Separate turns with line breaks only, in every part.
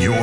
your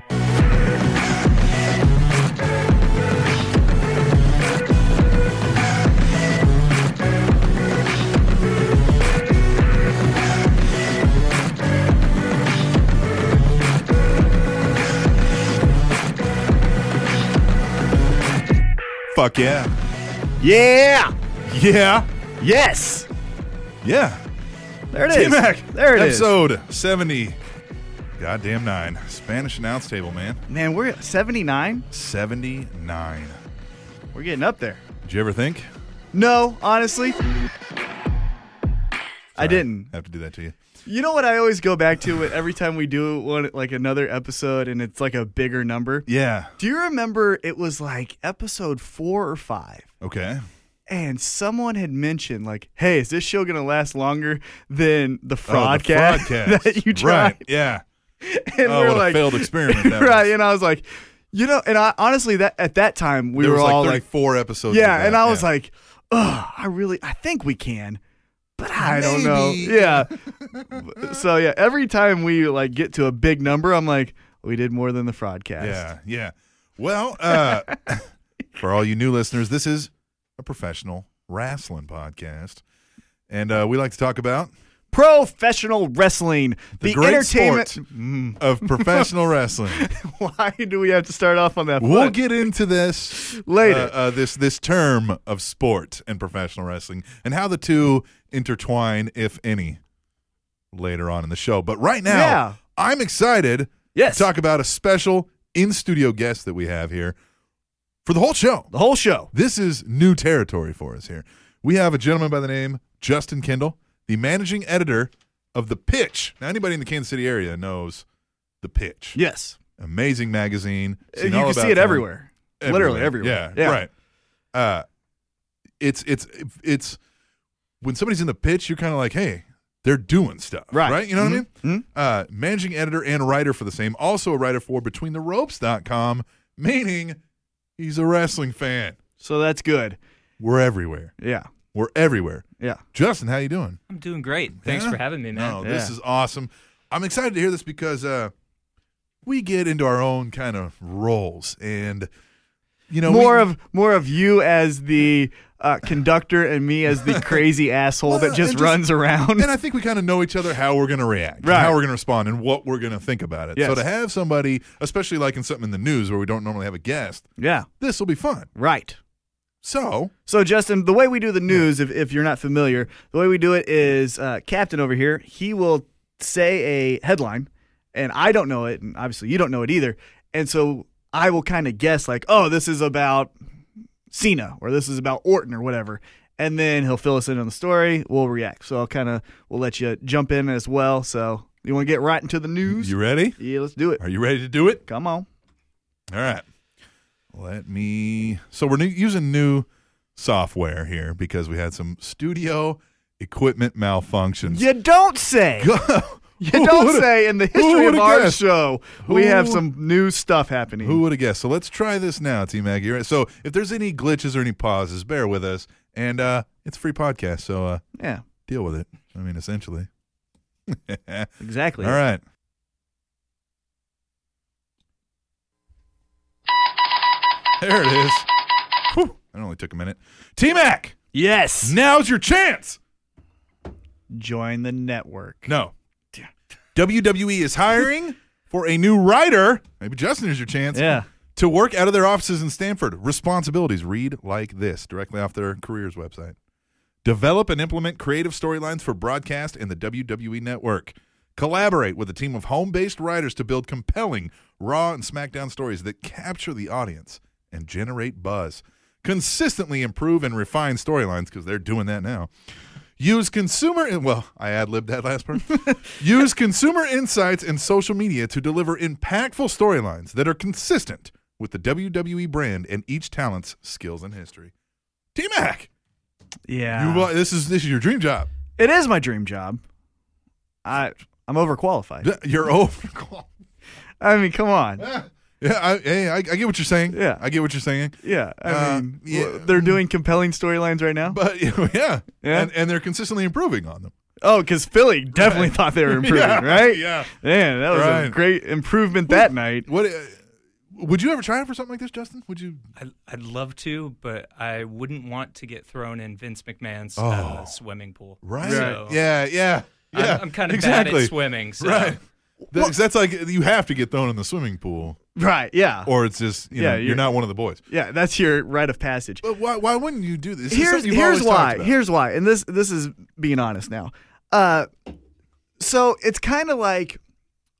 Fuck yeah.
Yeah.
Yeah.
Yes.
Yeah.
There it
T
is.
Mac.
There it is.
Episode 70. Goddamn nine. Spanish announce table, man.
Man, we're at 79.
79.
We're getting up there.
Did you ever think?
No, honestly. I didn't.
I have to do that to you.
You know what I always go back to with every time we do one like another episode and it's like a bigger number.
Yeah.
Do you remember it was like episode 4 or 5
Okay. Oh,
and someone had mentioned like, "Hey, is this show going to last longer than
Oh, the
the broadcast
fraudcast.
that you tried?"
Right. Yeah.
And
oh,
we're
what
like
a failed experiment. That
right,
Was.
and I was like, you know, and I honestly that at that time we
there
were
was
all
like
like,
34 episodes. of
yeah,
that,
and I was like, ugh, I really, I think we can, but I don't know.
Maybe.
Yeah. so yeah, every time we like get to a big number, I'm like, we did more than the fraudcast.
Yeah. Yeah. Well, uh, for all you new listeners, this is a professional wrestling podcast. And uh, we like to talk about
Professional wrestling, the,
great
entertainment.
sport of professional wrestling.
Why do we have to start off on that?
We'll
foot?
get into this
Later.
Uh, uh, this this term of sport and professional wrestling and how the two intertwine, if any, later on in the show. But right now,
Yeah.
I'm excited
Yes.
to talk about a special in studio guest that we have here for the whole show.
the whole show.
This is new territory for us here. We have a gentleman by the name Justin Kendall, the managing editor of The Pitch. Now, anybody in the Kansas City area knows The Pitch.
Yes,
Amazing magazine.
you
Seen all
can
about
see it
them.
everywhere. Literally everywhere.
Yeah,
Yeah.
right. Uh, it's it's it's when somebody's in the pitch, you're kind of like, hey, they're doing stuff,
Right.
Right? You know what I mean?
Mhm.
Uh, managing editor and writer for the same, also a writer for BetweenTheRopes.com, meaning he's a wrestling fan.
So that's good.
We're everywhere.
Yeah,
We're everywhere.
yeah.
Justin, how you doing?
I'm doing great. Thanks
Yeah?
for having me, man.
No, this
Yeah.
is awesome. I'm excited to hear this because uh, we get into our own kind of roles, and you know,
more
we-
of more of you as the uh, conductor and me as the crazy asshole
Well,
that just
and just-
runs around.
and I think we kind of know each other how we're going to react, and
Right.
how we're going to respond, and what we're going to think about it. So
Yes.
to have somebody, especially like in something in the news where we don't normally have a guest,
yeah,
this will be fun.
right.
So
So Justin, the way we do the news, if, if you're not familiar, the way we do it is uh, Captain over here. He will say a headline, and I don't know it, and obviously you don't know it either. And so I will kind of guess like, oh, this is about Cena, or this is about Orton, or whatever. And then he'll fill us in on the story. We'll react. So I'll kind of we'll let you jump in as well. So you want to get right into the news?
you ready?
Yeah, let's do it.
Are you ready to do it?
Come on.
All right. Let me. So we're new, using new software here because we had some studio equipment malfunctions.
You don't say. You don't say in the history of
would've
our
guessed?
show we
Who-
have some new stuff happening.
Who would have guessed? So let's try this now, T Maggie. Right? So if there's any glitches or any pauses, bear with us. And uh, it's a free podcast, so uh,
Yeah,
deal with it. I mean, essentially. All
exactly.
right. There it is. Whew, that only took a minute. T Mac,
Yes.
now's your chance.
Join the network.
No. WWE is hiring for a new writer. Maybe Justin is your chance.
Yeah.
To work out of their offices in Stanford. Responsibilities read like this directly off their careers website. Develop and implement creative storylines for broadcast and the WWE network. Collaborate with a team of home based writers to build compelling Raw and SmackDown stories that capture the audience and generate buzz. Consistently improve and refine storylines because they're doing that now. Use consumer well, I ad libbed that last part. Use consumer insights and social media to deliver impactful storylines that are consistent E with the WWE brand and each talent's skills and history. T Mac,
Yeah. Ah.
you, wa- this is this is your dream job.
it is my dream job. I I'm overqualified.
You're over.
I mean, come on.
yeah, I, hey, I, I get what you're saying.
Yeah.
I get what you're saying.
Yeah. I
Uh,
mean,
yeah.
w- they're doing compelling storylines right now.
But yeah,
Yeah.
and and they're consistently improving on them.
Oh, because Philly definitely thought they were improving,
Yeah,
right?
yeah.
Man, that was a
Right.
great improvement that night.
What uh, would you ever try for something like this, Justin? Would you?
I'd, I'd love to, but I wouldn't want to get thrown in Vince McMahon's uh,
Oh.
swimming pool.
Right.
So
Yeah. Yeah.
I'm-
Yeah.
I'm, kind of
exactly.
bad at swimming. So.
Right. That's, that's like you have to get thrown in the swimming pool,
Right. Yeah.
or it's just you
Yeah,
know, you're,
you're-
not one of the boys.
yeah. That's your rite of passage.
But why? Why wouldn't you do this? This is
here's
something you've
here's
always talked
why.
about.
Here's why. And this this is being honest now. Uh, so it's kind of like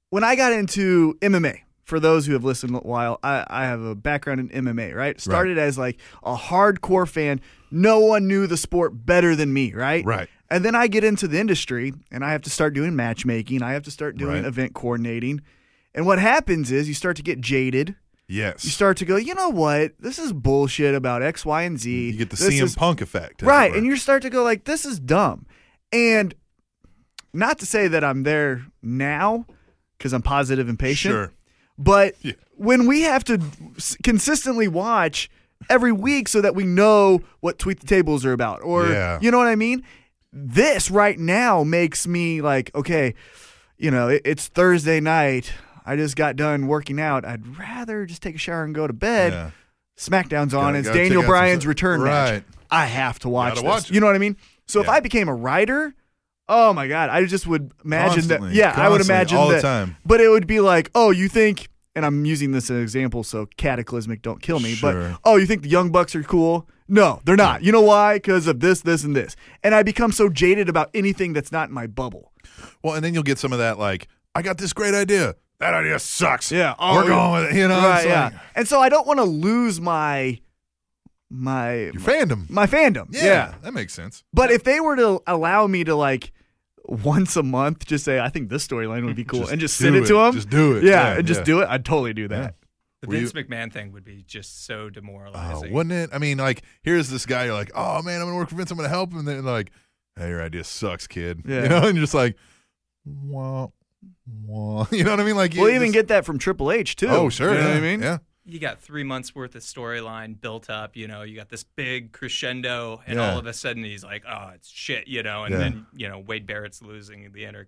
when I got into MMA. For those who have listened a while, I, I have a background in MMA. Right. Started as like a hardcore fan. No one knew the sport better than me. Right.
Right.
And then I get into the industry and I have to start doing matchmaking. I have to start doing
Right.
event coordinating. And what happens is you start to get jaded
yes.
you start to go, you know what? This is bullshit about X, Y, and Z.
You get the
This
CM
is-
Punk effect, as it
right?
were.
And you start to go like, this is dumb. And not to say that I'm there now, because I'm positive and patient.
sure.
But
Yeah.
when we have to s- consistently watch every week so that we know what tweet the tables are about, or
Yeah.
you know what I mean, this right now makes me like, okay, you know, it, it's Thursday night. I just got done working out. I'd rather just take a shower and go to bed.
Yeah.
SmackDown's on.
Gotta-
it's
gotta check
Daniel
out some
Bryan's
stuff.
return
Right.
match. I have to watch
Gotta
this.
watch it.
you know what I mean? So if
Yeah.
I became a writer, oh my god, I just would imagine
Constantly.
that. Yeah, I would
Constantly.
imagine
All the
that,
time.
But it would be like, oh, you think, and I'm using this as an example, so cataclysmic, don't kill me.
Sure.
But oh, you think the Young Bucks are cool? No, they're not. You know why? Because of this, this, and this. And I become so jaded about anything that's not in my bubble.
Well, and then you'll get some of that like, I got this great idea. That idea sucks.
Yeah.
We're going with it. You know.
right,
it's
yeah.
like,
and so I don't want to lose my my
Your fandom.
my fandom.
Yeah,
yeah.
That makes sense.
But if they were to allow me to like once a month just say, I think this storyline would be cool,
Just
and just
do
send it,
it.
to them,
Just do it.
yeah,
Yeah,
and just
yeah.
do it, I'd totally do that.
The
Were you-
Vince McMahon thing would be just so
Oh,
demoralizing.
wouldn't it? I mean, like, here's this guy. You're like, oh man, I'm gonna work for Vince. I'm gonna help him. And then like, hey, your idea sucks, kid.
Yeah.
You know, and you're just like, wah, wah. You know what I mean? Like,
We'll
you
even
just-
get that from Triple H too.
Oh, sure.
you know
yeah,
what I mean?
Yeah.
you got three months worth of storyline built up. You know, you got this big crescendo, and
Yeah.
all of a sudden he's like, "Oh, it's shit," you know. And
Yeah.
then you know Wade Barrett's losing the inter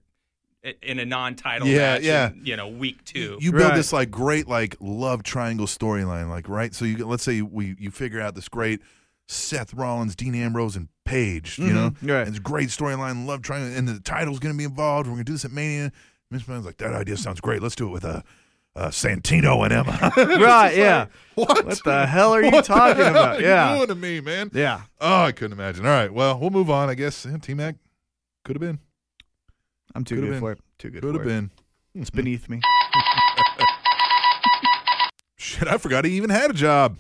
in a non-title
Yeah,
match.
yeah.
in, you know, week two.
You build
Right.
this like great like love triangle storyline, like right. So you let's say we you figure out this great Seth Rollins, Dean Ambrose, and Paige. You know,
Mhm, right.
And it's a great storyline, love triangle, and the title's going to be involved. We're going to do this at Mania. Miss Man's like that idea sounds great. Let's do it with a. Uh, Santino and Emma.
Right, yeah.
what?
What the hell are you
What the
talking
hell
about?
are
Yeah.
you doing to me, man?
Yeah.
Oh, I couldn't imagine. All right, well, we'll move on. I guess yeah, T Mac could have been,
I'm too
Could've
good
been.
for it. Too good
could
for
have
it.
been.
It's beneath me.
Shit, I forgot he even had a job.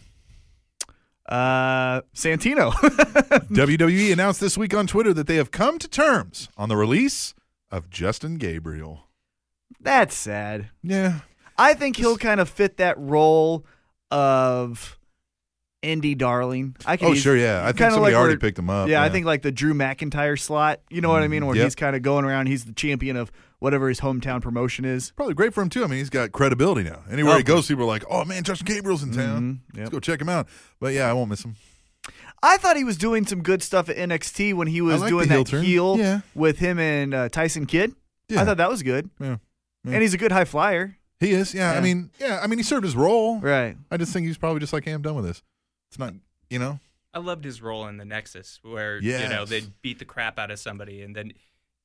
Uh, Santino.
WWE E announced this week on Twitter that they have come to terms on the release of Justin Gabriel.
That's sad.
Yeah.
I think he'll kind of fit that role of indie darling. I can
Oh, sure, yeah. I think
kinda
somebody
like
already
where-
picked him up. Mm-hmm.
yeah, I think like the Drew McIntyre slot. You know what I mean? Where
yep.
he's kind of going around. He's the champion of whatever his hometown promotion is.
probably great for him too. I mean, he's got credibility now. Anywhere he
Definitely.
goes, people are like, "Oh man, Justin Gabriel's in town.
Mhm,
Let's
yep.
go check him out." But yeah, I won't miss him.
I thought he was doing some good stuff at NXT when he was
like
doing
the heel
that
turn.
heel
Yeah.
with him and uh, Tyson Kidd.
Yeah.
I thought that was good.
Yeah. Yeah.
And he's a good high flyer.
He is. Yeah, I
Yeah.
mean, yeah, I mean, he served his role.
Right.
I just think he's probably just like, "Hey, I'm done with this. It's not, you know."
I loved his role in the Nexus, where you know
Yes.
they'd beat the crap out of somebody, and then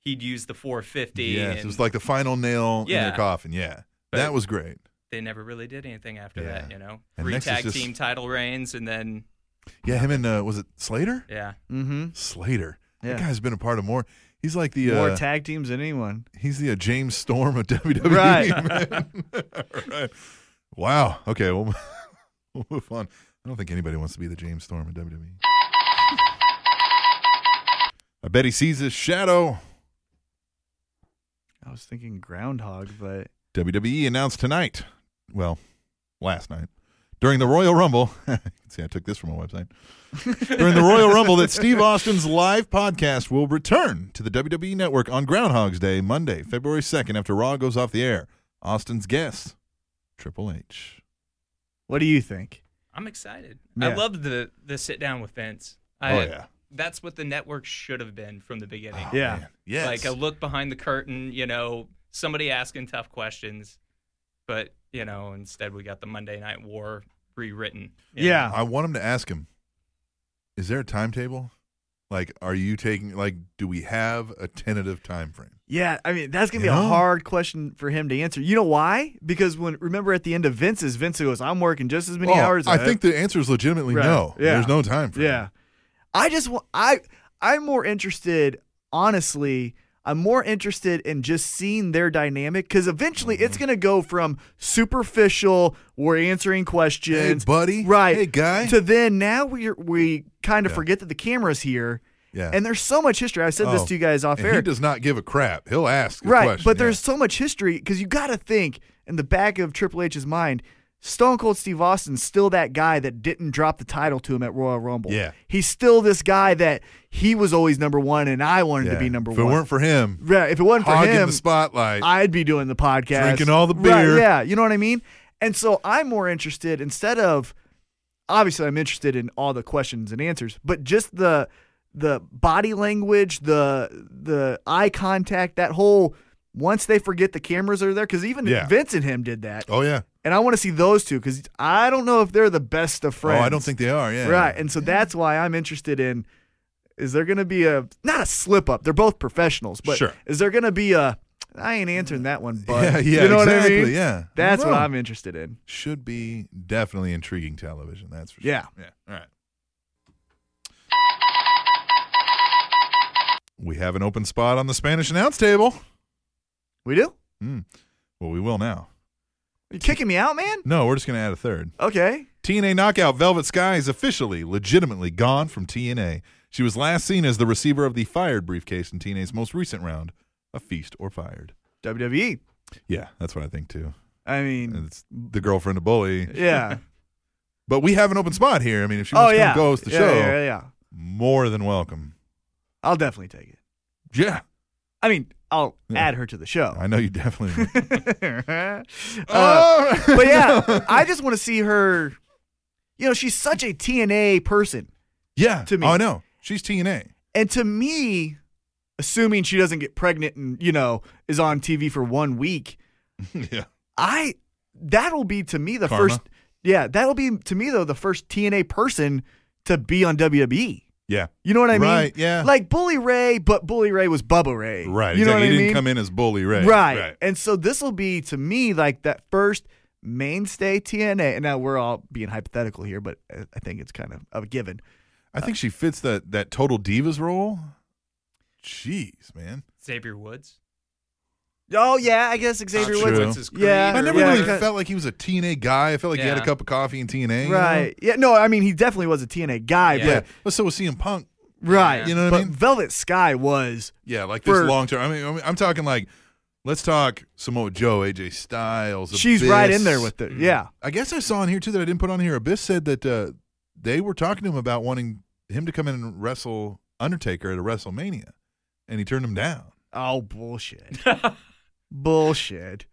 he'd use the 450.
Yes,
and
it was like the final nail in
Yeah.
their coffin. Yeah,
But-
that was great.
they never really did anything after that.
Yeah.
You know,
And
three
Nexus
tag
just-
team title reigns, and then
Yeah, him and uh, was it Slater?
yeah,
Mm-hmm.
Slater. That
Yeah.
guy's been a part of more. He's like the
More
uh,
tag teams than anyone.
he's the uh, James Storm of WWE.
Right.
man. right. Wow. Okay. Well, we'll move on. I don't think anybody wants to be the James Storm of WWE. I bet he sees his shadow.
I was thinking Groundhog, but
E WWE announced tonight, well, last night, During the Royal Rumble, see, I took this from a website. During the Royal Rumble, that Steve Austin's live podcast will return to the WWE Network on Groundhog's Day, Monday, February 2nd, after Raw goes off the air. Austin's guest, Triple H.
What do you think?
I'm excited.
Yeah.
I loved the the sit down with Vince. I,
Oh, yeah.
That's what the network should have been from the beginning.
Yeah.
Oh, Man. Yes.
Like a look behind the curtain, you know, somebody asking tough questions. But, you know, instead we got the Monday Night War rewritten. you know?
Yeah.
I want him to ask him, is there a timetable? Like, are you taking, like, do we have a tentative time frame?
Yeah, I mean that's gonna be
You
a
know?
hard question for him to answer. You know why? Because when remember at the end of Vince's, Vince goes, "I'm working just as many
Oh,
hours."
I
as-
think the answer is legitimately
Right.
no.
Yeah.
There's no time frame.
Yeah, I just want I I'm more interested. Honestly, I'm more interested in just seeing their dynamic because eventually it's
Mm.
gonna go from superficial, we're answering questions,
buddy.
right,
Hey, guy.
to then now we we kind of forget that the camera's here.
Yeah.
And there's so much history. I said this
Oh,
to you guys off
And
air.
he does not give a crap. He'll ask. a
right,
question,
but
yeah.
there's so much history because you got to think in the back of Triple H's mind, Stone Cold Steve Austin's still that guy that didn't drop the title to him at Royal Rumble.
Yeah.
he's still this guy that he was always number one, and I wanted
Yeah.
to be number
if
one.
it weren't for him,
right, if it wasn't for
hogging
him,
the spotlight.
I'd be doing the podcast,
Drinking all the
Right,
beer.
yeah, you know what I mean. And so I'm more interested instead of obviously I'm interested in all the questions and answers, but just the the body language, the the eye contact, that whole once they forget the cameras are there because even
Yeah.
Vince and him did that,
oh yeah.
and I want to see those two because I don't know if they're the best of friends.
Oh, I don't think they are. Yeah.
right, and so that's why I'm interested in. Is there going to be a not a slip up? They're both professionals, but
Sure.
is there going to be a? I ain't answering that one, but
yeah, yeah,
you know
exactly.
what I mean.
Yeah.
That's
You're
what
wrong.
I'm interested in.
Should be definitely intriguing television. That's for sure.
Yeah.
Yeah. All right. We have an open spot on the Spanish announce table.
We do.
Well, we will now.
You kicking me out, man?
No, we're just going to add a third.
Okay.
TNA knockout Velvet Sky is officially, legitimately gone from TNA. She was last seen as the receiver of the fired briefcase in TNA's most recent round, A Feast or Fired.
WWE.
Yeah, that's what I think too.
E. I mean,
It's the girlfriend of Bully.
yeah.
But we have an open spot here. I mean, if she
oh
wants to
yeah.
come host the
yeah,
show,
Yeah, yeah, yeah.
more than welcome.
I'll definitely take it.
Yeah.
I mean, I'll
Yeah.
add her to the show.
I know you definitely.
Uh,
Oh!
but yeah, I just want to see her. You know, she's such a TNA person,
yeah.
to me.
Oh, I know. She's TNA.
and to me, assuming she doesn't get pregnant and you know is on TV for one week,
yeah.
I that'll be to me the
Karma.
first. Yeah, that'll be to me though the first TNA person to be on WWE.
Yeah.
You know what I mean?
Right, yeah.
Like Bully Ray, but Bully Ray was Bubba Ray.
Right.
You
exactly.
know what
he
I
didn't
mean?
come in as Bully Ray.
right. And so this will be to me like that first mainstay TNA. And now we're all being hypothetical here, but I I think it's kind of of a given.
I think she fits that that total divas role. Jeez, man.
Xavier Woods.
Oh yeah, I guess Xavier
Not
Woods.
true.
is
Yeah.
I never
Yeah.
really
kinda-
felt like he was a TNA guy. I felt like he had a
Yeah.
cup of coffee in TNA. you know?
Right. Yeah. No, I mean he definitely was a TNA guy,
Yeah.
Yeah.
but
But so was CM Punk.
right.
You know what I
but
mean?
Velvet Sky was
Yeah, like this
For-
long term. I mean, I mean, I'm talking like, let's talk Samoa Joe, AJ Styles. Abyss.
she's
Mm-hmm.
right in there with it. Yeah.
I guess I saw in here too that I didn't put on here. Abyss said that uh, they were talking to him about wanting him to come in and wrestle Undertaker at a WrestleMania, and he turned him down.
Oh bullshit. bullshit.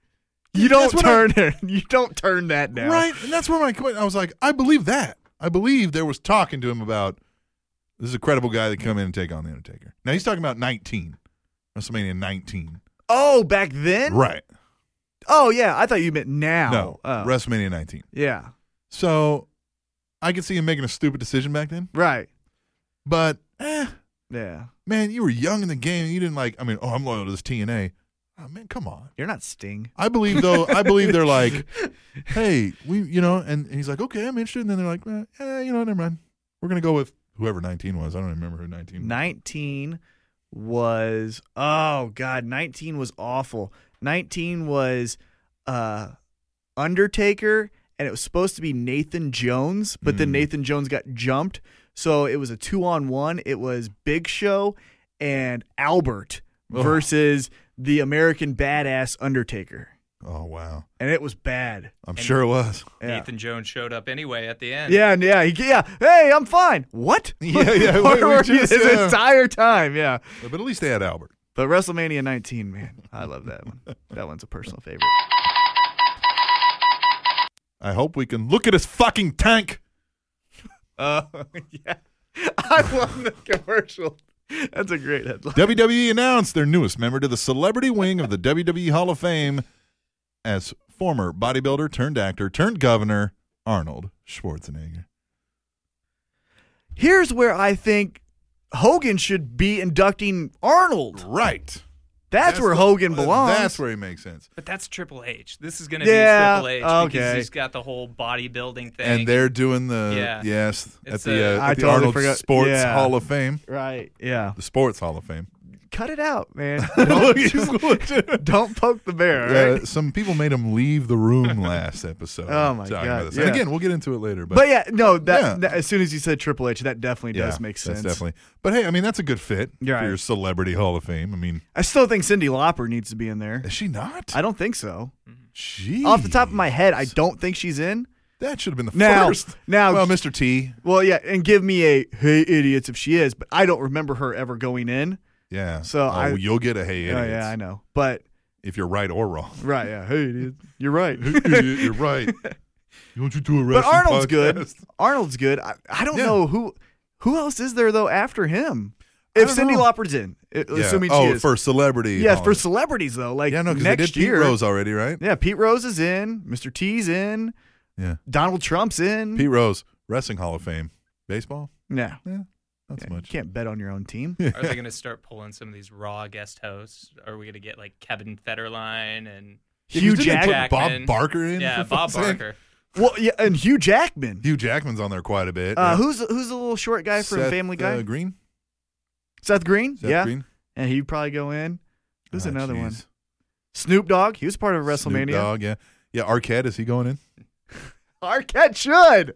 You don't
That's what
turn her. You don't turn that down.
Right, and that's where my point. I was like, I believe that. I believe there was talking to him about this is a credible guy that come in and take on the Undertaker. Now he's talking about 19 WrestleMania 19.
Oh, back then?
Right.
Oh, yeah. I thought you meant now.
No,
Oh.
WrestleMania 19.
Yeah.
So I could see him making a stupid decision back then,
Right.
but eh,
Yeah.
man, you were young in the game. You didn't like. I mean, oh, I'm loyal to this TNA. Oh man, come on.
You're not Sting.
I believe though. I believe they're like, hey, we, you know, and, and he's like, okay, I'm interested. And then they're like, eh, eh, you know, never mind. We're gonna go with whoever 19 was. I don't remember who 19. was.
19 was, oh, God. 19 was awful. 19 was uh, Undertaker, and it was supposed to be Nathan Jones, but
Mm.
then Nathan Jones got jumped. So it was a two on one. It was Big Show and Albert
Ugh.
versus the American badass Undertaker.
Oh wow,
and it was bad.
I'm sure it was.
Yeah.
Nathan Jones showed up anyway at the end.
Yeah, and yeah, he, yeah. Hey, I'm fine. What?
Yeah, yeah,
Where
we- we
were you
just,
this
uh,
entire time? Yeah.
But at least they had Albert.
But WrestleMania 19, man, I love that one. That one's a personal favorite.
I hope we can look at his fucking tank.
Uh, yeah, I love the commercial. That's a great headline.
WWE E announced their newest member to the celebrity wing of the WWE Hall of Fame as former bodybuilder turned actor turned governor Arnold Schwarzenegger.
Here's where I think Hogan should be inducting Arnold.
Right.
That's, where
the-
Hogan
uh,
belongs.
That's where he makes sense.
But that's Triple H. This is going to
Yeah,
be Triple H because
okay.
he's got the whole bodybuilding thing.
And they're doing the
Yeah.
yes at
It's
the,
a-
uh,
I
at the
totally
Arnold
forgot-
Sports
yeah.
Hall of Fame.
right. Yeah.
The Sports Hall of Fame.
Cut it out, man.
Look, he's legit.
Don't poke the bear. all right?
Uh, some people made him leave the room last episode.
Oh, my
Sorry
God,
About this. And
yeah.
again, we'll get into it later. But,
But yeah, no. That,
Yeah.
that- as soon as you said Triple H, that definitely
yeah,
does make sense.
That's definitely. But hey, I mean that's a good fit
You're
for
right.
your celebrity Hall of Fame. I mean,
I still think Cindy Lauper needs to be in there.
is she not?
I don't think so.
Jeez.
Off the top of my head, I don't think she's in.
that should have been the
Now-
first.
now-
well, Mr. T.
Well, yeah, and give me a hey idiots if she is, but I don't remember her ever going in.
Yeah.
So
oh,
I-
you'll get a hey
Oh
idiots
yeah, I know. But
if you're right or wrong.
right, yeah, hey idiot, you're right.
Hey, idiot, you're right. Don't you do a
but
wrestling
Arnold's good.
podcast?
Arnold's good. I, I don't
Yeah.
know who who else is there though after him.
I
If
don't
Cindy
know.
Lauper's in, i-
Yeah.
assuming
oh,
she is.
for celebrity.
yeah,
Hall
for
of-
celebrities though, like
yeah, no, because they
next
did Pete
year.
Rose already, right?
Yeah, Pete Rose is in. Mr. T's in.
Yeah.
Donald Trump's in.
Pete Rose, wrestling Hall of Fame, baseball.
no,
Yeah, not
Yeah,
so
you
much.
can't bet on your own team.
Are they going to start pulling some of these raw guest hosts? Are we going to get like Kevin Federline and
Yeah, 'cause
Hugh
didn't they put
Jack-
Jackman?
Bob Barker in.
yeah,
for
Bob
fuck's sake?
Barker?
Well, yeah, and Hugh Jackman.
Hugh Jackman's on there quite a bit.
Uh,
yeah.
who's who's the little short guy from
Seth,
Family
uh,
Guy?
Green.
Seth Green.
Seth
yeah,
Green.
and he'd probably go in. Who's
Ah,
another one?
jeez.
Snoop Dogg. He was part of
Snoop
WrestleMania.
Dogg, yeah, yeah. Arquette is he going in?
Arquette should.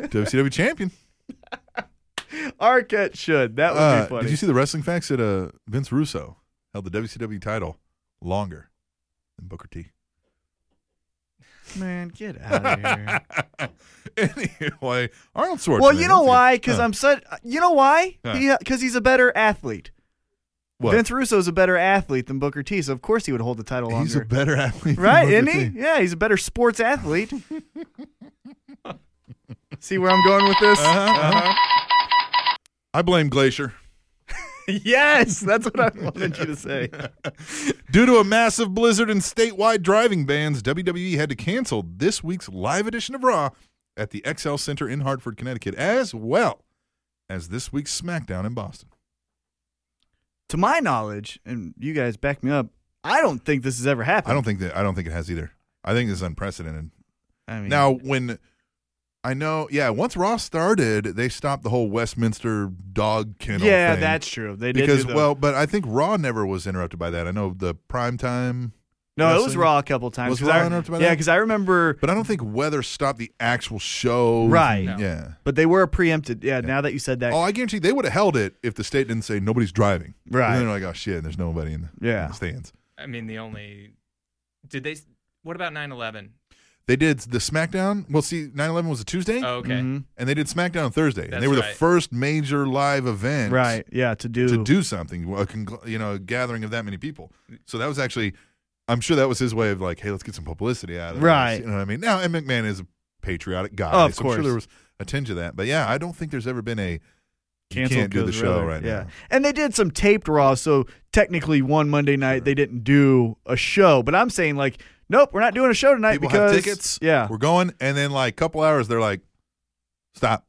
WCW champion.
Arquette should. That would
Uh,
be funny.
Did you see the wrestling facts that uh, Vince Russo held the WCW title longer than Booker T?
Man, get out of here.
anyway, Arnold Schwarzenegger.
well, you know why? Because
Huh.
I'm such. You know why?
uh. Huh.
Because he's a better athlete.
What?
Vince Russo's a better athlete than Booker T, so of course he would hold the title longer.
He's a better athlete, than
right?
Booker
Isn't he?
T.
Yeah, he's a better sports athlete. see where I'm going with this?
Uh-huh, uh-huh. I blame Glacier.
Yes, that's what I wanted you to say.
Due to a massive blizzard and statewide driving bans, WWE had to cancel this week's live edition of Raw at the XL Center in Hartford, Connecticut, as well as this week's SmackDown in Boston.
To my knowledge, and you guys back me up, I don't think this has ever happened.
I don't think that I don't think it has either. I think this is unprecedented.
I mean,
Now, when I know, yeah, once Raw started, they stopped the whole Westminster dog kennel.
yeah,
thing.
that's true. They did
because
do the-
well, but I think Raw never was interrupted by that. I know the prime time,
no, it was
wrestling-
Raw a couple times.
Was
'cause
Raw
I,
interrupted by
Yeah,
that?
because I remember,
but I don't think weather stopped the actual show.
Right.
No.
Yeah.
but they were preempted. Yeah, now that you said that,
Oh, I guarantee they would have held it if the state didn't say nobody's driving. And
Right.
then they're like, oh shit, there's nobody in the, in
Yeah.
the stands.
I mean, the only did they? What about 9/11?
They did the SmackDown. Well, see, 9/11 was a Tuesday,
Oh, okay,
Mhm.
and they did SmackDown on Thursday. and
That's
they were the
right.
first major live event,
right? Yeah, to do
to do something, a con- you know, a gathering of that many people. So that was actually, I'm sure that was his way of like, hey, let's get some publicity out of this.
Right.
You know what I mean? Now, and McMahon is a patriotic guy,
Of
so I'm
course.
sure there was a tinge of that. But yeah, I don't think there's ever been a you
cancel
can't do the
goes
show
rather.
right
yeah.
now.
and they did some taped Raw, so technically one Monday night they didn't do a show. But I'm saying like, nope, we're not doing a show tonight
People
because
have tickets.
Yeah,
We're going, and then like a couple hours, they're like, stop.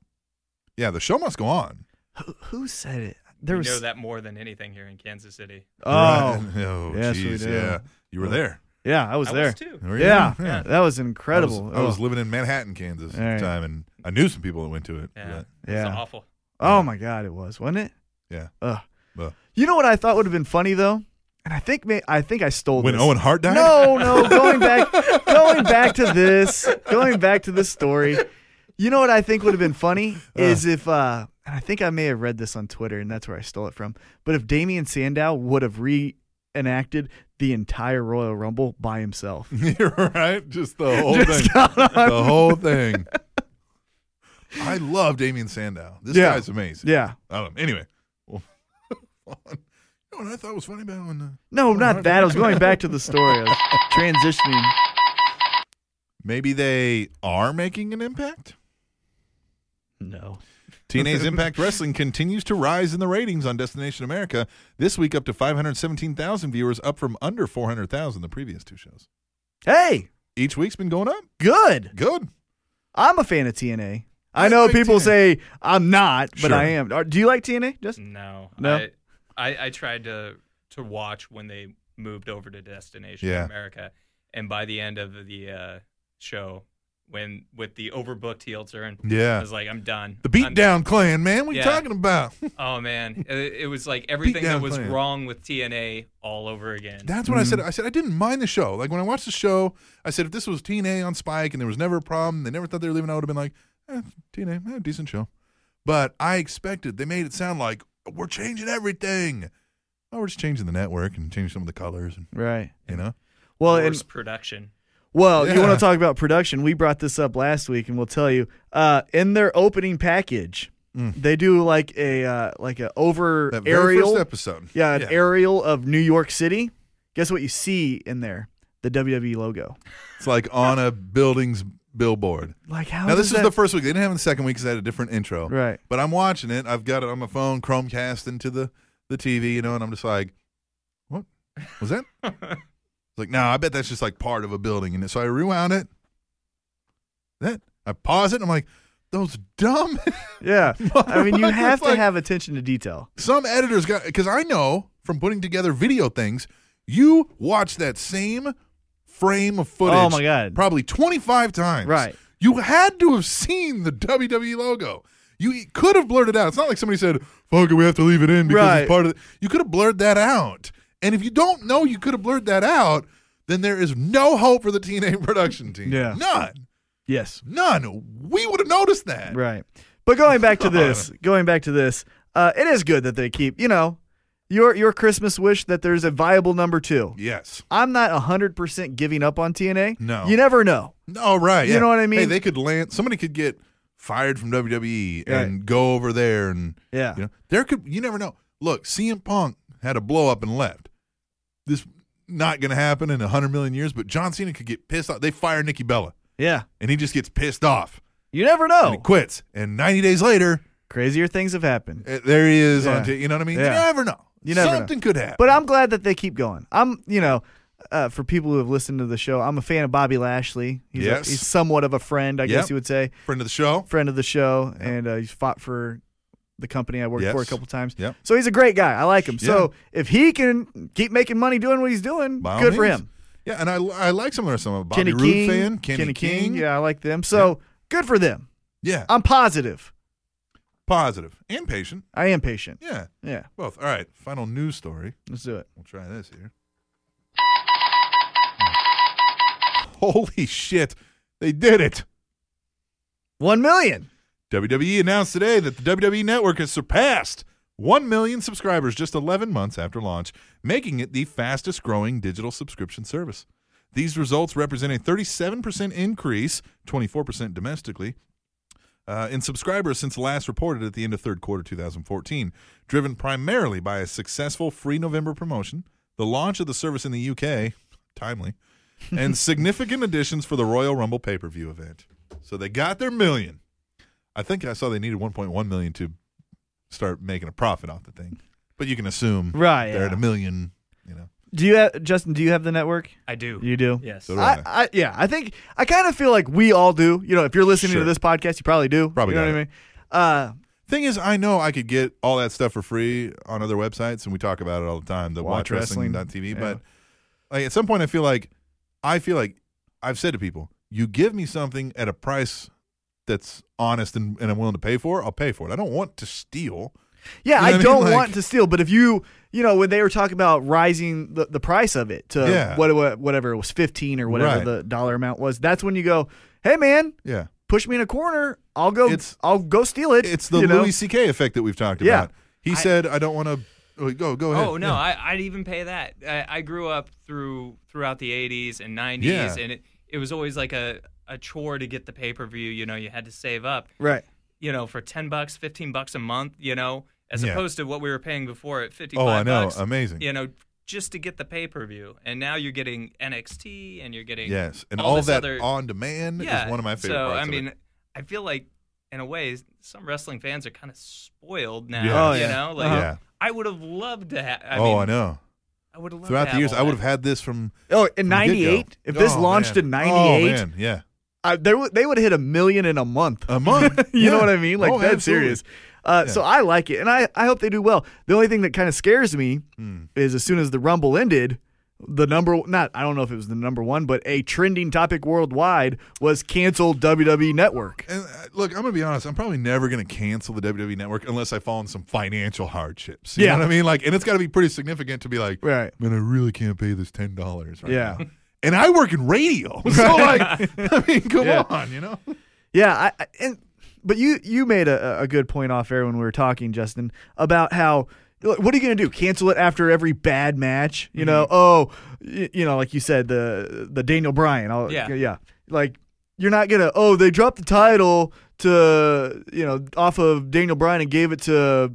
Yeah, the show must go on.
who, who said it? There
we
was
know that more than anything here in Kansas City.
oh
Right. oh,
Yes, we
jeez,
do.
yeah. You were there.
yeah, I was
I
there.
was too.
Were you
Yeah,
there?
that was
I was-
incredible. Oh.
I was, living in Manhattan, Kansas at
Alright.
the time, and I knew some people that went to it.
Yeah,
Oh,
it's
yeah.
awful.
Oh my god, it was, wasn't it?
Yeah.
Ugh.
Ugh.
You know what I thought would have been funny though, and I think may, I think I stole
But when
this.
Owen Hart died?
No, no, going back, going back to this, going back to this story. You know what I think would have been funny is if, uh, and I think I may have read this on Twitter, and that's where I stole it from. But if Damian Sandow would have reenacted the entire Royal Rumble by himself.
You're right. Just the whole
Just
thing.
got on.
The whole thing. I love Damien Sandow. This
Yeah.
guy's amazing.
Yeah.
I love him. Anyway. Well, you know what I thought was funny about when uh,
No, not that. I was going back to the story. I was transitioning.
maybe they are making an impact?
No.
TNA's Impact Wrestling continues to rise in the ratings on Destination America. This week, up to 517,000 viewers, up from under 400,000 the previous two shows.
Hey,
Each week's been going up.
good.
Good.
I'm a fan of TNA. I
I
know
like
people
TNA.
say I'm not, but
Sure.
I am. Are- Do you like TNA, Justin?
No,
No?
I, I, I tried to to watch when they moved over to Destination
Yeah.
America, and by the end of the uh, show, when with the overbooked heel turn, I
Yeah.
was like, I'm done.
The
I'm-
Beatdown Clan, man. What are you
Yeah.
talking about?
Oh man, it, it was like everything
Beatdown
that was
plan.
wrong with TNA all over again.
That's what I
Mm.
said. I said I didn't mind the show. Like when I watched the show, I said if this was TNA on Spike and there was never a problem, they never thought they were leaving, I would have been like, eh, TNA, eh, decent show. But I expected they made it sound like we're changing everything. Oh, we're just changing the network and changing some of the colors, and
Right.
you know,
Well, and
Worst production.
Well, you
Yeah.
want to talk about production? We brought this up last week, and we'll tell you. Uh, in their opening package, they do like a uh, like a over
Mm. that very
aerial,
first episode.
yeah, an aerial of New York City. Guess what you see in there? The WWE logo.
it's like on a building's billboard.
Like how?
now
does
this is
that-
the first week. They didn't have it the second week because I had a different intro.
Right.
But I'm watching it. I've got it on my phone, Chromecast into the the TV, you know, and I'm just like, what was that? It's like, no, I bet that's just like part of a building. And so I rewound it. That I pause it. And I'm like, those dumb.
Yeah. I mean, you
Motherfucker,
have
it's
to
like-
have attention to detail.
Some editors got because I know from putting together video things, you watch that same frame of footage.
Oh, my God.
Probably 25 times.
Right.
You had to have seen the WWE logo. You e, could have blurred it out. It's not like somebody said, "Fuck it, we have to leave it in because
Right.
it's part of." The-. You could have blurred that out. And if you don't know, you could have blurred that out. Then there is no hope for the TNA production team.
Yeah.
None.
Yes.
None. We would have noticed that.
Right. But going back to this, going back to this, uh, it is good that they keep. You know, your your Christmas wish that there's a viable number two.
Yes.
I'm not 100% giving up on TNA.
No.
You never know.
Oh right.
You
yeah.
know what I
Hey,
mean?
they could land. Somebody could get fired from WWE and
Right.
go over there, and
Yeah.
you know there could. You never know. Look, CM Punk had a blow up and left. This not going to happen in a hundred million years. But John Cena could get pissed off. They fire Nikki Bella,
Yeah.
and he just gets pissed off
You never
and
know.
he quits. And ninety days later,
Crazier things have happened.
eh, there he is
Yeah.
on. T- you know what I mean?
Yeah.
You never know.
You never know.
Something could happen.
But I'm glad that they keep going. I'm, you know, uh, for people who have listened to the show, I'm a fan of Bobby Lashley. He's, a-
Yes.
he's somewhat of a friend, I guess
Yep.
you would say.
friend of the show.
Friend of the show. And uh, he's fought for the company I worked
Yes.
for a couple times.
Yep.
So he's a great guy. I like him. So if he can keep making money doing what he's doing,
By all
good for
means.
him.
Yeah, and I, I like some of their some. I'm a Bobby
Kenny
Roode
King.
fan. Kenny, King.
Yeah, I like them. So good for them.
yeah.
I'm positive.
Positive and patient.
I am patient.
Yeah.
Yeah,
Both. All right. Final news story.
let's do it.
We'll try this here. Hmm. Holy shit. They did it.
One million.
WWE announced today that the WWE network has surpassed 1 million subscribers just 11 months after launch, making it the fastest growing digital subscription service. These results represent a 37% increase, 24% domestically, uh, in subscribers since last reported at the end of third quarter 2014, driven primarily by a successful free November promotion, the launch of the service in the UK, timely, and significant additions for the Royal Rumble pay per view event. So they got their million. I think I saw they needed 1.1 million to start making a profit off the thing, but you can assume
Right,
they're
yeah.
at a million. You know,
Do you have, Justin? Do you have the network?
I do.
You do.
Yes.
So do
I, I yeah. I think I kind of feel like we all do. You know, if you're listening
Sure.
to this podcast, you probably do.
Probably
You know
got
what I mean? Uh,
Thing is, I know I could get all that stuff for free on other websites, and we talk about it all the time. The
Watch Wrestling,
watchwrestling.tv.
yeah.
But like at some point, I feel like I feel like I've said to people, you give me something at a price that's honest and, and I'm willing to pay for. I'll pay for it. I don't want to steal. You
yeah.
know what I
I
mean?
don't
Like-
want to steal, but if you you know when they were talking about rising the, the price of it to
Yeah.
what, what whatever it was fifteen or whatever
Right.
the dollar amount was, that's when you go, hey man,
Yeah,
push me in a corner. I'll go.
It's-
I'll go steal it.
it's the
you know?
Louis C.K. effect that we've talked
Yeah.
about. He said, I don't want to Oh, go go ahead.
Oh no,
Yeah.
I, I'd even pay that. I, I grew up through throughout the '80s and '90s,
Yeah.
and it, it was always like a, a chore to get the pay per view. You know, you had to save up.
Right.
You know, for ten bucks, fifteen bucks a month. You know, as
Yeah.
opposed to what we were paying before at fifty
Oh,
five
I know.
bucks.
Amazing.
You know, just to get the pay per view, and now you're getting NXT, and you're getting
Yes, and
all
all,
this
that
other-
on demand
yeah.
is one of my favorite.
So
parts
I
of it.
mean, I feel like in a way, some wrestling fans are kind of spoiled now.
Yeah.
Oh,
You
yeah.
know, like
yeah.
I would have loved to have. I
oh,
mean,
I know.
I would have loved
Throughout
to
the years,
all
I would
that.
have had this from
Oh,
from
in
the get-go.
'98, if this
Oh,
launched
man.
in
Oh,
'98,
man. yeah,
I there w- they would have hit a million in a month.
a month.
you
Yeah.
know what I mean? Like
Oh,
that's
absolutely.
serious. Uh, So I like it, and I, I hope they do well. The only thing that kind of scares me
Hmm.
is as soon as the Rumble ended, the number not I don't know if it was the number one, but a trending topic worldwide was canceled WWE Network.
And uh, look, I'm gonna be honest. I'm probably never gonna cancel the WWE Network unless I fall in some financial hardships. You
Yeah.
know what I mean? Like, and it's got to be pretty significant to be like,
Right.
man, I really can't pay this ten dollars. Right
Yeah.
now." And I work in radio, so like, I mean, come
Yeah.
on, you know.
Yeah, I, I and but you you made a, a good point off air when we were talking, Justin, about how look, what are you going to do? Cancel it after every bad match? You know, oh, y- you know, like you said, the the Daniel Bryan. I'll,
Yeah.
yeah. Like you're not gonna. Oh, they dropped the title to you know off of Daniel Bryan and gave it to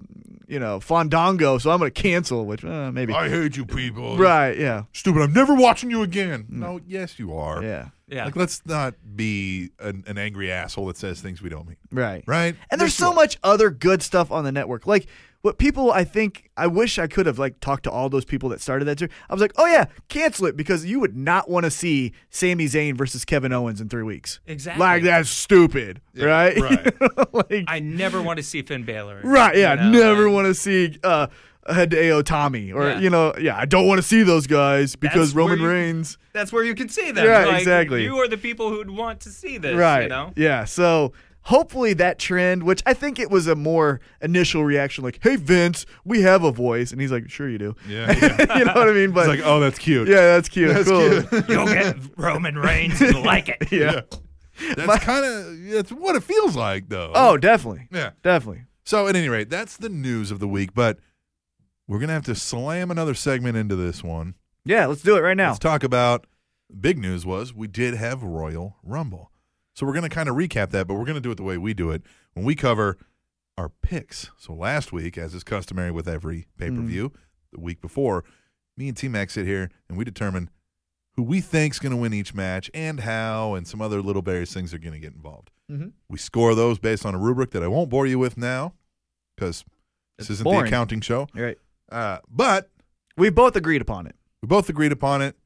you know Fandango, so I'm gonna cancel. Which uh, maybe
I hate you, people.
right? Yeah,
Stupid. I'm never watching you again. No, yes, you are.
yeah,
Yeah.
Like, let's not be an, an angry asshole that says things we don't mean.
right.
Right?
And there's
Yes,
so
you
much other good stuff on the network. Like what people I think I wish I could have like talked to all those people that started that too. I was like, oh yeah, cancel it because you would not want to see Sami Zayn versus Kevin Owens in three weeks.
Exactly.
Like that's stupid.
Yeah,
right?
right.
You know, like,
I never want to see Finn Balor.
right, yeah.
you know,
never
like,
want to see uh Hideo Tommy or
Yeah.
you know, yeah, I don't want to see those guys because
That's where
Roman
you-
Reigns.
That's where you can see them.
Yeah,
Like,
exactly.
You are the people who'd want to see this.
Right.
You know.
Yeah. So hopefully that trend, which I think it was a more initial reaction, like, "Hey Vince, we have a voice," and he's like, "Sure you do."
are. Yeah. yeah.
you know what I mean? But
It's like, oh, that's cute.
yeah, that's cute.
That's
cool.
cute.
You'll get Roman Reigns. You like it.
Yeah.
That's kind of that's what it feels like, though.
Oh, definitely.
yeah.
Definitely.
So, at any rate, that's the news of the week. But we're gonna have to slam another segment into this one.
Yeah. Let's do it right now.
Let's talk about big news. Was we did have Royal Rumble, so we're gonna kind of recap that, but we're gonna do it the way we do it when we cover our picks. So last week, as is customary with every pay per view,
Mm-hmm.
the week before, me and T Mac sit here and we determine who we think's going to win each match and how, and some other little various things are going to get involved.
Mhm.
We score those based on a rubric that I won't bore you with now because this
It's
isn't the
boring.
accounting show.
All right.
Uh, but
We both agreed upon it.
we both agreed upon it,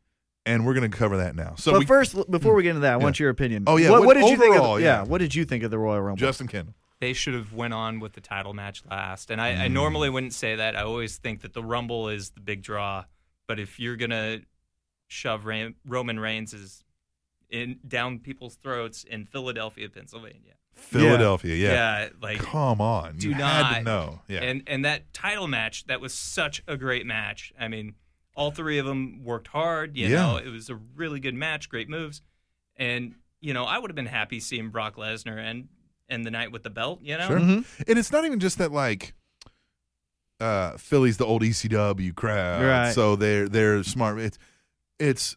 and we're going to cover that now. So
but
we,
first, l- before we get into that, I want your opinion.
Oh, yeah,
What,
what-
what did you think? Of
overall,
the,
yeah.
What did you think of the Royal Rumble?
Justin Kendall.
They should have went on with the title match last. And I, I normally wouldn't say that. I always think that the Rumble is the big draw. But if you're gonna shove Ram- Roman Reigns is in down people's throats in Philadelphia, Pennsylvania.
Philadelphia, yeah.
like
Come on.
Do
you had to
not.
know. Yeah.
And and that title match, that was such a great match. I mean, all three of them worked hard. You
Yeah.
know, it was a really good match, great moves, and you know, I would have been happy seeing Brock Lesnar and end the night with the belt. You know,
Sure.
Mm-hmm.
And it's not even just that like uh Philly's the old ECW crowd.
Right.
So they're they're smart. It's it's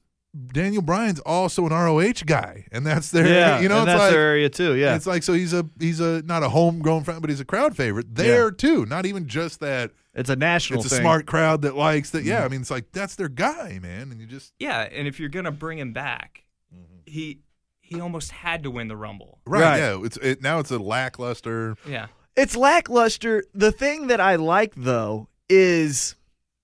Daniel Bryan's also an ROH guy. And that's their
yeah.
you know,
and
it's
that's
like
their area too. Yeah.
it's like so he's a he's a not a homegrown friend, but he's a crowd favorite there too. Not even just that
It's a national.
it's a
thing. Mm-hmm.
smart crowd that likes that. Yeah, I mean it's like that's their guy, man. And you just
yeah. And if you're gonna bring him back,
Mm-hmm.
he he almost had to win the Rumble.
Right,
Right.
yeah. It's it, now it's a lackluster
Yeah,
It's lackluster. The thing that I like though is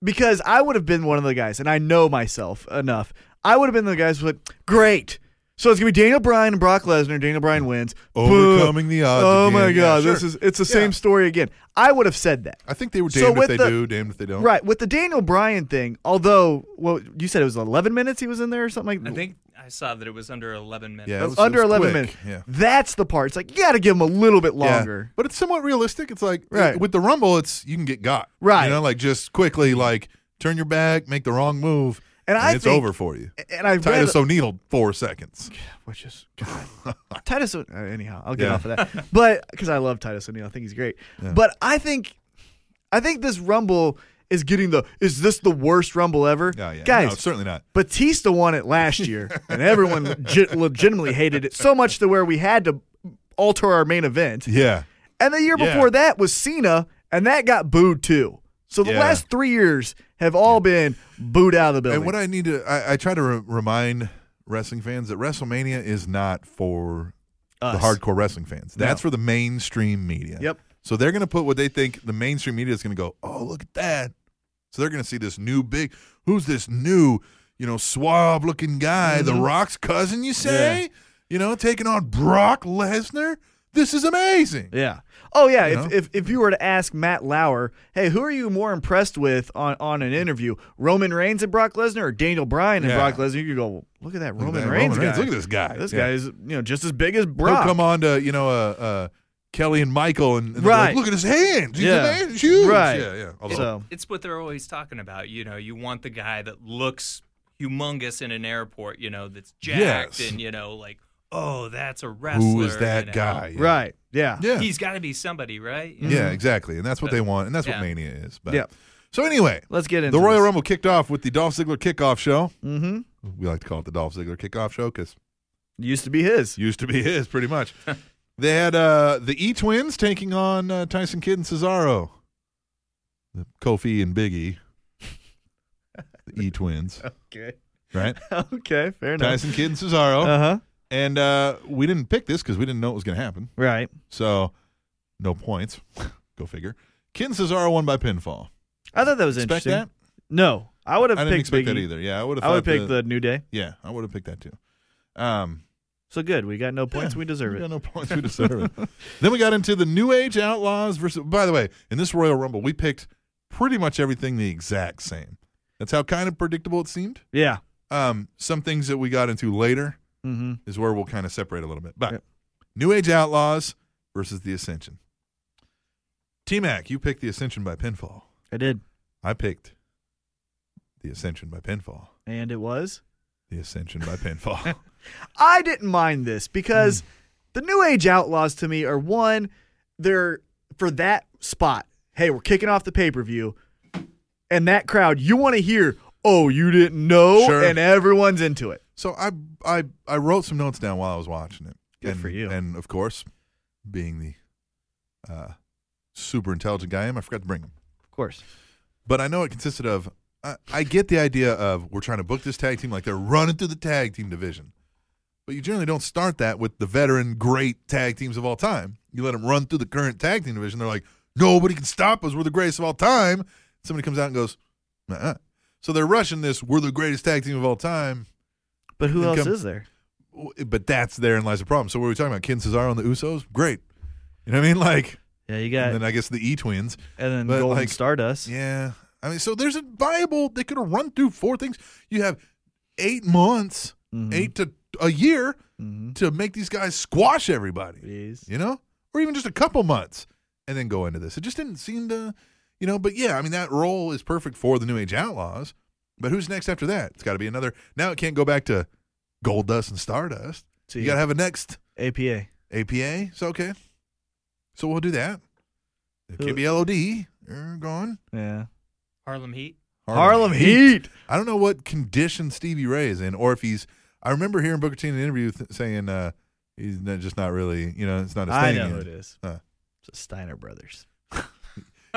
because I would have been one of the guys, and I know myself enough. I would have been the guys who would great. So it's gonna be Daniel Bryan and Brock Lesnar. Daniel Bryan wins. Boom.
overcoming the odds.
Oh my
again. Yeah,
god,
sure.
this is it's the
Yeah.
same story again. I would have said that.
I think they were
So
damned if
with
they
the-
do, damned if they don't.
Right, with the Daniel Bryan thing, although well, you said it was 11 minutes he was in there or something like
I
that.
think I saw that it was under 11 minutes.
Yeah, it was-
under
it was
11
quick,
minutes.
yeah.
That's the part. It's like you got to give him a little bit
Yeah.
longer.
But it's somewhat realistic. It's like
Right.
with the Rumble, it's you can get got.
Right.
You know, like just quickly like turn your back, make the wrong move,
And I
it's
think- eh,
over for you.
And I read,
Titus O'Neil, four seconds.
which is Titus. O- uh, anyhow, I'll get
Yeah.
off of that, but because I love Titus O'Neil, I think he's great. But I think, I think this Rumble is getting the is this the worst Rumble ever?
Oh, Yeah, yeah.
Guys,
No, certainly not.
Batista won it last year, and everyone legit, legitimately hated it so much to where we had to alter our main event.
Yeah.
And the year
Yeah.
before that was Cena, and that got booed too. So the
Yeah.
last three years have all been booed out of the building.
And what I need to, I, I try to re- remind wrestling fans that WrestleMania is not for
Us.
the hardcore wrestling fans. That's for the mainstream media.
Yep.
So they're going to put what they think the mainstream media is going to go, oh, look at that. So they're going to see this new big, who's this new, you know, suave looking guy,
Mm-hmm.
The Rock's cousin, you say? You know, taking on Brock Lesnar? This is amazing.
Yeah. Oh yeah.
You
If,
know?
if if you were to ask Matt Lauer, hey, who are you more impressed with on, on an interview, Roman Reigns and Brock Lesnar, or Daniel Bryan and
Yeah.
Brock Lesnar? You could go, well, look at that
Look at
Roman
that
Reigns
Roman
guy.
Reigns. Look at this guy.
This
Yeah.
guy is you know just as big as
He'll
Brock.
come on to, you know, uh, uh, Kelly and Michael and, and they'll be
Right.
like, look at his hands. He's
Yeah.
amazing. He's huge.
Right.
Yeah, yeah. Although-
So
It's what they're always talking about. You know, you want the guy that looks humongous in an airport. You know, that's jacked
Yes.
and you know, like, oh, that's a wrestler.
who is that
you know?
guy? Yeah.
right. Yeah.
Yeah.
He's got to be somebody, right? You know?
Yeah, exactly. And that's what they want, and that's what
Yeah.
Mania is. But
Yeah.
so anyway,
Let's get into
the Royal
this.
Rumble kicked off with the Dolph Ziggler kickoff show.
Mm-hmm.
We like to call it the Dolph Ziggler kickoff show because
Used to be his.
used to be his, pretty much. they had uh, the E Twins taking on uh, Tyson Kidd and Cesaro, the Kofi and Biggie, the E Twins,
Okay.
right?
okay. Fair enough.
Tyson Kidd and Cesaro,
Uh huh.
and uh, we didn't pick this because we didn't know it was going to happen.
Right.
So no points. Go figure. Kidd and Cesaro won by pinfall.
I thought that was
Expect
interesting.
that?
No, I would have
I didn't
picked
expect
Big
that
E.
either. Yeah, I would have.
I would pick the, New Day.
Yeah, I would have picked that too. Um,
So good. We got no points.
Yeah,
we deserve
we
it.
got no points. We deserve it. Then we got into the New Age Outlaws versus. By the way, in this Royal Rumble, we picked pretty much everything the exact same. That's how kind of predictable it seemed.
Yeah.
Um, some things that we got into later
Mm-hmm.
is where we'll kind of separate a little bit. But
Yep.
New Age Outlaws versus the Ascension. T Mac, you picked the Ascension by pinfall.
I did,
I picked the Ascension by pinfall.
and it was.
The Ascension by pinfall.
I didn't mind this because
Hmm.
the New Age Outlaws to me are one, they're for that spot. Hey, we're kicking off the pay per view, and that crowd, you want to hear, oh, you didn't know,
Sure.
and everyone's into it.
So I I I wrote some notes down while I was watching it.
Good
and,
for you.
And of course, being the uh, super intelligent guy I am, I forgot to bring them.
Of course.
But I know it consisted of. I, I get the idea of we're trying to book this tag team like they're running through the tag team division, but you generally don't start that with the veteran great tag teams of all time. You let them run through the current tag team division. They're like nobody can stop us. We're the greatest of all time. Somebody comes out and goes, uh so they're rushing this. We're the greatest tag team of all time.
But who
Then
else
come-
is there?
but that's therein lies the problem. So what are we talking about? Ken Cesaro and the Usos? Great. You know what I mean? Like,
Yeah, you got,
and then I guess the E Twins.
and then
but,
Golden
like,
Stardust.
Yeah. I mean, so there's a viable. They could have run through four things. You have eight months,
Mhm.
eight to a year
Mhm.
to make these guys squash everybody.
Yes.
You know, or even just a couple months, and then go into this. It just didn't seem to, you know. But yeah, I mean, that role is perfect for the New Age Outlaws. But who's next after that? It's got to be another. Now it can't go back to Gold Dust and Stardust.
See,
you got to have a next.
APA.
APA. So okay. So we'll do that. It
Who-
could be LOD. You're gone.
Yeah.
Harlem Heat.
Harlem, Heat.
I don't know what condition Stevie Ray is in, or if he's. I remember hearing Booker T in an interview th- saying uh, he's not, just not really. You know, it's not his
I
thing.
know
yet.
it is.
Huh.
It's the Steiner brothers.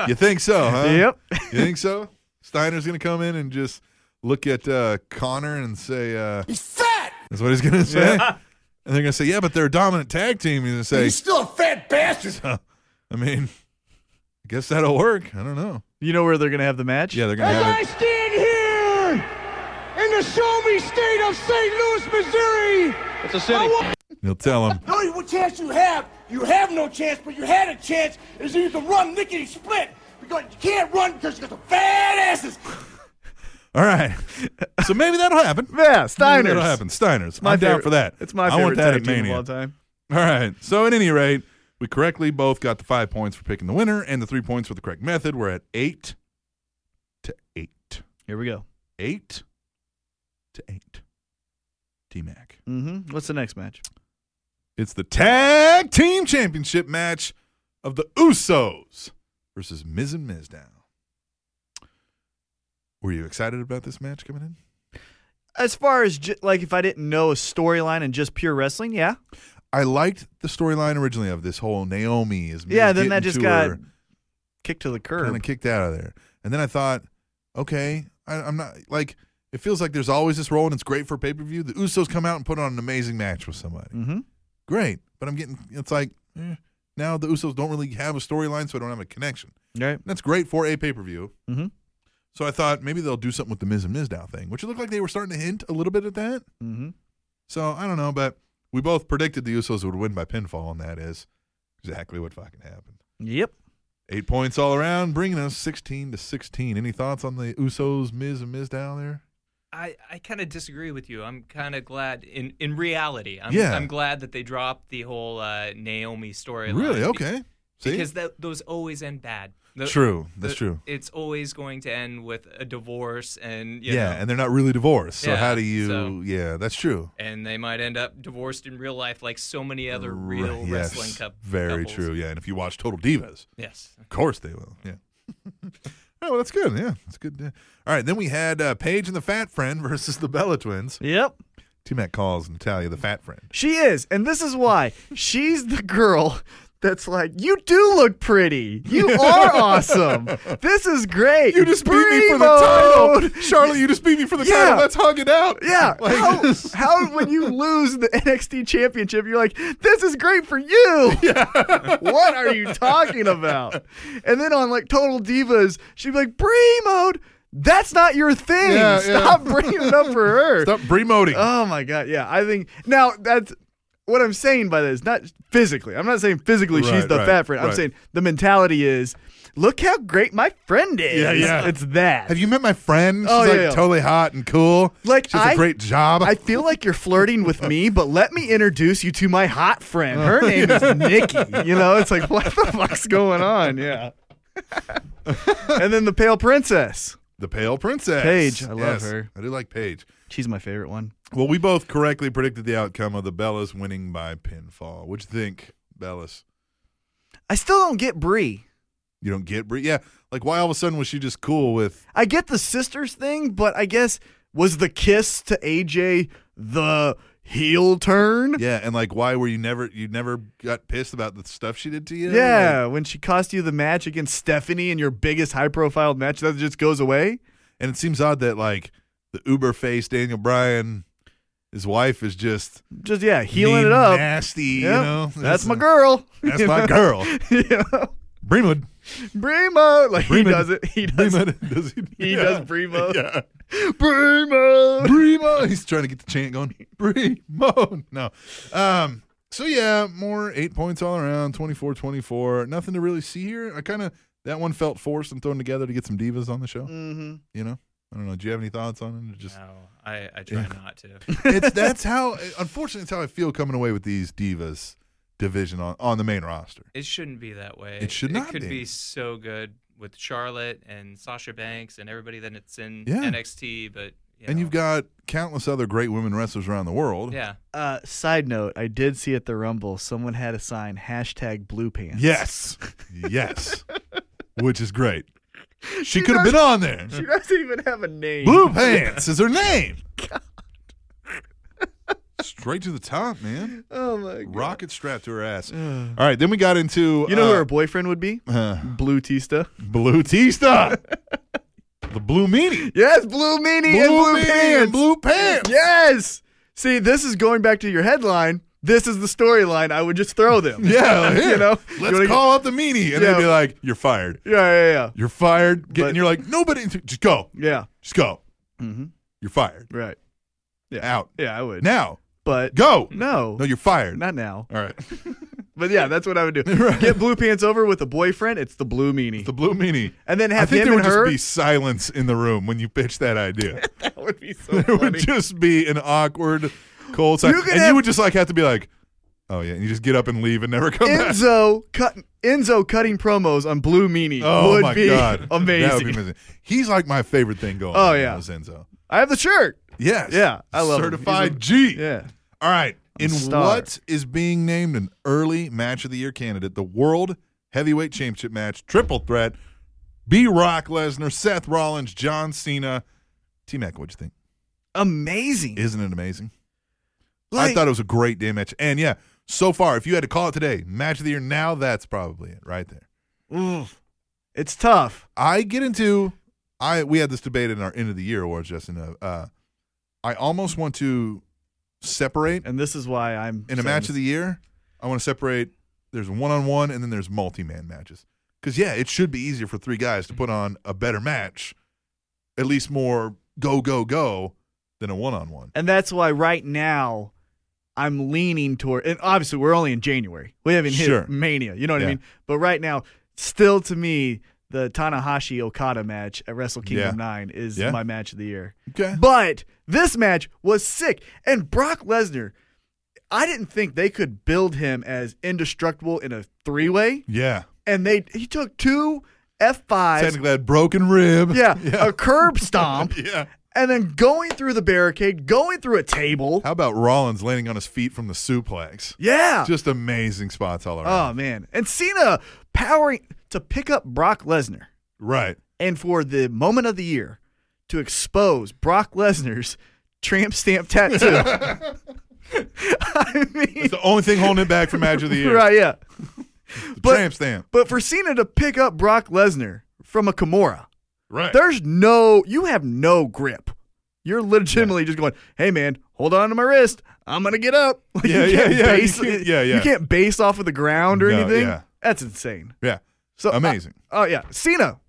You think so? Huh?
Yep.
You think so? Steiner's gonna come in and just look at uh, Connor and say, uh, "He's fat." That's what he's gonna say. And they're gonna say, "Yeah, but they're a dominant tag team." He's gonna say, "He's still a fat bastard." I mean, I guess that'll work. I don't know.
You know where they're gonna have the match?
Yeah, they're gonna
As I
have it.
stand here in the show me state of St. Louis, Missouri. It's a city.
They'll tell him.
The only one chance you have, you have no chance, but you had a chance, is either run lickety split. Because you can't run because you got some fat asses.
All right. So maybe that'll happen.
Yeah,
Maybe
Steiners.
That'll happen. Steiners. I'm down
favorite-
for that.
It's my
I
favorite
want that
tag
at
team
Mania.
of all time.
All right. So at any rate, we correctly both got the five points for picking the winner and the three points for the correct method. We're at eight to eight.
Here we go.
Eight to eight. T Mac.
Mm-hmm. What's the next match?
It's the tag team championship match of the Usos versus Miz and Mizdow. Were you excited about this match coming in?
As far as ju- like if I didn't know a storyline and just pure wrestling, yeah,
I liked the storyline originally of this whole Naomi is
Yeah, then that just got kicked to the
kind
curb.
of kicked out of there, and then I thought, okay, I, I'm not like it feels like there's always this role and it's great for pay per view. The Usos come out and put on an amazing match with somebody,
Mhm.
great, but I'm getting it's like eh, now the Usos don't really have a storyline, so I don't have a connection.
Right.
That's great for a pay per view.
Mhm.
So I thought maybe they'll do something with the Miz and Mizdow thing, which it looked like they were starting to hint a little bit at that.
Mhm.
So I don't know, but we both predicted the Usos would win by pinfall, and that is exactly what fucking happened.
Yep.
Eight points all around, bringing us sixteen to sixteen. Any thoughts on the Usos, Miz and Mizdow there?
I, I kind of disagree with you. I'm kind of glad in, in reality. I'm,
Yeah.
I'm glad that they dropped the whole uh, Naomi storyline.
Really?
be-
Okay. See,
Because tho- those always end bad. The-
true. That's
the-
true.
It's always going to end with a divorce, and you
Yeah,
know,
and they're not really divorced. So
Yeah,
how do you?
so-
Yeah, that's true.
and they might end up divorced in real life, like so many other
Right,
real
yes,
wrestling cup.
Very
couples.
true. Yeah, and if you watch Total Divas,
Yes.
Of course they will. Yeah. oh, well, that's good. Yeah, that's good. yeah. All right, then we had uh, Paige and the Fat Friend versus the Bella Twins.
Yep.
T Mac calls Natalia the Fat Friend.
She is, and this is why she's the girl that's like, you do look pretty. You are awesome. This is great.
You just beat me for the
Bravo."
title, Charlotte. You just beat me for the
Yeah.
title. Let's hug it out.
Yeah.
Like,
how, how when you lose the NXT championship, you're like, this is great for you. what are you talking about? And then on like Total Divas, she'd be like, Brie mode, that's not your thing.
Yeah, yeah.
Stop bringing it up for her.
stop bremoting.
Oh my god, yeah. I think now that's what I'm saying by that is not physically. I'm not saying physically she's
Right,
the
right,
fat friend. I'm
right.
saying the mentality is look how great my friend is.
Yeah, yeah.
It's that.
Have you met my friend? She's
Oh, yeah,
like
yeah.
totally hot and cool.
Like,
she has a
I-
great job.
I feel like you're flirting with me, but let me introduce you to my hot friend.
Oh.
Her name is Nikki. You know, it's like what the fuck's going on? Yeah. and then the pale princess.
the Pale Princess.
Paige, I love
Yes,
her.
I do like Paige.
She's my favorite one.
Well, we both correctly predicted the outcome of the Bellas winning by pinfall. What'd you think, Bellas?
I still don't get Brie.
You don't get Brie. Yeah, like why all of a sudden was she just cool with?
I get the sisters thing, but I guess was the kiss to AJ the heel turn?
Yeah, and like why were you never you never got pissed about the stuff she did to you? Like,
Yeah, when she cost you the match against Stephanie in your biggest high profile match that just goes away.
and it seems odd that like the Uber face Daniel Bryan, his wife is just
Just yeah, healing
mean,
it up.
nasty.
Yep,
You know,
that's
Just,
my girl.
That's
You
my
know?
girl.
you know?
Bremood.
Brimo. Like he
Bremen.
does it. He does it.
Bremood. Does he?
He
yeah.
does Brimo.
Yeah.
Brimo.
Bremo. He's trying to get the chant going. Bremo. No. Um, so yeah, more eight points all around, 24-24. Nothing to really see here. I kind of that one felt forced and thrown together to get some divas on the show.
Mm-hmm.
You know, I don't know. Do you have any thoughts on it? Or just
No, I, I try not to.
it's that's how. Unfortunately, it's how I feel coming away with these divas division on on the main roster.
It shouldn't be that way.
It should not
It could
be.
be so good with Charlotte and Sasha Banks and everybody that it's in
Yeah.
NXT, but you
And
know,
you've got countless other great women wrestlers around the world.
yeah.
Uh, side note, I did see at the Rumble someone had a sign hashtag blue pants.
Yes. Yes. Which is great. She, could have
does-
been on there.
She doesn't even have a name.
Blue Pants is her name. Straight to the top, man.
Oh my god.
Rocket strapped to her ass. All right, then we got into
You know who
uh,
her boyfriend would be?
uh,
Blue Tista.
Blue Tista, the Blue Meanie,
Yes, Blue Meanie and Blue
Meanie
Pants.
and Blue Pants.
Yes. See, this is going back to your headline. This is the storyline. I would just throw them.
Yeah, here.
You know, you
Let's
wanna-
call up the Meanie, and
Yeah.
they'd be like, "You're fired.
Yeah, yeah, yeah.
You're fired." Get,
But-
and you're like, "Nobody, just go,
Yeah.
just go.
Mm-hmm.
You're fired.
Right.
Out
Yeah, I would.
now.
but
Go.
no,
No, you're fired.
not now.
All right,
But yeah, that's what I would do.
Right.
Get blue pants over with a boyfriend. It's the blue meanie,
the Blue Meanie."
and then
I
have
think
him
there would
and her.
just be silence in the room when you pitched that idea.
that would be so
It would just be an awkward, cold silence.
You could
and you
have-
would just like have to be like, oh yeah, and you just get up and leave and never come back.
Enzo cut Enzo cutting promos on Blue Meanie
Oh
would
my
be
god,
amazing.
That would be amazing. He's like my favorite thing going.
Oh,
on
yeah.
was Enzo.
I have the shirt.
Yes.
Yeah, I love him.
certified G.
Yeah.
All right. In
star.
what is being named an early match of the year candidate, the World Heavyweight Championship match, triple threat, B Rock Lesnar, Seth Rollins, John Cena. T Mac, what'd you think?
Amazing.
Isn't it amazing? I
Like-
thought it was a great damn match. And yeah, so far, if you had to call it today, match of the year, now that's probably it right there.
Oof. It's tough.
I get into I we had this debate in our end of the year awards, Justin. Uh, uh, I almost want to separate
And this is why I'm
in a match of the year. I want to separate. There's one on one, and then there's multi man matches. Because yeah, it should be easier for three guys to put on a better match, at least more go go go than a one on one.
And that's why right now I'm leaning toward and obviously we're only in January. We haven't hit
Sure.
mania. You know what
Yeah.
I mean? But right now, still to me, the Tanahashi Okada match at Wrestle Kingdom
Yeah.
Nine is
Yeah.
my match of the year.
Okay.
But this match was sick. And Brock Lesnar, I didn't think they could build him as indestructible in a three way.
Yeah.
And they he took two F fives.
Technically, that broken rib.
Yeah, a curb stomp.
yeah.
and then going through the barricade, going through a table.
How about Rollins landing on his feet from the suplex?
Yeah.
Just amazing spots all around.
Oh man. And Cena powering to pick up Brock Lesnar
right.
and for the moment of the year to expose Brock Lesnar's tramp stamp tattoo. I mean,
It's the only thing holding it back from match of the year.
right, yeah.
The
but-
tramp stamp.
But for Cena to pick up Brock Lesnar from a Kimura,
Right.
there's no you have no grip. You're legitimately just going, "Hey man, hold on to my wrist. I'm gonna get up." Like,
Yeah, yeah, yeah, you
Base,
can't- yeah, yeah.
You can't base off of the ground or
No,
anything.
yeah.
That's insane.
yeah.
So I-
Amazing.
oh yeah, Cena,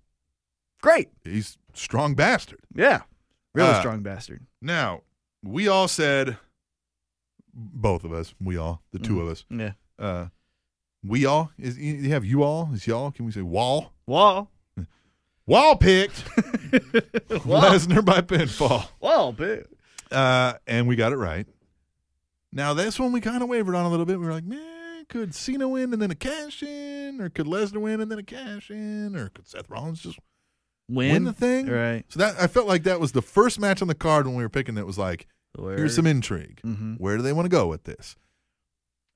great.
He's strong bastard.
Yeah, really
Uh,
strong bastard.
Now, we all said both of us, we all, the two of us.
Yeah.
Uh we all is you have you all? Is y'all? Can we say wall?
Wall,
Wall picked Lesnar by pinfall.
wall, boo.
Uh, and we got it right. Now this one we kind of wavered on a little bit. We were like, man, could Cena win and then a cash in, or could Lesnar win and then a cash in, or could Seth Rollins just win, the thing?
right?
So that I felt like that was the first match on the card when we were picking that was like, here's some intrigue.
Mhm.
Where do they want to go with this?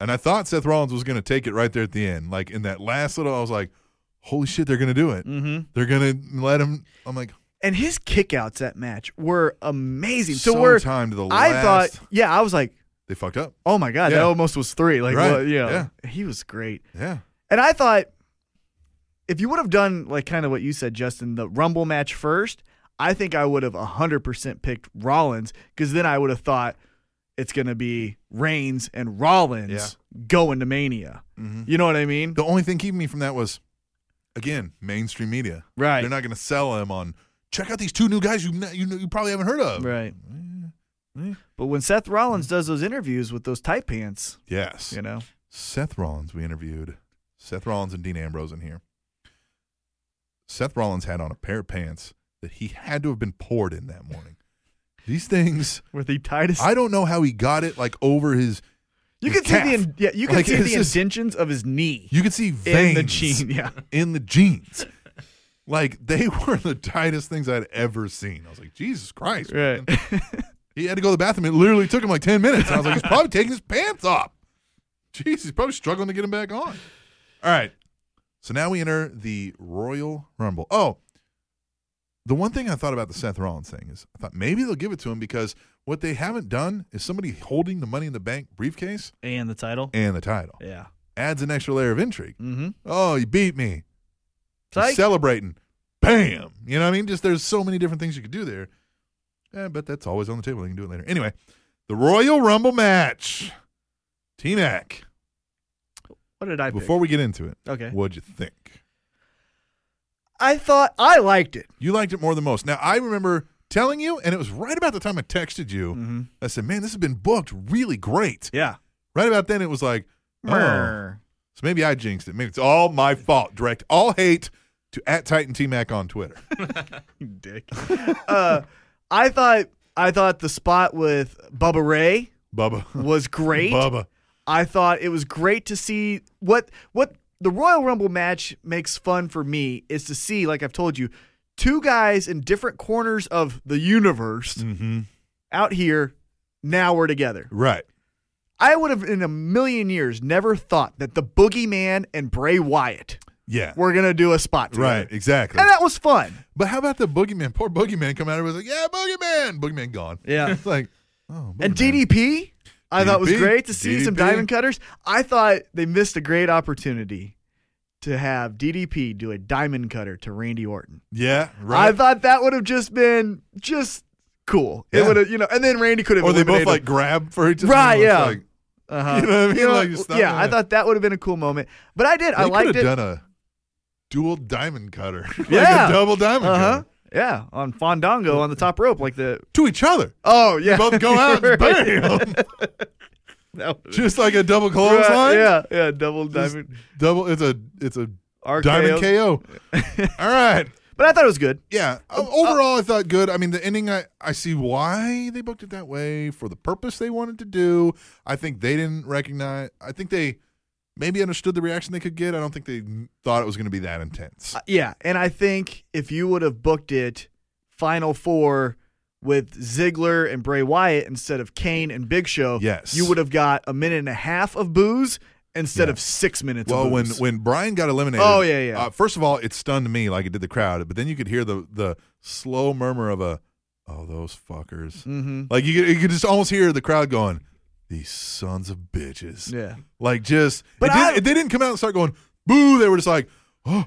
And I thought Seth Rollins was going to take it right there at the end, like in that last little. I was like, holy shit, they're going to do it.
Mm-hmm.
They're going to let him. I'm like,
And his kickouts that match were amazing. So
so
we're,
time to the
I
last.
thought, yeah, I was like,
they fucked up.
oh my god, that
Yeah.
almost was three. Like,
Right,
well, yeah,
yeah.
he was great.
Yeah.
And I thought if you would have done like kind of what you said, Justin, the Rumble match first, I think I would have 100% picked Rollins because then I would have thought it's going to be Reigns and Rollins going to Mania.
Mm-hmm.
You know what I mean?
The only thing keeping me from that was, again, mainstream media.
Right.
They're not going to sell him on. Check out these two new guys you you you probably haven't heard of.
Right. But when Seth Rollins does those interviews with those tight pants,
Yes.
you know,
Seth Rollins. We interviewed Seth Rollins and Dean Ambrose in here. Seth Rollins had on a pair of pants that he had to have been poured in that morning. These things,
where the tightest.
I don't know how he got it like over his.
you
his
can see the
calf.
in, yeah, you can
Like,
see
it's
the
just-
indentions of his knee
You could see
in
veins
the jean. Yeah,
in the jeans. Like they were the tightest things I'd ever seen. I was like, Jesus Christ! man.
right.
He had to go to the bathroom. It literally took him like 10 minutes. And I was like, he's probably taking his pants off. Jeez, he's probably struggling to get him back on. All right. So now we enter the Royal Rumble. Oh, the one thing I thought about the Seth Rollins thing is I thought maybe they'll give it to him because what they haven't done is somebody holding the Money in the Bank briefcase
and the title.
and the title.
Yeah.
Adds an extra layer of intrigue.
Mm-hmm.
Oh, you beat me. He's
Psych.
celebrating. Bam. You know what I mean? Just there's so many different things you could do there. Eh, but that's always on the table. They can do it later. Anyway, the Royal Rumble match. T Mac.
What did I pick?
Before we get into it,
Okay.
what'd you think?
I thought I liked it.
You liked it more than most. Now I remember telling you, and it was right about the time I texted you.
Mm-hmm.
I said, "Man, this has been booked really great."
Yeah.
Right about then, it was like, oh, so maybe I jinxed it. Maybe it's all my fault. Direct all hate to at Titan T Mac on Twitter.
Dick. uh, I thought I thought the spot with Bubba Ray
Bubba,
was great.
Bubba,
I thought it was great to see what what the Royal Rumble match makes fun for me is to see, like I've told you, two guys in different corners of the universe
Mm-hmm.
out here. Now we're together.
right?
I would have in a million years never thought that the Boogeyman and Bray Wyatt
Yeah.
We're gonna do a spot together.
Right, exactly.
And uh, that was fun.
But how about the boogeyman? Poor boogeyman come out and was like, "Yeah, boogeyman." Boogeyman gone.
Yeah.
it's like, oh,
And
Boogeyman.
DDP, I thought was
DDP,
great to see some
DDP.
diamond cutters. I thought they missed a great opportunity to have DDP do a diamond cutter to Randy Orton.
Yeah, right.
I thought that would have just been just cool. It
Yeah.
would have, you know, and then Randy could have
or they both
eliminated-
like grab for each other.
Right,
It's
yeah.
like-
uh-huh.
you know what I mean? Like, just stop
yeah,
doing
I
that.
thought that would have been a cool moment, but I did. I
They
liked
could
it.
have done a dual diamond cutter. like
Yeah.
a double diamond
uh huh.
cutter.
Yeah, on Fandango on the top rope, like the
To each other.
oh yeah,
Both go out and bury 'em.
That would've-
Just like a double
Right,
clothesline.
Yeah, yeah, double
Just
diamond.
Double it's a it's a
RKO.
diamond KO. All right.
But I thought it was good.
Yeah. O- Overall I thought good. I mean the ending I, I see why they booked it that way for the purpose they wanted to do. I think they didn't recognize I think they maybe understood the reaction they could get. I don't think they thought it was going to be that intense.
Uh, Yeah, and I think if you would have booked it Final Four with Ziggler and Bray Wyatt instead of Kane and Big Show,
Yes.
you would have got a minute and a half of booze instead of six minutes.
well,
of
when
booze.
when Brian got eliminated,
Oh, yeah, yeah.
Uh, first of all, it stunned me like it did the crowd, but then you could hear the the slow murmur of a, oh those fuckers, mm-hmm. like you could, you could just almost hear the crowd going, these sons of bitches,
Yeah.
like just,
But
but
I-
they didn't come out and start going boo. They were just like, oh,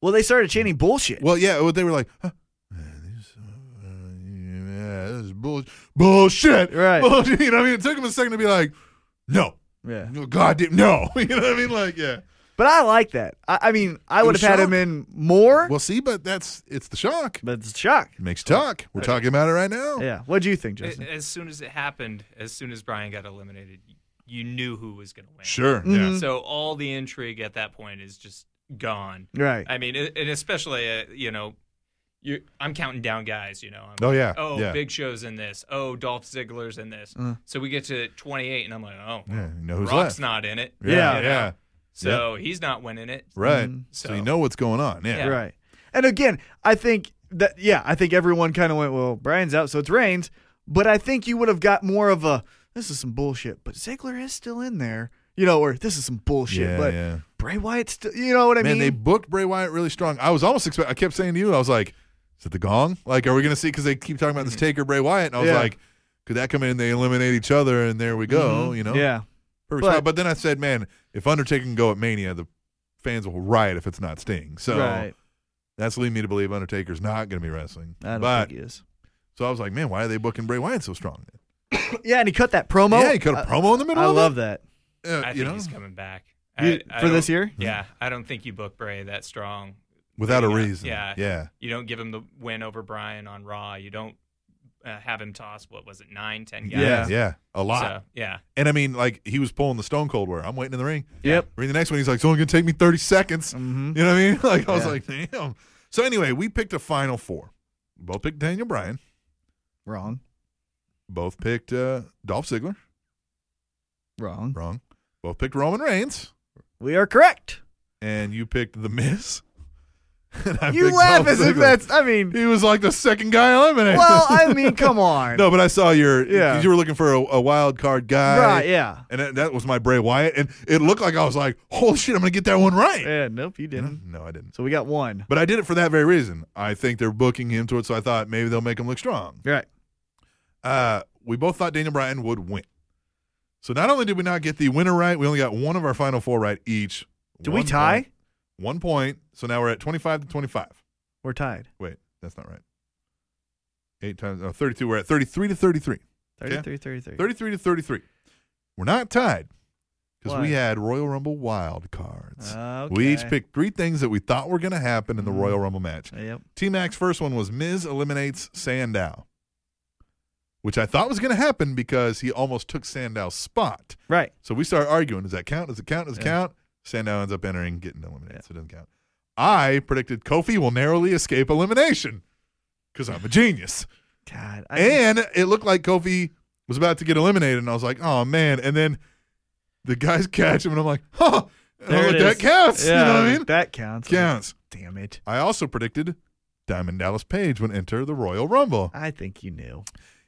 well, they started chanting bullshit.
well, yeah, well, they were like. Huh. man, these, uh, Yeah, this is bull- bullshit.
Right.
Bullshit. You know what I mean? It took him a second to be like, no.
yeah,
No, God damn, no. You know what I mean? Like, yeah.
but I like that. I, I mean, I
It
would
was
have had him
shock.
in more,
Well, see, but that's it's the shock.
but it's a shock.
It makes you talk. We're talking about it right now.
Yeah, what do you think,
A-
Justin?
As soon as it happened, as soon as Brian got eliminated, y- you knew who was going to win.
Sure.
Mm.
Mm. Yeah.
So all the intrigue at that point is just gone.
right.
I mean, a- and especially uh, you know, you I'm counting down guys. You know, I'm,
Oh, yeah,
oh
yeah. Mm.
Big Show's in this, oh Dolph Ziggler's in this. So we get to 28, and I'm like, oh,
Yeah, you know who's
Rock's
left.
not in it.
Yeah. Mm.
Yeah. yeah.
So he's not winning it.
Right. So,
So-
you know what's going on. Yeah.
Yeah.
Right. And again, I think that yeah, I think everyone kind of went, well, Brian's out, so it's Reigns. But I think you would have got more of a this is some bullshit, but Ziggler is still in there, you know, or this is some bullshit,
Yeah,
but
yeah.
Bray Wyatt's still, you know what I
Man, they
mean?
booked Bray Wyatt really strong. I was almost expect. I kept saying to you, I was like, "Is it the gong? Like, are we going to see?" Because they keep talking about this Taker Bray Wyatt, and I was
Yeah.
like, "Could that come in? They eliminate each other, and there we go." You know,
Mm-hmm. yeah,
Perfect
But-
spot. But then I said, "Man, if Undertaker can go at Mania, the fans will riot if it's not Sting." So
right.
that's leading me to believe Undertaker's not going to be wrestling.
I don't
but
think he is.
so I was like, "Man, why are they booking Bray Wyatt so strong?"
Yeah, and he cut that promo.
yeah, he cut a promo in the middle.
uh, I
of
love that.
It. Uh,
I think
you know,
he's coming back
You- for
don't-
this year?
Yeah, I don't think you book Bray that strong.
without a
Yeah.
reason.
Yeah.
yeah.
You don't give him the win over Brian on Raw. You don't uh, have him toss what was it nine, ten guys.
Yeah.
Yeah, yeah, a lot.
So, yeah.
And I mean, like he was pulling the Stone Cold where I'm waiting in the ring.
Yep.
Ring the next one. He's like, it's only gonna take me 30 seconds.
Mm-hmm.
You know what I mean? Like I was like, damn. So anyway, we picked a final four. Both picked Daniel Bryan.
Wrong.
Both picked uh, Dolph Ziggler.
Wrong.
Wrong. Both picked Roman Reigns.
We are correct. And
And you picked The Miz. And I
you
picked
laugh
Dolph
as if
Ziggler.
that's I mean
He was like the second guy eliminated.
Well, I mean, come on.
no, but I saw your.
Yeah.
Yeah. You were looking for a, a wild card guy.
Right, yeah.
And that, that was my Bray Wyatt, and it looked like I was like, "Holy shit, I'm gonna get that one right."
Yeah, nope, you didn't.
No, I didn't.
So we got one.
But I did it for that very reason. I think they're booking him to it, so I thought maybe they'll make him look strong.
Right.
Uh, we both thought Daniel Bryan would win. So not only did we not get the winner right, we only got one of our final four right each.
Did we
One
tie?
point- one point. So now we're at 25 to 25.
We're tied.
Wait, that's not right. Eight times, no, 32. We're at 33 to 33.
33 33.
33 to 33. We're not tied because
Why?
we had Royal Rumble wild cards.
Okay.
We each picked three things that we thought were going to happen in the Royal Rumble match.
Yep.
T Mac's first one was Miz eliminates Sandow, which I thought was going to happen because he almost took Sandow's spot.
Right.
So we start arguing does that count? Does it count? Does it count? Sandow ends up entering, getting eliminated, so it doesn't count. I predicted Kofi will narrowly escape elimination because I'm a genius.
God. I,
And it looked like Kofi was about to get eliminated, and I was like, oh man. And then the guys catch him, and I'm like, huh. And I'm
There it
like, oh, that
is.
counts.
Yeah,
you know what I mean?
That counts.
counts.
Damn it.
I also predicted Diamond Dallas Page would enter the Royal Rumble.
I think you knew.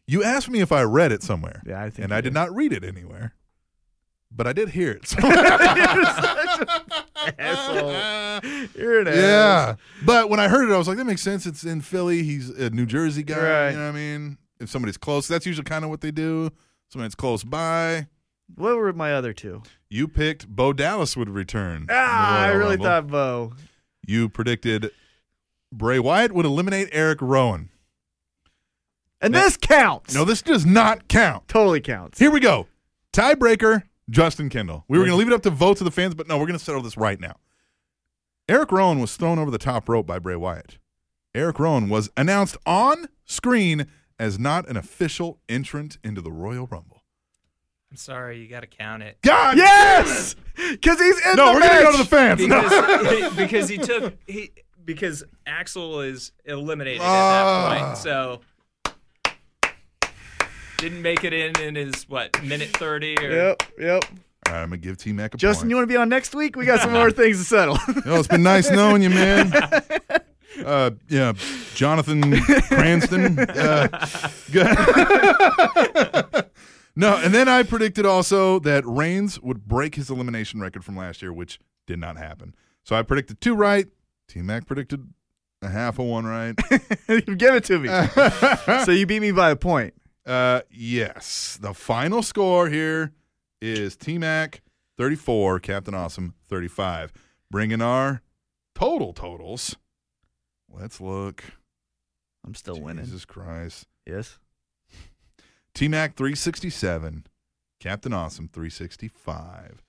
You asked me if I read it somewhere.
Yeah, I think
and
you
I
did.
did not read it anywhere. but I did hear it. So
Asshole. You're an ass.
yeah. But when I heard it, I was like, that makes sense. It's in Philly. He's a New Jersey guy.
Right.
You know what I mean? If somebody's close, that's usually kind of what they do. Somebody's close by.
What were my other two?
You picked Bo Dallas would return. in the
Ah, I
Royal
really
Rumble.
thought Bo.
you predicted Bray Wyatt would eliminate Eric Rowan.
And
That-
this counts.
No, this does not count.
totally counts.
Here we go. Tiebreaker, Justin Kendall. We were going to leave it up to votes of the fans, but no, we're going to settle this right now. Eric Rowan was thrown over the top rope by Bray Wyatt. Eric Rowan was announced on screen as not an official entrant into the Royal Rumble.
I'm sorry, you got to count it.
God!
Yes, because he's in
No,
the
we're going
match.
to go to the fans. No.
because, because he took he because Axel is eliminated at that
Ah.
point. So didn't make it in in his what minute thirty or
Yep, yep.
All right, I'm going to give T Mac a
Justin,
point.
you want to be on next week? We got some more things to settle.
No, Oh, it's been nice knowing you, man. Uh, yeah, Jonathan Cranston. Uh, good. no, and then I predicted also that Reigns would break his elimination record from last year, which did not happen. So I predicted two right. T Mac predicted a half of one right.
Give it to me. so you beat me by a point.
Uh, yes, the final score here is T Mac 34, Captain Awesome 35. Bringing our total totals. Let's look.
I'm still winning.
Jesus Christ.
Yes.
T Mac 367. Captain Awesome 365.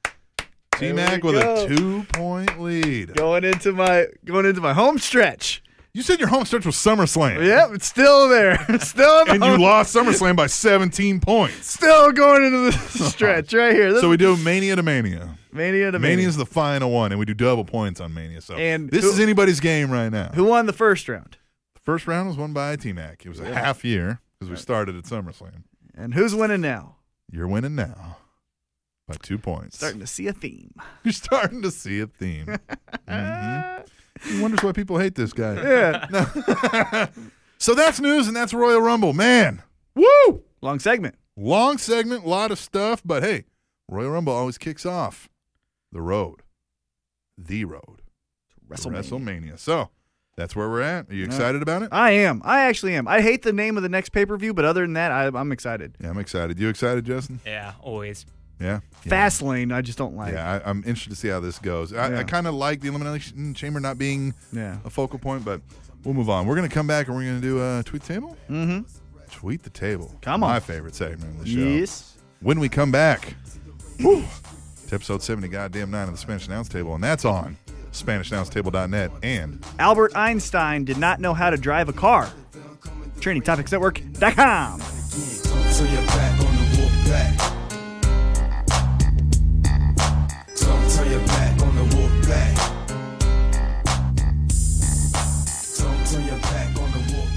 T Mac
we
with a
go.
two point lead.
Going into my going into my home stretch.
You said your home stretch was SummerSlam.
Yep, it's still there. It's still in the
And you
home-
lost SummerSlam by 17 points.
still going into the stretch right here. This
So we do Mania to Mania.
Mania to Mania.
Mania's the final one, and we do double points on Mania. So
And
this
who-
is anybody's game right now.
Who won the first round?
The first round was won by T Mac. It was a half year because we started at SummerSlam.
And who's winning now?
You're winning now by two points.
Starting to see a theme.
You're starting to see a theme. Mhm. He wonders why people hate this guy.
Yeah.
No. so that's news, and that's Royal Rumble. Man, woo!
Long segment.
Long segment, lot of stuff, but hey, Royal Rumble always kicks off the road, the road, to
WrestleMania.
WrestleMania. So that's where we're at. Are you excited about it?
I am. I actually am. I hate the name of the next pay per view, but other than that, I, I'm excited.
Yeah, I'm excited. You excited, Justin?
yeah, always.
Yeah.
Fastlane, I just don't like.
Yeah, I, I'm interested to see how this goes. I, I
Yeah.
kind of like the Elimination Chamber not being
Yeah.
a focal point, but we'll move on. We're going to come back and we're going to do uh, Tweet the Table? Mm-hmm. Tweet the Table.
Come
My
on.
favorite segment of the show.
Yes.
When we come back, whew, it's episode 70, goddamn nine of the Spanish Announce Table, and that's on SpanishAnnounceTable.net and
Albert Einstein did not know how to drive a car. TrainingTopicsNetwork.com.
So you're back on the walk back. Turn, turn your back on the walk back. Turn, turn your back on the walk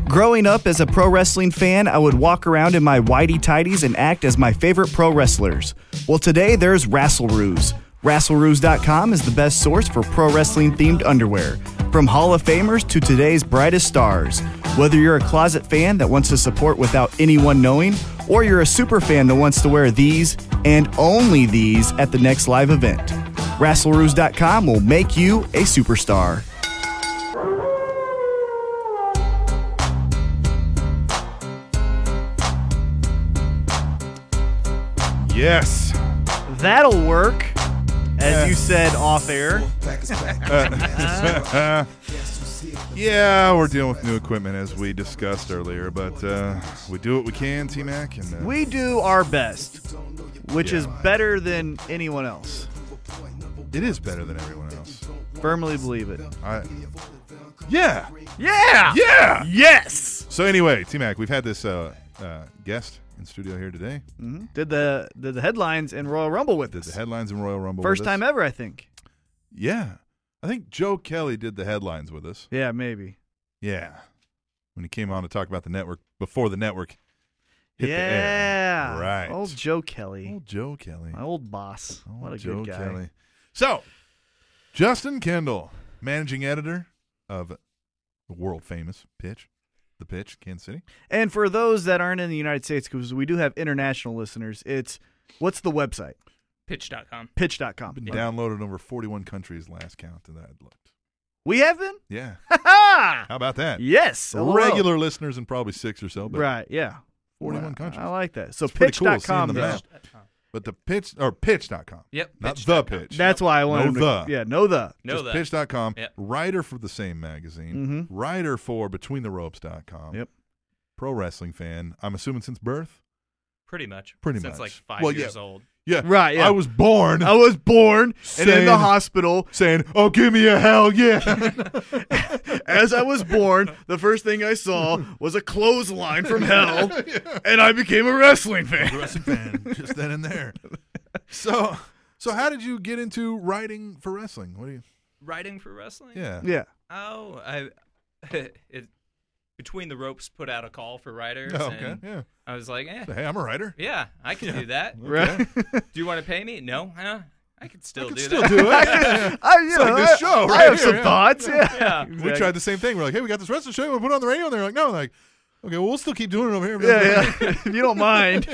back.
Growing up as a pro wrestling fan, I would walk around in my whitey tidies and act as my favorite pro wrestlers. Well, today there's Rasselroos. Rasselroos.com is the best source for pro wrestling themed underwear. From Hall of Famers to today's brightest stars. Whether you're a closet fan that wants to support without anyone knowing, or you're a super fan that wants to wear these and only these at the next live event, Rasselroos.com will make you a superstar.
Yes.
That'll work, as you said off air.
Yeah, we're dealing with new equipment as we discussed earlier, but uh, we do what we can, T Mac. And uh,
We do our best, which is better than anyone else.
it is better than everyone else.
Firmly believe it.
I, yeah,
Yeah!
yeah.
Yes!
So anyway, T Mac, we've had this uh, uh, guest in studio here today.
Did the did the headlines in Royal Rumble with
Did the
us.
headlines in Royal Rumble.
First
with us.
time ever, I think.
Yeah, I think Joe Kelly did the headlines with us.
Yeah, maybe.
Yeah, when he came on to talk about the network before the network hit the air.
yeah.
right.
Old Joe Kelly.
Old Joe Kelly.
My old boss.
Old
what a
Oh, Joe
good guy.
Kelly. So, Justin Kendall, managing editor of the world famous Pitch. The pitch, Kansas City.
And for those that aren't in the United States, because we do have international listeners, it's what's the website?
Pitch.com.
Pitch.com.
Been downloaded in over 41 countries last count that I looked.
We have been?
Yeah.
Ha
How about that?
Yes. LOL.
Regular listeners and probably six or so, but
Right, yeah.
41
Wow,
countries.
I like that. So
pretty cool
pitch.com.
seeing the
though.
map. But the pitch or pitch.com.
Yep,
Not
pitch
the
dot com.
pitch.
That's why I wanted
the.
to. Yeah, no the.
Know
Just
that.
pitch.com.
Yep.
Writer for the same magazine. Writer for betweentherobes.com.
Mm-hmm. Yep.
Pro wrestling fan. I'm assuming since birth.
Pretty much.
Pretty
Since
much.
like five
Well,
years
yeah.
old.
Yeah.
Right, yeah.
I was born
I was born and in the
Saying-
hospital.
saying, "Oh, give me a hell yeah."
As I was born, the first thing I saw was a clothesline from hell, and I became a wrestling fan.
wrestling fan just then and there. So, so how did you get into writing for wrestling? What do you?
Writing for wrestling?
Yeah.
Yeah.
Oh, I. it, between the ropes, put out a call for writers.
Oh, okay.
and
Yeah.
I was like, eh,
So, hey, I'm a writer.
yeah, I can do that.
Right.
Do you want to pay me? No, huh? I could still
I could
do
still
that.
do it. Yeah.
I, you know,
like this
I-
show
I
right
have
here,
some
yeah.
thoughts. Yeah.
Yeah.
We tried the same thing. We're like, hey, we got this wrestling show. We put it on the radio, and they're like, no, like, okay, well, we'll still keep doing it over here.
Yeah, yeah. if you don't mind,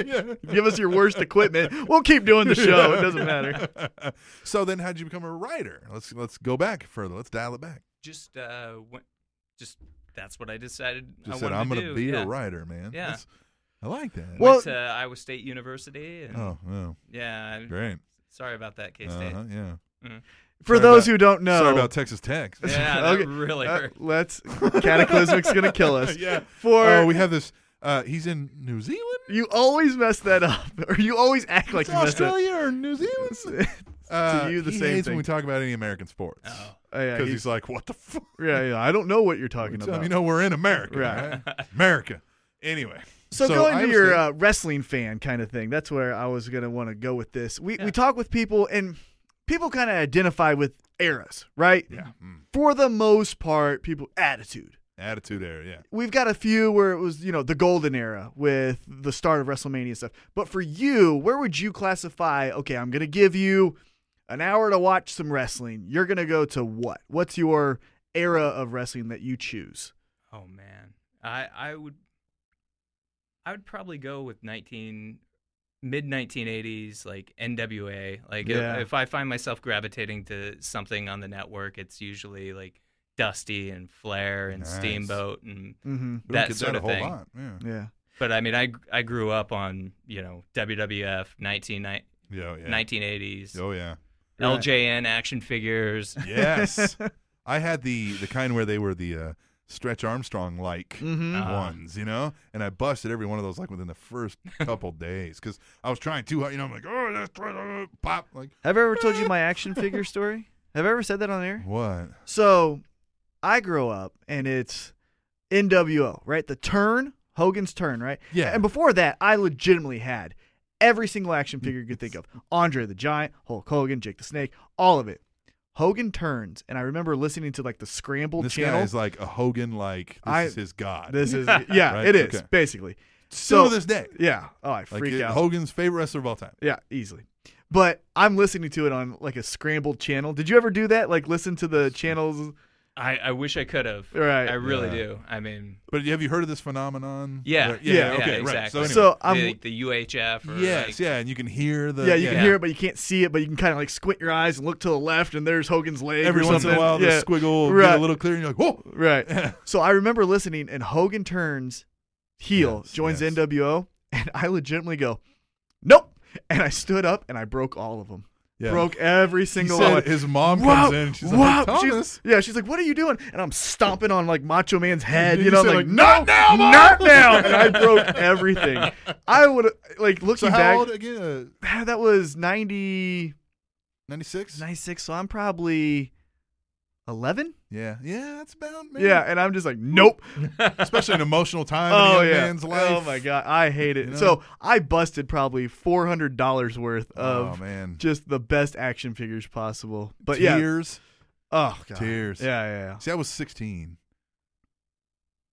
give us your worst equipment. We'll keep doing the show. It doesn't matter.
So then, how would you become a writer? Let's let's go back further. Let's dial it back.
Just, uh, went, just that's what I decided.
Just
I
said,
wanted
I'm
to
gonna
do.
be
yeah.
a writer, man.
Yeah.
That's- I like that.
Well-
Went to Iowa State University. And,
oh, oh,
Yeah. I-
great.
Sorry about that, K State.
Uh-huh, yeah.
For
Sorry
those
about-
who don't know,
Sorry about Texas Tech.
Yeah, that
Okay.
really
uh,
hurt.
let's Cataclysmic's gonna kill us.
Yeah.
For
oh, we have this. Uh, he's in New Zealand.
you always mess that up, or you always act like
It's
you messed up.
Australia or New Zealand? Uh,
you, the
he
same
hates when
thing.
we talk about any American sports
Oh.
Oh, yeah,
because
he-
he's like, "What the fuck?"
yeah, yeah, I don't know what you're talking
Tell him,
about.
you know, we're in America,
Right.
right? America. Anyway,
So, going
Iowa
to your
State-
uh, wrestling fan kind of thing, that's where I was gonna want to go with this. We we talk with people, and people kind of identify with eras, right? Yeah. Mm. For the most part, people attitude.
attitude era, yeah.
We've got a few where it was, you know, the golden era with the start of WrestleMania and stuff. But for you, where would you classify? Okay, I'm gonna give you an hour to watch some wrestling. You're gonna go to what? What's your era of wrestling that you choose?
Oh man, I I would I would probably go with nineteen mid nineteen eighties like NWA. Like if-
Yeah.
if, I find myself gravitating to something on the network, it's usually like Dusty and Flair and
Nice.
Steamboat and
Mm-hmm.
We don't
that
get
sort
that a
of
whole
thing.
lot. Yeah,
Yeah.
But I mean, I I grew up on you know WWF 19,
yeah, yeah.
1980s,
Oh yeah,
LJN action figures.
yes. I had the the kind where they were the uh, Stretch Armstrong like
Mm-hmm. Uh-huh.
ones, you know, and I busted every one of those like within the first couple days because I was trying too hard. You know, I'm like, oh, that's pop, like
Have I ever told you my action figure story? Have I ever said that on air?
what?
So, I grow up and it's NWO, right? The turn, Hogan's turn, right?
Yeah.
And before that, I legitimately had every single action figure you could think of Andre the Giant, Hulk Hogan, Jake the Snake, all of it. Hogan turns, and I remember listening to like the Scramble
This
channel.
guy is like a Hogan, like this
I-
is his god.
this is, yeah,
Right?
it is,
Okay.
basically.
still
so,
to this day.
yeah. Oh, I
Like
freak
it-
out.
Hogan's favorite wrestler of all time.
Yeah, easily. But I'm listening to it on like a scrambled channel. Did you ever do that? Like listen to the channels?
I, I wish I could have.
Right.
I really
Yeah.
do. I mean,
But have you heard of this phenomenon?
Yeah.
Where-
Yeah,
okay,
yeah,
right.
exactly.
So,
So
anyway,
I'm
the, the UHF. Or
yes,
like-
yeah, and you can hear the
yeah, you can hear it, but you can't see it. But you can kind of like squint your eyes and look to the left, and there's Hogan's leg.
Every
or
once in a
something.
while,
yeah.
the squiggle will get
Right.
a little clear, and you're like, whoa.
Right. so I remember listening, and Hogan turns heel,
Yes,
joins
yes.
NWO, and I legitimately go, nope. And I stood up and I broke all of them.
Yeah.
Broke every
He
single one.
said his mom comes
Wow,
in. and She's
wow.
like, Thomas.
She's- yeah, she's like, "What are you doing?" And I'm stomping on like Macho Man's head.
You
You know, I'm
said,
like,
like,
"Not now,
Mom!"
not now!" And I broke everything. I would like
so
looking
how
back.
old again? Uh,
That was 90,
96?
96, So I'm probably eleven.
Yeah, yeah, that's about man.
Yeah, and I'm just like, "Nope."
especially an emotional time
Oh
in a young
yeah.
man's life.
Oh my god, I hate it.
You know?
So I busted probably four hundred dollars worth
Oh,
of
man.
just the best action figures possible. But yeah,
Tears.
oh god,
Tears.
Yeah, yeah, yeah.
See, I was 16.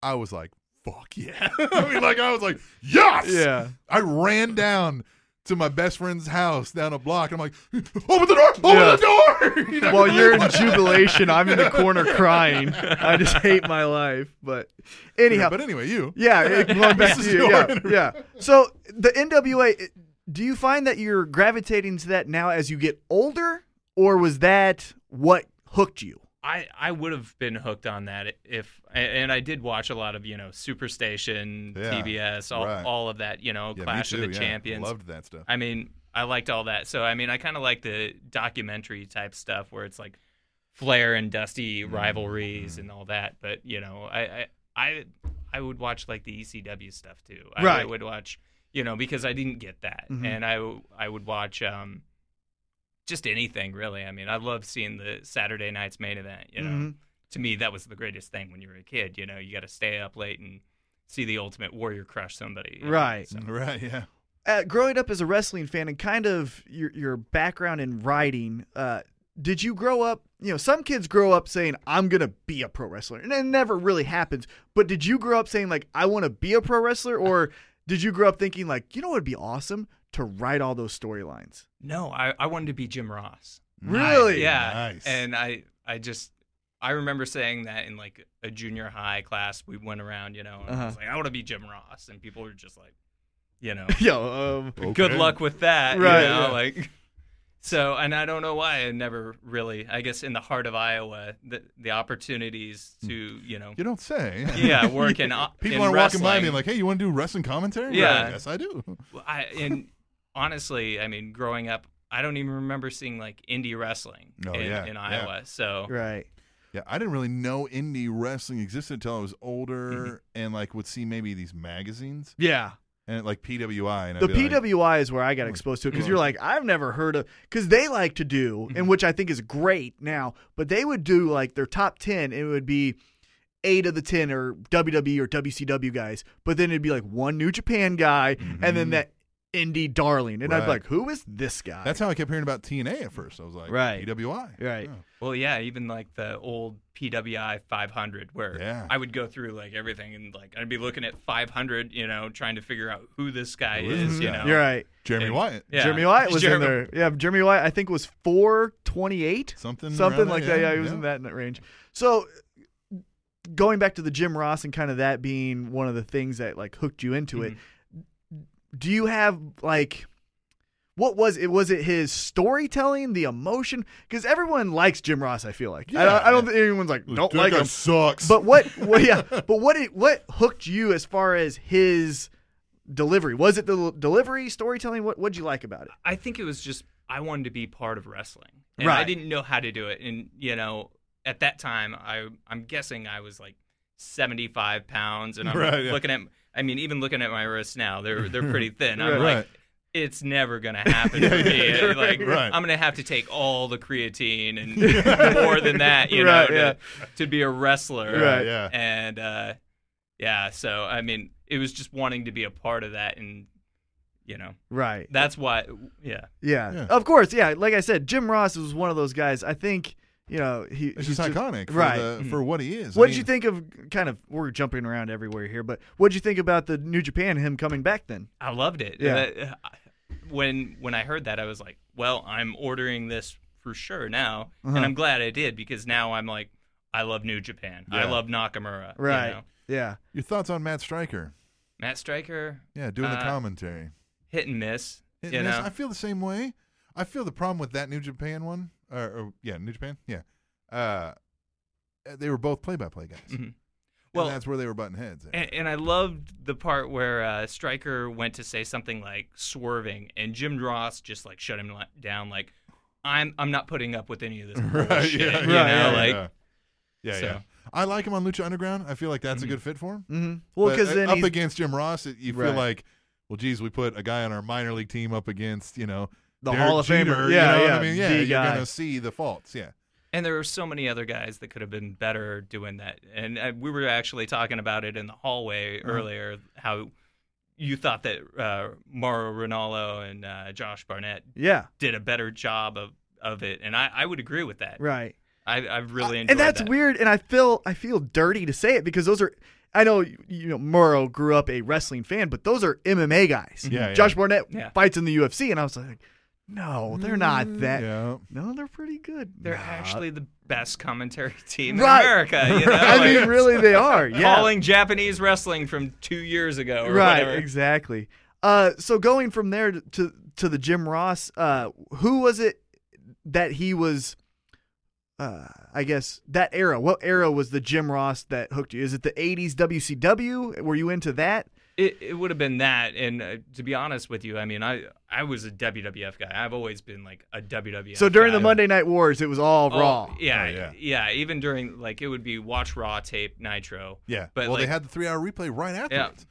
I was like, fuck yeah. I mean, like, I was like, yes.
Yeah.
I ran down to my best friend's house down a block. I'm like, open the door, open
Yeah.
the door. You know?
While you're in jubilation, I'm in the corner crying. I just hate my life. But anyhow,
But anyway, you.
yeah, it- going
This
back to
is
you.
your
Yeah,
interview.
yeah. So the NWA, it- do you find that you're gravitating to that now as you get older, or was that what hooked you?
I, I would have been hooked on that if and I did watch a lot of you know Superstation,
Yeah,
TBS, all,
right.
all of that you know
Yeah,
Clash
me too,
of the
yeah.
Champions.
Loved that stuff.
I mean, I liked all that. So I mean, I kind of like the documentary type stuff where it's like Flair and Dusty
Mm-hmm.
rivalries and all that. But you know, I I I, I would watch like the ECW stuff too. I, I
Right.
would watch you know because I didn't get that,
Mhm.
and I w- I would watch um just anything really. I mean, I love seeing the Saturday night's main event. You know,
Mhm.
to me that was the greatest thing when you were a kid. You know, you got to stay up late and see the Ultimate Warrior crush somebody. you know,
Right.
so.
Right, yeah.
uh, growing up as a wrestling fan and kind of your your background in writing, uh, did you grow up? You know, some kids grow up saying, "I'm gonna be a pro wrestler," and it never really happens. But did you grow up saying like, "I want to be a pro wrestler," or did you grow up thinking like, "You know, what would be awesome to write all those storylines"?
No, I, I wanted to be Jim Ross.
Really?
Yeah.
Nice.
And I I just I remember saying that in like a junior high class. We went around, you know, and I was like, I want to be Jim Ross, and people were just like, you know,
Yo, um,
good luck with that,
Right,
You know,
yeah.
like. So, and I don't know why I never really, I guess, in the heart of Iowa, the the opportunities to, you know,
Hmm. You don't say.
yeah, work in o-
People
in
are walking by
wrestling.
being like, hey, you want to do wrestling commentary?
Yeah.
Right, Yes, I do.
Well, I and honestly, I mean, growing up, I don't even remember seeing like indie wrestling
Oh,
in,
yeah,
in
yeah.
Iowa. So
right.
Yeah, I didn't really know indie wrestling existed until I was
Mm-hmm.
older and like would see maybe these magazines
Yeah.
and like PWI. And I'd
The
be like,
PWI is where I got exposed to because you're like, I've never heard of because they like to do,
Mm-hmm.
and which I think is great now, but they would do like their top ten. and It would be eight of the ten or WWE or WCW guys, but then it'd be like one New Japan guy, and then that indie darling, and I'd
Mm-hmm. Right.
be like, who is this guy?
That's how I kept hearing about TNA at first. I was like,
Right.
PWI.
Right.
Yeah.
Well, yeah, even like the old PWI 500, where
Yeah.
I would go through like everything and like I'd be looking at 500, you know, trying to figure out who this guy
Who is
is,
this
you
guy?
know.
You're right.
Jeremy
And-
Wyatt.
Yeah.
Jeremy White was
Jeremy-
in there. Yeah, Jeremy White I think was four twenty eight.
Something
something
around
like
there,
that. Yeah, he was in that in that range. So going back to the Jim Ross and kind of that being one of the things that like hooked you into it.
Mm-hmm.
Do you have like what was it? Was it his storytelling, the emotion? Because everyone likes Jim Ross. I feel like I, don't- I don't think anyone's like
Dude,
don't
that
like
guy
him.
sucks.
But what? Well, yeah. But what? It, what hooked you as far as his delivery? Was it the l- delivery, storytelling? What? What'd you like about it?
I think it was just I wanted to be part of wrestling, and I
Right.
didn't know how to do it. And you know, at that time, I I'm guessing I was like 75 pounds, and I'm
Right, yeah.
looking at. I mean, even looking at my wrists now, they're they're pretty thin. I'm
Right.
like, it's never gonna happen for me. like,
right.
I'm gonna have to take all the creatine and more than that, you
Right,
know, to, to be a wrestler.
Right.
Yeah.
And uh, yeah, so I mean, it was just wanting to be a part of that, and you know,
Right.
that's why. Yeah.
Yeah.
Yeah.
Of course, yeah. Like I said, Jim Ross was one of those guys. I think, you know, he
It's
he's
just
just-
iconic for,
right.
the, for what he is. I
What did
mean,
you think of kind of we're jumping around everywhere here, but what did you think about the New Japan him coming back then?
I loved it.
Yeah.
That- uh, when when I heard that, I was like, "Well, I'm ordering this for sure now,"
Uh-huh.
and I'm glad I did because now I'm like, "I love New Japan. I
Yeah.
love Nakamura." you
Right.
know.
Yeah.
Your thoughts on Matt Stryker?
Matt Striker,
Yeah, doing the
Uh,
commentary.
hit and miss.
It-
you
and it's-
know,
I feel the same way. I feel the problem with that New Japan one, or, or yeah, New Japan, yeah. Uh, they were both play-by-play guys.
Mm-hmm.
And
Well-
that's where they were butting heads. there.
and, and I loved the part where uh, Striker went to say something like "swerving," and Jim Ross just like shut him li- down, like, "I'm I'm not putting up with any of this bullshit."
yeah,
you
yeah,
know,
yeah,
like
yeah. yeah,
so.
yeah. I like him on Lucha Underground. I feel like that's a good fit for him.
hmm Well,
But,
because
uh,
then
up
he's-
against Jim Ross, it, you feel
Right.
like, well, geez, we put a guy on our minor league team up against you know
The
Derek
Hall of Famer.
Jeter, you
Yeah,
know what
yeah,
I mean, yeah,
the
you're
guy.
gonna see the faults. Yeah,
And there were so many other guys that could have been better doing that. And uh, we were actually talking about it in the hallway
Uh-huh.
earlier how you thought that uh, Mauro Ronaldo and uh, Josh Barnett
yeah,
did a better job of, of it. And I, I would agree with that.
right. Uh,
I, I've really enjoyed
and that's
that.
weird and i feel i feel dirty to say it because those are I know you know Murrow grew up a wrestling fan, but those are MMA guys.
Yeah, yeah.
Josh Barnett
Yeah. Mm.
fights in the UFC, and I was like, no, they're not that.
Yeah.
No, they're pretty good.
They're actually the best commentary team
Right.
in America. You know,
I mean,
like,
really, they are. Yeah.
calling Japanese wrestling from two years ago or
right,
whatever.
exactly. Uh, so going from there to to the Jim Ross, uh, who was it that he was? Uh, I guess that era. What era was the Jim Ross that hooked you? Is it the '80s WCW? Were you into that?
It, it would have been that. And uh, to be honest with you, I mean, I I was a WWF guy. I've always been like a WWF.
So during
guy.
the Monday Night Wars, it was all
Oh,
Raw.
Yeah,
Oh, yeah.
yeah, Even during like it would be watch Raw tape Nitro.
Yeah.
but
well,
like,
they had the three hour replay right afterwards.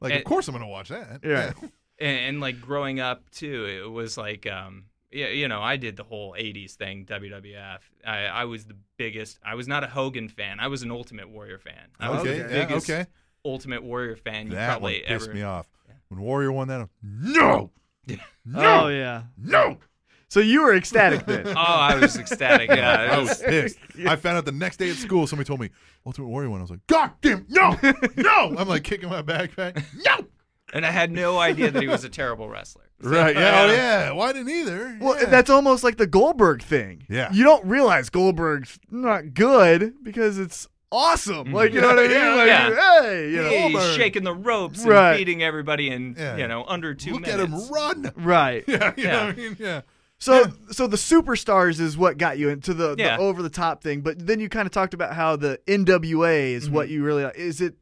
Like, of
And-
course I'm going to watch that.
Yeah.
and, and like growing up too, it was like um yeah, you know, I did the whole '80s thing, WWF. I, I was the biggest. I was not a Hogan fan. I was an Ultimate Warrior fan. I was
Okay.
the
yeah,
biggest
okay.
Ultimate Warrior fan you
Oh. That one
probably
pissed
ever.
me off. When Warrior won that, I'm, no,
Oh yeah.
no.
So you were ecstatic then.
Oh, I was ecstatic. Yeah,
I
it was-
was pissed. I found out the next day at school, somebody told me, Ultimate Warrior won. I was like, God damn, no, no. I'm like kicking my backpack. No.
and I had no idea that he was a terrible wrestler.
Right. Yeah. Oh, yeah. Why didn't either?
Well,
yeah.
that's almost like the Goldberg thing.
Yeah.
You don't realize Goldberg's not good because it's awesome. Like you know what I mean?
Yeah,
Like,
yeah.
Hey, you know.
Yeah, he's shaking the ropes and
Right.
beating everybody in
Yeah.
you know under two
Look
minutes.
at him run.
Right.
Yeah. You know
Yeah.
what I mean? Yeah.
So so the superstars is what got you into the,
Yeah.
the over the top thing, but then you kind of talked about how the NWA is what you really is it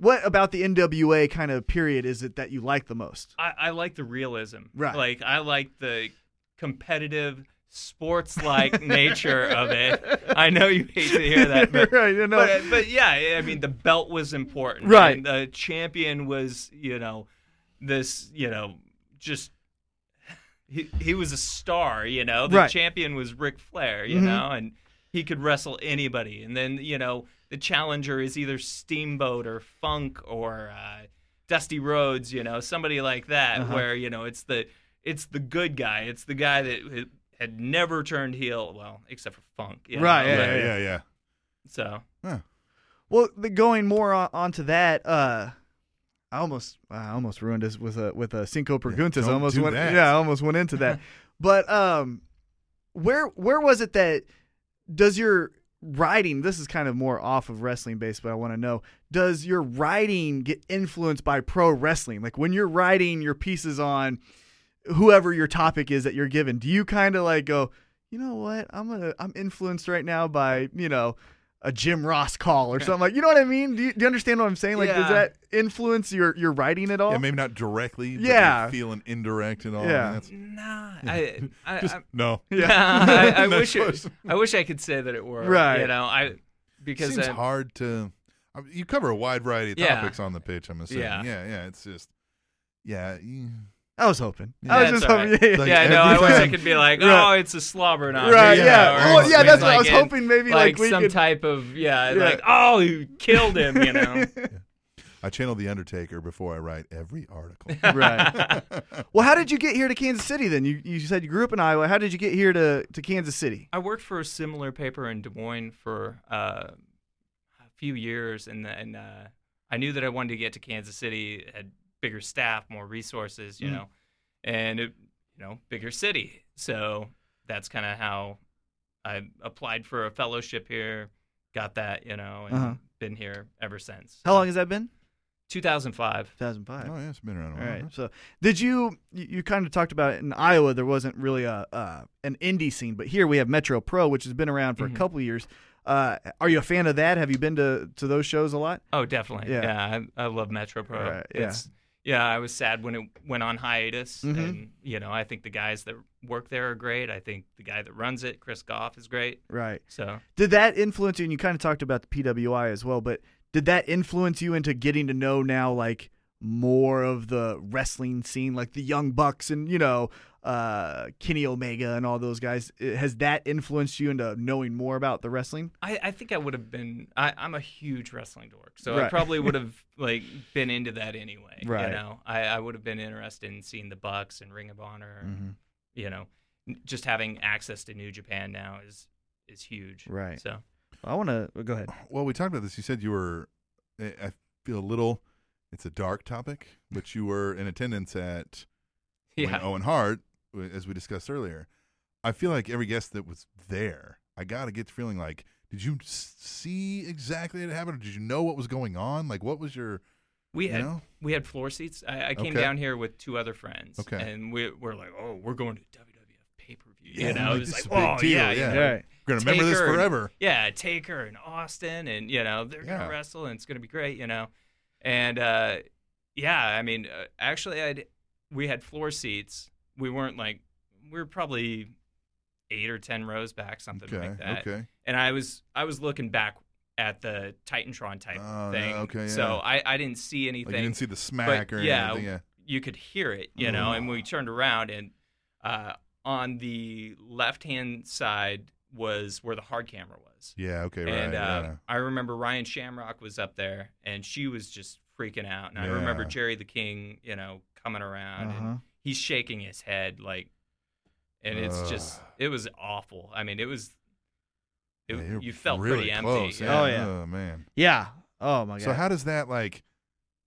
what about the NWA kind of period is it that you like the most?
I, I like the realism.
Right.
Like I like the competitive sports like nature of it. I know you hate to hear that, but
Right, you know.
but, uh, but yeah, I mean the belt was important.
Right.
And the champion was, you know, this, you know, just he, he was a star, you know. The
Right.
champion was Ric Flair, you know, and he could wrestle anybody. And then, you know, the challenger is either Steamboat or Funk or uh, Dusty Rhodes, you know, somebody like that, where you know it's the it's the good guy, it's the guy that had- had never turned heel, well, except for Funk, you know,
Right,
but-
Yeah. Yeah. Yeah.
So
Well, the, going more on, onto that, uh, I almost I almost ruined this with a with a cinco preguntas.
don't
I almost
do
went
that.
yeah, I almost went into that. but um, where where was it that does your writing? This is kind of more off of wrestling based, but I want to know: Does your writing get influenced by pro wrestling? Like when you're writing your pieces on whoever your topic is that you're given, do you kind of like go, you know what, I'm gonna I'm influenced right now by you know a Jim Ross call or something like, you know what I mean? Do you, do you understand what I'm saying? Like, does
Yeah.
that influence your your writing at all?
Yeah. Maybe not directly. But
Yeah.
yeah. Feeling indirect and all.
Yeah.
Yeah. That's,
nah, I, I,
just
I
no.
yeah, I, I
Next
wish it,
question.
I wish I could say that it were
Right.
You know, I because
seems
I-
hard to. I mean, you cover a wide variety of
uh, Yeah.
topics on the pitch. I'm assuming. Yeah.
Yeah.
Yeah. It's just. Yeah. you-
I was hoping. I was
That's
just
all
hoping.
right.
Yeah, yeah.
Like,
yeah, no, I
every
wish I
time-
could be like,
Right.
oh, it's a slobber knocker.
Right,
you
yeah.
know, or
Well, yeah, that's what I was
something like in-
hoping maybe, like, we
some
could-
type of yeah,
Yeah.
like oh, you killed him, you know.
I channel the Undertaker before I write every article.
right. well, how did you get here to Kansas City then? You you said you grew up in Iowa. How did you get here to, to Kansas City?
I worked for a similar paper in Des Moines for uh, a few years, and then uh, I knew that I wanted to get to Kansas City, had bigger staff, more resources, you
Mm.
know, and it, you know, bigger city. So that's kind of how I applied for a fellowship here, got that, you know, and
Uh-huh.
been here ever since.
How long has that been?
2005.
2005.
oh yeah, it's been around. A
All
while.
right. So, did you you, you kind of talked about in Iowa there wasn't really a uh, an indie scene, but here we have Metro Pro, which has been around for a couple years. Uh, are you a fan of that? Have you been to to those shows a lot?
Oh, definitely.
Yeah.
Yeah, I, I love Metro Pro.
Right, yeah. Mm-hmm.
It's, yeah, I was sad when it went on hiatus. And, you know, I think the guys that work there are great. I think the guy that runs it, Chris Goff, is great.
Right.
So,
Did that influence you? And you kind of talked about the PWI as well, but did that influence you into getting to know now like more of the wrestling scene, like the Young Bucks and you know uh, Kenny Omega and all those guys? I- Has that influenced you into knowing more about the wrestling?
I, I think I would have been, I, I'm a huge wrestling dork. So I
Right.
probably would have, like, been into that anyway.
Right.
You know, I, I would have been interested in seeing the Bucks and Ring of Honor.
Mm-hmm.
and, You know, n- just having access to New Japan now is is huge.
Right.
So,
I want to go ahead.
Well, we talked about this. You said you were I I feel a little. It's a dark topic, but you were in attendance at when
Yeah.
Owen Hart, w- as we discussed earlier. I feel like every guest that was there, I gotta get the feeling like, did you s- see exactly what happened, or did you know what was going on? Like, what was your
We
you
had
know?
we had floor seats. I, I came
Okay.
down here with two other friends.
Okay.
and we we're like, oh, we're going to WWF pay per view.
Yeah,
you know,
like,
it was
this
like,
is a big
oh
deal,
yeah, you
yeah.
know,
Right.
Gonna remember this
Taker and-
forever.
yeah, Taker and Austin, and you know they're
Yeah.
gonna wrestle, and it's gonna be great, you know. And uh, yeah, I mean, uh, actually, I we had floor seats. We weren't like we were probably eight or ten rows back, something
Okay,
like that.
okay.
And I was I was looking back at the Titantron type
Oh,
thing.
yeah, okay,
So
yeah.
I I didn't see anything.
Like, you didn't see the smack
but
or
yeah,
anything. Yeah.
you could hear it, you know.
Mm-hmm.
And we turned around, and uh, on the left hand side was where the hard camera was.
Yeah. Okay. Right.
And uh,
yeah.
I remember Ryan Shamrock was up there, and she was just freaking out. And I
Yeah.
remember Jerry the King, you know, coming around,
Uh-huh.
and he's shaking his head like, and it's just, it was awful. I mean, it was, it,
Yeah, you're
you felt
really
pretty
close,
empty.
yeah. Oh, yeah.
man.
Yeah. Oh my god.
So how does that like?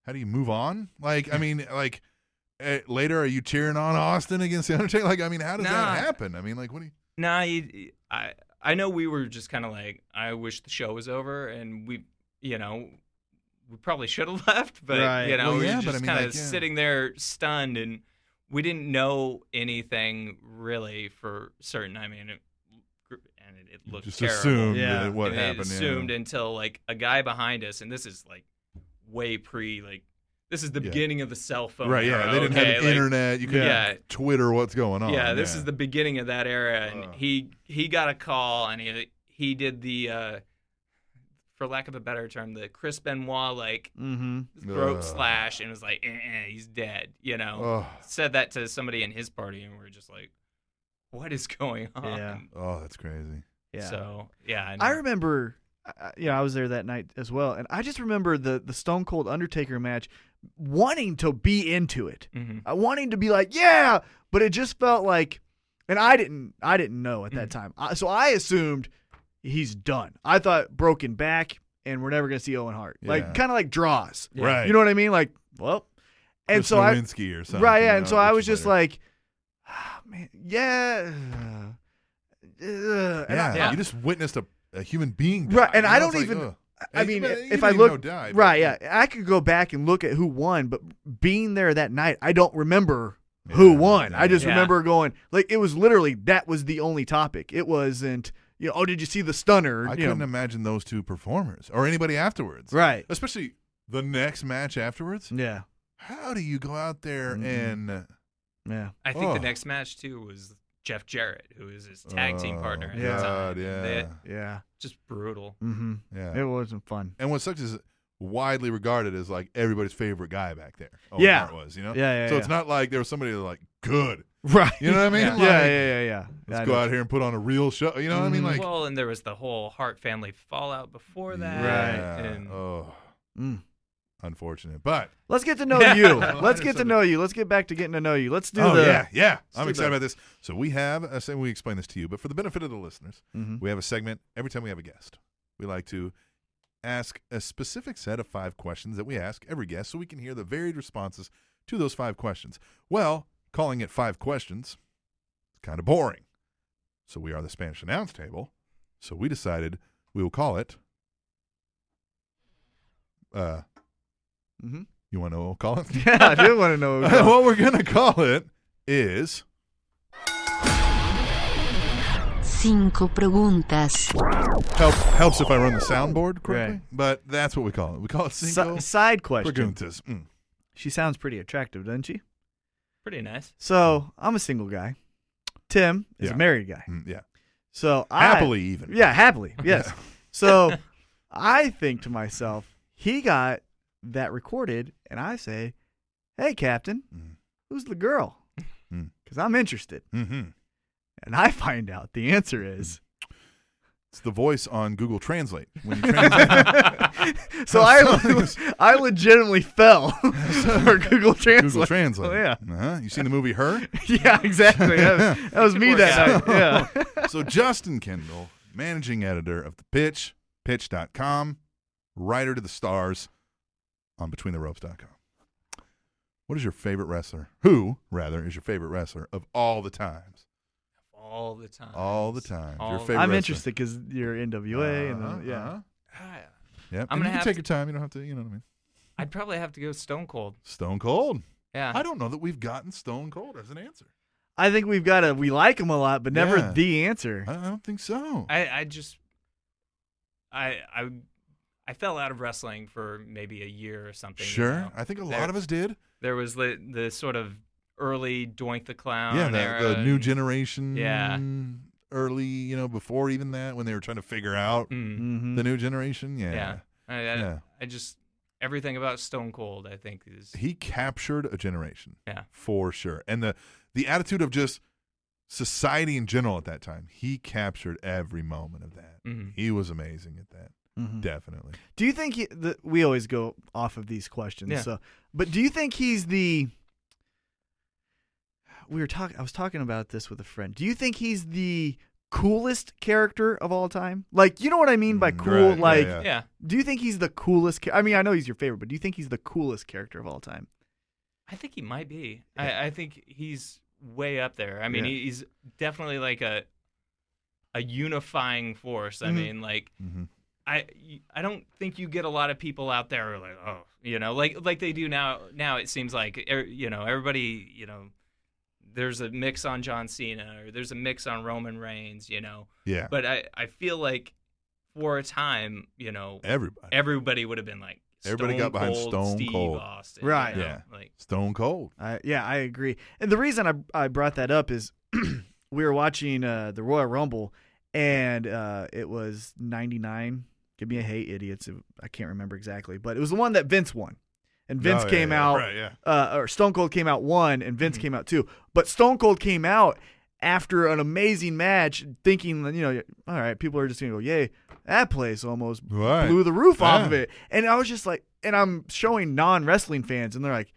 How do you move on? Like, I mean, like eh, later, are you cheering on Austin against the Undertaker? Like, I mean, how does
Nah.
that happen? I mean, like, what do you?
Nah, you, I, I know we were just kind of like, I wish the show was over, and we, you know. We probably should have left, but
Right.
you know,
Well,
we
yeah,
were
but I
just
mean,
kind of
like, yeah.
sitting there stunned, and we didn't know anything really for certain. I mean, it, and it, it looked
Just
terrible.
assumed
Yeah.
that what
And it
happened. yeah.
assumed until like a guy behind us, and this is like way pre like this is the
Yeah.
beginning of the cell phone.
right? Yeah,
era,
they didn't
okay?
have the
Like,
internet. You could
Yeah.
Twitter what's going on.
yeah, this is the beginning of that era, and
Ugh.
he he got a call, and he he did the, uh, for lack of a better term, the Chris Benoit like
Mm-hmm.
throat
Ugh.
slash, and was like, eh, eh, he's dead, you know.
Oh,
Said that to somebody in his party, and we are just like, what is going on?
Yeah.
oh, that's crazy.
Yeah.
So yeah, and-
I remember, uh, yeah, I was there that night as well, and I just remember the the Stone Cold Undertaker match, wanting to be into it,
Mhm.
I wanting to be like, yeah, but it just felt like, and I didn't, I didn't know at that time, I, so I assumed he's done. I thought broken back, and we're never gonna see Owen Hart,
Yeah.
like kind of like draws,
Right.
You know what I mean? Like, well, and
Chris
so I,
Nowinski or something.
Right, yeah,
you
and
know,
so I
which
was
is
just
better.
like, ah, man, yeah, uh, uh," and
yeah,
I-
Yeah.
you just witnessed a, a human being, die,
Right, and
you
I
know?
don't
It's like,
even-
ugh.
I
And
mean,
you
if
didn't
I
even know
looked-
died, but-
right, yeah, I could go back and look at who won, but being there that night, I don't remember who
Yeah,
won. I just
yeah.
remember going like it was literally that was the only topic. It wasn't you know, oh, did you see the stunner?
I
You know,
couldn't imagine those two performers or anybody afterwards.
right?
Especially the next match afterwards.
Yeah,
How do you go out there
Mhm.
and
yeah,
I think
Oh.
the next match too was Jeff Jarrett, who is his tag team
Oh,
partner. At
God,
the time.
yeah.
They-
yeah.
just brutal.
Mm-hmm. It
yeah.
wasn't fun.
And what sucks is widely regarded as like everyybody's favorite guy back there. Owen
Yeah.
Hart was, you know?
Yeah, yeah,
So it's
yeah.
not like there was somebody that was like, good.
Right?
You know what I mean?
Yeah,
Like,
yeah, yeah, yeah.
Let's
I
go
know.
out here and put on a real show. You know what I mean?
Mhm.
Like,
Mm-hmm. well, and there was the whole Hart family fallout before that.
yeah.
And
Oh,
Mm.
unfortunate. But,
Let's get to know you.
Well,
Let's
I
get to
understand
know you. Let's get back to getting to know you. Let's do
oh,
the
yeah, yeah. I'm
do
excited
the-
about this. So we have, I say we explain this to you, but for the benefit of the listeners,
Mhm.
We have a segment every time we have a guest. We like to ask a specific set of five questions that we ask every guest so we can hear the varied responses to those five questions. Well, calling it five questions is kind of boring. So we are the Spanish announce table. So we decided we will call it. Uh,
Mhm.
You want to know what we'll call it?
Yeah, I do want to know. what we're
what we're going to call it is.
Cinco preguntas.
Help, helps if I run the soundboard correctly,
Right.
but that's what we call it. We call it
Si-
single.
side question.
Preguntas. Mm.
She sounds pretty attractive, doesn't she?
pretty nice.
So I'm a single guy. Tim is
Yeah.
a married guy.
Mm, yeah.
So I,
Happily, even.
yeah, happily, yes. so I think to myself, he got that recorded, and I say, "Hey, Captain,
Mm.
who's the girl?"
Mm.
Because I'm interested,
hmm
and I find out the answer is.
It's the voice on Google Translate. When you translate Mm.
So I, I legitimately fell for Google Translate.
Google Translate.
Oh, yeah,
Uh-huh. You seen the movie Her?
yeah, exactly. That was, that was me
Work
that
out.
night. Yeah.
so Justin Kendall, managing editor of The Pitch, pitch.com, writer to the stars, on BetweenTheRopes.com. What is your favorite wrestler? Who, rather, is your favorite wrestler of all the times?
all the time.
All the time. Your
All-
favorite
I'm
wrestler.
interested because you're NWA and
Uh-huh,
then, yeah.
uh-huh.
Ah,
Yep.
I'm
and
gonna
you can
have
take
to-
your time. You don't have to. You know what I mean.
I'd probably have to go Stone Cold.
Stone Cold.
Yeah.
I don't know that we've gotten Stone Cold as an answer.
I think we've got a we like him a lot, but never
Yeah.
the answer.
I I don't think so.
I, I just I I I fell out of wrestling for maybe a year or something. you
sure.
know.
I think a
There-
lot of us did.
There was the the sort of early Doink the Clown.
yeah,
era,
the, the new
and-
generation.
Uh, Yeah.
Early, you know, before even that, when they were trying to figure out
Mm,
Mm-hmm.
the new generation. Yeah.
yeah. I, I,
Yeah.
I just everything about Stone Cold I think is
He captured a generation.
Yeah.
For sure. And the the attitude of just society in general at that time, he captured every moment of that.
Mhm.
He was amazing at that.
Mhm.
Definitely.
Do you think he, the, we always go off of these questions?
Yeah.
So, but do you think he's the? We were talking. I was talking about this with a friend. Do you think he's the coolest character of all time? Like, you know what I mean by
Mm,
cool?
right, yeah,
like,
yeah.
yeah.
do you think he's the coolest? cha- I mean, I know he's your favorite, but do you think he's the coolest character of all time?
I think he might be. I, I think he's way up there. I mean,
Yeah.
he's definitely like a a unifying force. I
Mhm.
mean, like
Mhm.
I I don't think you get a lot of people out there who are like, oh, you know, like like they do now. Now it seems like er, you know everybody, you know, there's a mix on John Cena or there's a mix on Roman Reigns, you know.
Yeah.
But I I feel like for a time, you know,
Everybody.
everybody would have been like.
Everybody got
Stone
behind
Cold
Stone
Steve
Cold.
Austin, you
Right.
know,
Yeah.
Like
Stone Cold.
I, yeah, I agree. And the reason I I brought that up is we were watching uh, the Royal Rumble, and uh, it was '99. Give me a hate, idiots. It- I can't remember exactly, but it was the one that Vince won, and Vince
Oh, yeah,
came
yeah,
out,
Right, Mm-hmm. yeah.
uh, or Stone Cold came out one, and Vince came out two. But Stone Cold came out after an amazing match, thinking you know, all right, people are just gonna go, yay, that place almost
Right.
blew the roof off of
Yeah.
it. And I was just like, and I'm showing non wrestling fans, and they're like,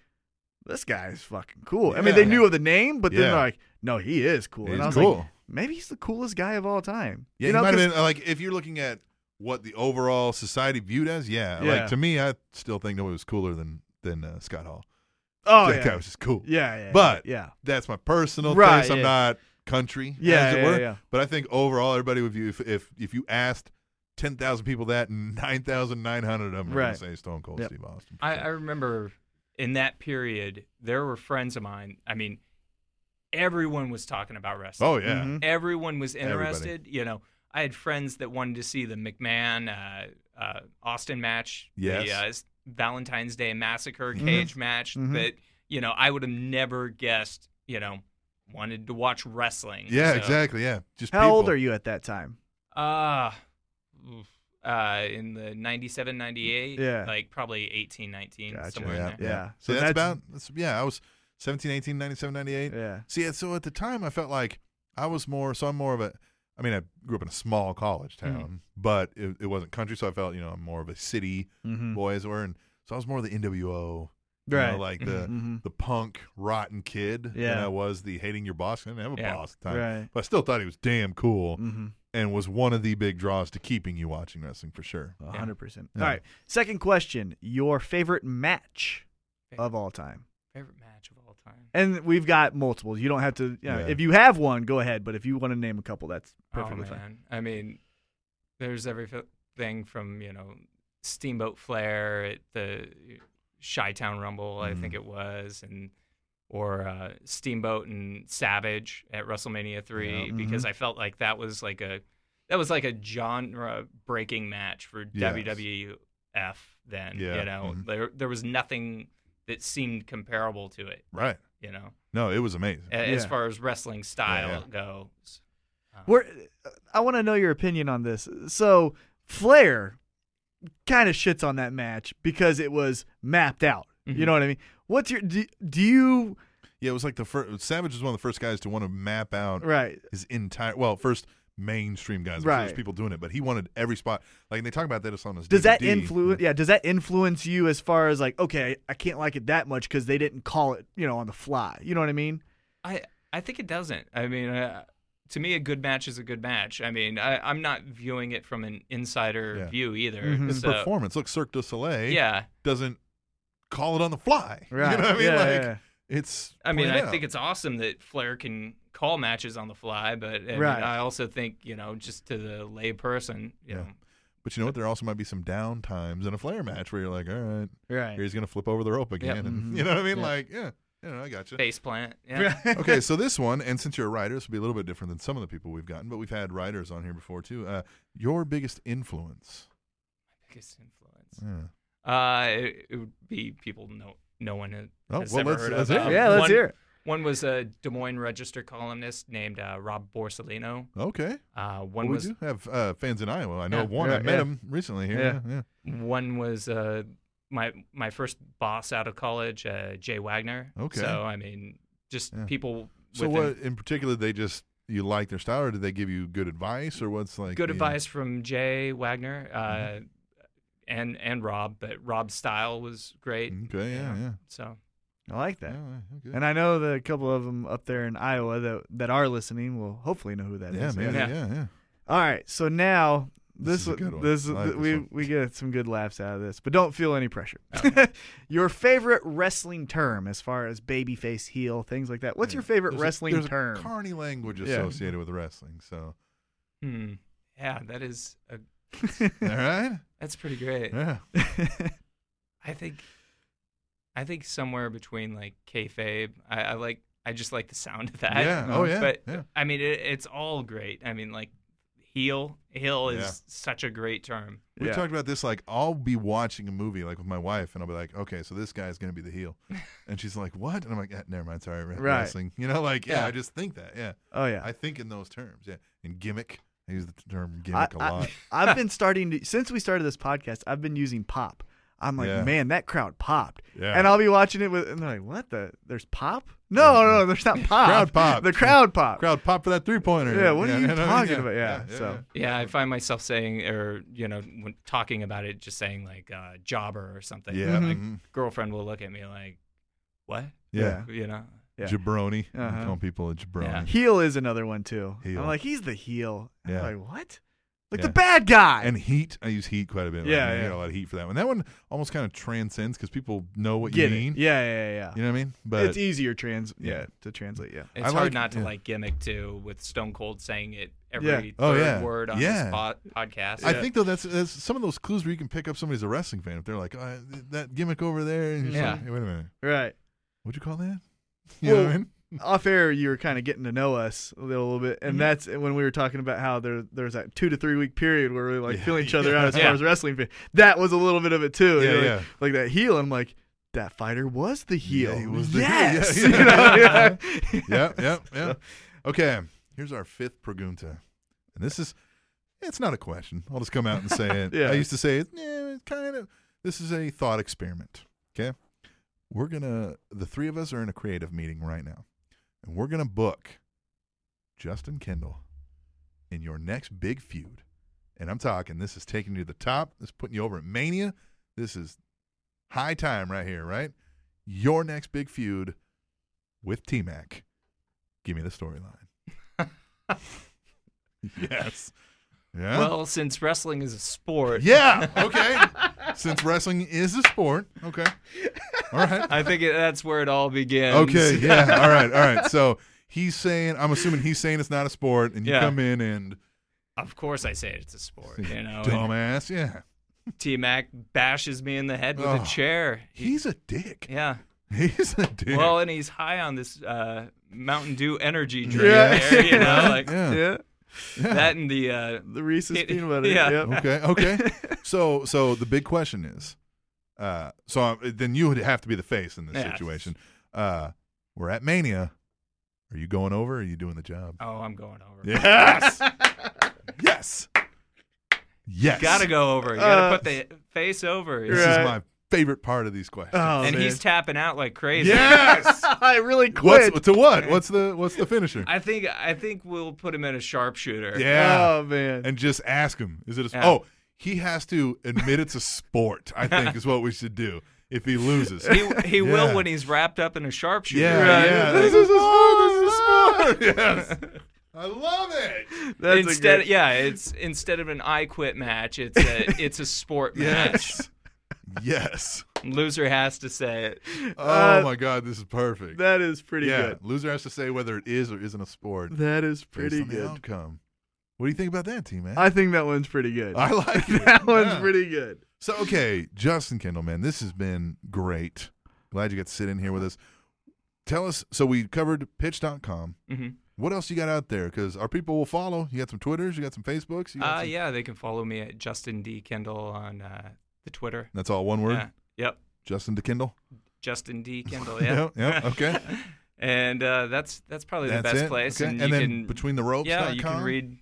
this guy is fucking cool. I mean,
Yeah.
they knew of the name, but then
Yeah.
they're like, no, he is cool.
He's
and I was
cool.
like, maybe he's the coolest guy of all time.
Yeah,
You
you
know,
might have
'cause-
been uh, like if you're looking at what the overall society viewed as. Yeah,
Yeah.
like to me, I still think nobody was cooler than than uh, Scott Hall.
oh,
that
yeah.
guy was just cool.
yeah, yeah, yeah,
But-
yeah,
that's my personal
Right,
taste. I'm
yeah.
not country,
Yeah,
as it
yeah,
were.
yeah.
But I think overall, everybody would view if if, if you asked. Ten thousand people that, and nine thousand nine hundred of them are
Right.
gonna say Stone Cold
Yep.
Steve Austin.
I, I remember in that period, there were friends of mine. I mean, everyone was talking about wrestling.
oh yeah,
Mhm.
Everyone was
Everybody.
interested. You know, I had friends that wanted to see the McMahon uh, uh, Austin match,
Yes. Mm-hmm.
the uh, s- Valentine's Day massacre cage match
Mhm.
that, you know, I would have never guessed, you know, wanted to watch wrestling.
yeah,
So,
exactly, yeah. Just
How old are
you?
you at that time?
Uh, oof, uh, in the 97, 98,
Yeah.
like probably 18, 19,
Gotcha.
somewhere in
Yeah,
there.
Yeah.
yeah.
So
So that's,
that's-
about that's, yeah. I was 17, 18, 97, 98.
Yeah.
See, and so at the time, I felt like I was more, so I'm more of a, I mean, I grew up in a small college
Mm-hmm.
town, but it, it wasn't country, so I felt, you know, I'm more of a city
Mm-hmm.
boy, as it were. And so I was more of the NWO, you know,
Right.
like the
Mhm.
the punk, rotten kid. And
Yeah.
I was the hating your boss. I didn't have a
Yeah.
boss at the time.
Right.
But I still thought he was damn cool
Mm-hmm.
and was one of the big draws to keeping you watching wrestling for sure.
A hundred percent.
Yeah.
All right. Second question: Your favorite match of all time,
Favorite match of all time.
and we've got multiples. You don't have to. You know,
Yeah.
If you have one, go ahead. But if you want to name a couple, that's
oh,
perfectly
man.
fine.
I mean, there's everything from you know Steamboat Flair at the Chi Town Rumble, I think it was, and or uh, Steamboat and Savage at WrestleMania three, because I felt like that was like a that was like a genre breaking match for
Yes.
WWF. Then
Yeah,
you know
mhm.
there there was nothing that seemed comparable to it.
Mm-hmm.
Right.
You know,
No, it was amazing.
a- as
Yeah.
far as wrestling style
yeah.
goes.
Where I want to know your opinion on this. So Flair kind of shits on that match because it was mapped out.
Mm-hmm.
You know what I mean? What's your do, do you
Yeah, it was like the first, Savage was one of the first guys to want to map out
right?
his entire well first mainstream guys I'm sure there's
Right.
people doing it but he wanted every spot like and they talk about that it's on his
Does that
DVD.
influence? Yeah, does that influence you as far as like okay, I can't like it that much because they didn't call it you know on the fly. You know what I mean?
I I think it doesn't. I mean, uh, to me, a good match is a good match. I mean, I, I'm not viewing it from an insider
Yeah.
view either.
Mhm.
his
so-
performance look Cirque du Soleil
yeah,
doesn't call it on the fly. You
Right.
know what I mean?
Yeah,
like,
yeah,
It's.
I mean,
planned
I
out.
think it's awesome that Flair can call matches on the fly, but I, mean,
Right.
I also think you know, just to the lay person,
Yeah.
you know,
But you know what? There also might be some down times in a Flair match where you're like, all right,
Right.
here he's gonna flip over the rope again, and
Mhm.
you know what I mean?
Yeah.
Like, yeah, yeah, I got you.
face plant. Yeah.
okay, so this one, and since you're a writer, this will be a little bit different than some of the people we've gotten, but we've had writers on here before too. Uh, your biggest influence?
Biggest influence.
Yeah.
Uh, it, it would be people no no one has
Oh, well,
ever
let's-
heard
let's
of.
hear it.
Um,
Yeah, let's
one,
hear it.
One was a Des Moines Register columnist named uh, Rob Borsellino.
Okay.
Uh, one
Well, we
was
do have uh, fans in Iowa. I know
Yeah.
of one. I
Yeah,
met
yeah.
him recently here. Yeah.
Yeah.
yeah.
one was uh, my my first boss out of college, uh, Jay Wagner.
Okay.
So I mean, just
Yeah.
people.
So
within-
what in particular they just you like their style, or did they give you good advice, or what's like
good
the-
advice from Jay Wagner uh,
Mm-hmm.
and and Rob, but Rob's style was great.
Okay. Mm, Yeah. Yeah.
So
I like that.
Yeah. okay.
And I know the couple of them up there in Iowa that that are listening will hopefully know who that is.
yeah, man. Yeah.
Yeah.
Yeah.
All right, so now
This is
this
a good one.
this,
I like this
we
one.
we get some good laughs out of this, but don't feel any pressure. your favorite wrestling term, as far as babyface, heel, things like that. What's your favorite
There's a-
wrestling
there's a
term?
carny language
Yeah.
associated with wrestling. So.
hmm, yeah, that is a,
All right.
that's pretty great.
Yeah.
I think I think somewhere between like kayfabe. I, I like I just like the sound of that.
Yeah, oh, yeah,
But
yeah.
I mean, it, it's all great. I mean, like heel heel is
Yeah.
such a great term.
We
Yeah.
talked about this. Like, I'll be watching a movie, like with my wife, and I'll be like, "Okay, so this guy's going to be the heel," and she's like, "What?" And I'm like, "Ah, "Never mind, sorry, re-
Right.
wrestling." You know, like, yeah,
Yeah.
I just think that. Yeah,
oh yeah,
I think in those terms. Yeah, and gimmick. I use the term
I,
gimmick a lot.
I, I've been starting to, since we started this podcast. I've been using pop. I'm like,
Yeah.
man, that crowd popped.
Yeah.
And I'll be watching it with, and they're like, what the? There's pop? No, no, no, there's not pop.
Crowd pop.
The crowd pop.
Crowd pop for that three pointer.
Yeah, what are you talking about? Yeah, so.
Yeah, I find myself saying or you know when talking about it, just saying like uh, jobber or something.
yeah,
Like,
mhm.
girlfriend will look at me like, what?
yeah,
You know.
Yeah.
Jabroni.
Uh-huh.
I'm calling people a jabroni.
Heel is another one too.
Heel.
I'm like, he's the heel.
Yeah.
I'm like, what? Like
Yeah.
the bad guy.
And heat, I use heat quite a bit.
Yeah,
like, I
yeah.
get a lot of heat for that one. That one almost kind of transcends because people know what
Get
you
it.
mean.
Yeah, yeah, yeah.
You know what I mean? But
it's easier trans yeah,
Yeah.
to translate, yeah.
It's
I
hard
like-
not to
yeah.
like gimmick too, with Stone Cold saying it every
Yeah.
third
Oh, yeah.
word on
Yeah.
his pod- podcast.
I think though that's, that's some of those clues where you can pick up somebody's a wrestling fan if they're like oh, that gimmick over there. And you're yeah.
Yeah.
Like, hey, wait a minute.
Right.
What'd you call that? You know what I
Well,
mean?
Off air you were kind of getting to know us a little, little bit. And
Mm-hmm.
that's when we were talking about how there there's that two to three week period where we're like
Yeah.
feeling each other out as
Yeah.
far as wrestling fan. That was a little bit of it
Yeah,
too. You know,
yeah.
Like, like that heel, I'm like, that fighter was the heel.
he was the heel. Yeah,
yes.
yeah. Uh-huh.
You know?
Yep, yep, yep. Okay, here's our fifth pregunta, and this is it's not a question. I'll just come out and say it.
Yeah.
I used to say it. Yeah, it's kind of. This is a thought experiment. Okay, we're gonna the three of us are in a creative meeting right now, and we're gonna book Justin Kendall in your next big feud. And I'm talking, this is taking you to the top. This is putting you over at Mania. This is high time right here, right? Your next big feud with T Mac. Give me the storyline. yes. Yeah.
Well, since wrestling is a sport,
yeah. Okay. Since wrestling is a sport. Okay. All right.
I think it, that's where it all begins.
Okay. Yeah. All right. All right. So he's saying, I'm assuming he's saying it's not a sport, and you
Yeah.
come in and
Of course, I say it's a sport. You know,
dumbass. Yeah.
T Mac bashes me in the head with
Oh.
a chair.
He's a dick.
Yeah.
He's a dick.
Well, and he's high on this uh, Mountain Dew energy drink.
Yeah.
There, you know, like
yeah.
yeah.
that and the uh,
The Reese's
It-
peanut butter.
yeah.
Yep.
Okay. Okay. so so the big question is, uh, so I, then you would have to be the face in this
Yeah.
situation. Uh, we're at Mania. Are you going over? Or are you doing the job?
oh, I'm going over.
Yes. yes. Yes.
Gotta go over. You gotta
Uh,
put the face over.
This
Right.
is my favorite part of these questions.
Oh,
and
man.
he's tapping out like crazy.
yes.
I really quit.
What's to what? What's the what's the finisher?
I think I think we'll put him in a sharpshooter.
yeah.
Oh man.
and just ask him, is it a
Yeah.
Oh, he has to admit it's a sport, I think is what we should do if he loses.
He, he
Yeah.
will when he's wrapped up in a sharpshooter.
yeah,
Right.
yeah.
This
is a sport. This is a sport. yes. I love it.
That's a
instead,
great-
yeah, it's instead of an I quit match, it's a it's a sport match.
Yes. yes.
Loser has to say it.
Oh
Uh,
my God, this is perfect.
That is pretty
yeah,
good.
loser has to say whether it is or isn't a sport.
That is
based
pretty
on the
good.
outcome. What do you think about that, team man?
I think that one's pretty good.
I like it.
that one's
Yeah.
pretty good.
So okay, Justin Kendall, man, this has been great. Glad you got to sit in here with us. Tell us. So we covered pitch.com.
hmm
What else you got out there? Because our people will follow. You got some Twitters. You got some Facebooks. You got
Uh,
some-
yeah, they can follow me at Justin D Kendall on uh, the Twitter.
That's all one word.
Yeah. Yep.
Justin to Kendall.
Justin D Kendall. Yeah.
yeah, okay.
and uh, that's that's probably
That's
the best
it?
place.
Okay.
And,
then
you can
between the ropes.
yeah, you can read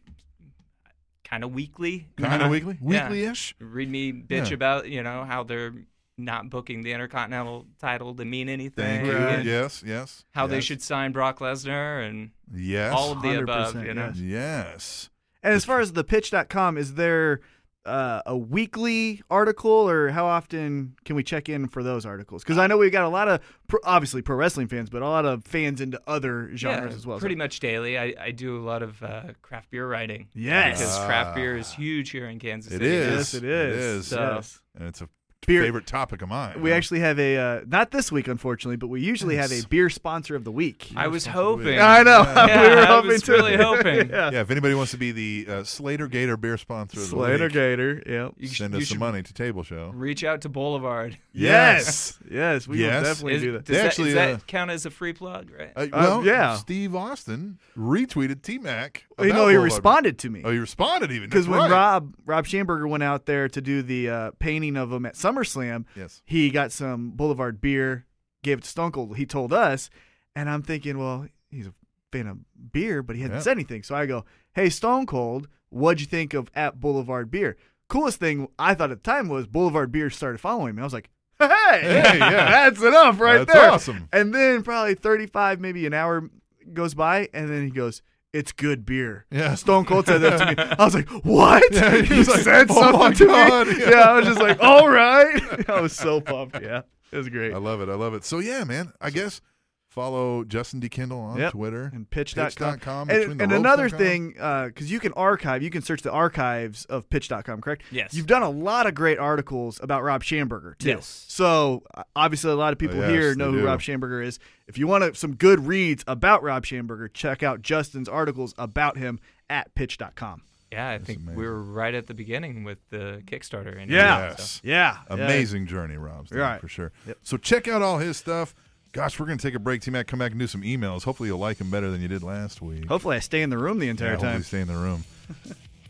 kind of weekly.
kind of
Uh,
weekly,
yeah.
weekly ish.
Read me bitch
Yeah.
about you know how they're not booking the Intercontinental title to mean anything.
Thank you.
and
Yes, yes.
How they
yes,
should sign Brock Lesnar and
Yes.
all of the above.
100%,
You know.
yes.
Yes.
And as far as the pitch.com, is there uh, a weekly article or how often can we check in for those articles? Because I know we've got a lot of, pro, obviously, pro wrestling fans, but a lot of fans into other genres
Yeah,
as well.
Pretty much daily. I, I do a lot of uh, craft beer writing.
Yes.
Because craft beer is huge here in Kansas
It
City.
is.
Yes, it is.
It is.
So-
Yes.
And it's a
Beer-
favorite topic of mine.
We
huh?
actually have a, uh, not this week, unfortunately, but we usually
Yes.
have a beer sponsor of the week.
I was
Responsible.
hoping.
I know.
Yeah,
we were
I
hoping
was
to.
really hoping.
yeah.
Yeah, if anybody wants to be the uh, Slater Gator beer sponsor of the
Slater
week,
Gator. Yep.
You, sh-
send
you
us some
should
money to Table Show.
Reach out to Boulevard.
Yes. Yes. We
Yes.
will definitely
Is-
do
does
that.
They
that,
actually,
does that
uh,
count as a free plug, right?
Uh,
Uh,
well,
yeah.
Steve Austin retweeted T Mac.
Well, you know, Oh, he responded to me.
Oh, he responded even.
Because
That's
when
right.
Rob Rob Schamberger went out there to do the uh, painting of him at SummerSlam,
Yes.
he got some Boulevard beer, gave it to Stone Cold. He told us, and I'm thinking, well, he's a fan of beer, but he hadn't
Yeah.
said anything. So I go, hey, Stone Cold, what'd you think of at Boulevard beer? Coolest thing I thought at the time was Boulevard beer started following me. I was like, hey,
Hey, yeah.
that's enough right
That's
there.
awesome.
And then probably 35, maybe an hour goes by, and then he goes, it's good beer.
Yeah.
Stone Cold said that to me. I was like, "What?
Yeah, he
you
was like,
said
"Oh my
something to
God."
me?"
Yeah.
Yeah. I was just like, "All right." I was so pumped. Yeah, it was great.
I love it. I love it. So yeah, man. I guess follow Justin D Kendall on
Yep.
Twitter
and pitch.com.
pitch.com, between
and,
the
and
ropes
another
dot com.
thing because you can archive you can search the archives of pitch.com correct
Yes.
you've done a lot of great articles about rob schamberger too
Yes.
so uh, obviously a lot of people
Oh, yes,
here
they
know who
do.
rob schamberger is if you want to, some good reads about rob schamberger check out justin's articles about him at pitch.com
yeah, I think
amazing.
we were right at the beginning with the Kickstarter. And
Yeah.
Yes.
yeah
Amazing journey, Rob's done,
Right.
for sure. So check out all his stuff. Gosh, we're gonna take a break. T Mac, come back and do some emails. Hopefully, you'll like him better than you did last week.
hopefully i stay in the room the
Yeah,
entire
hopefully
time
stay in the room.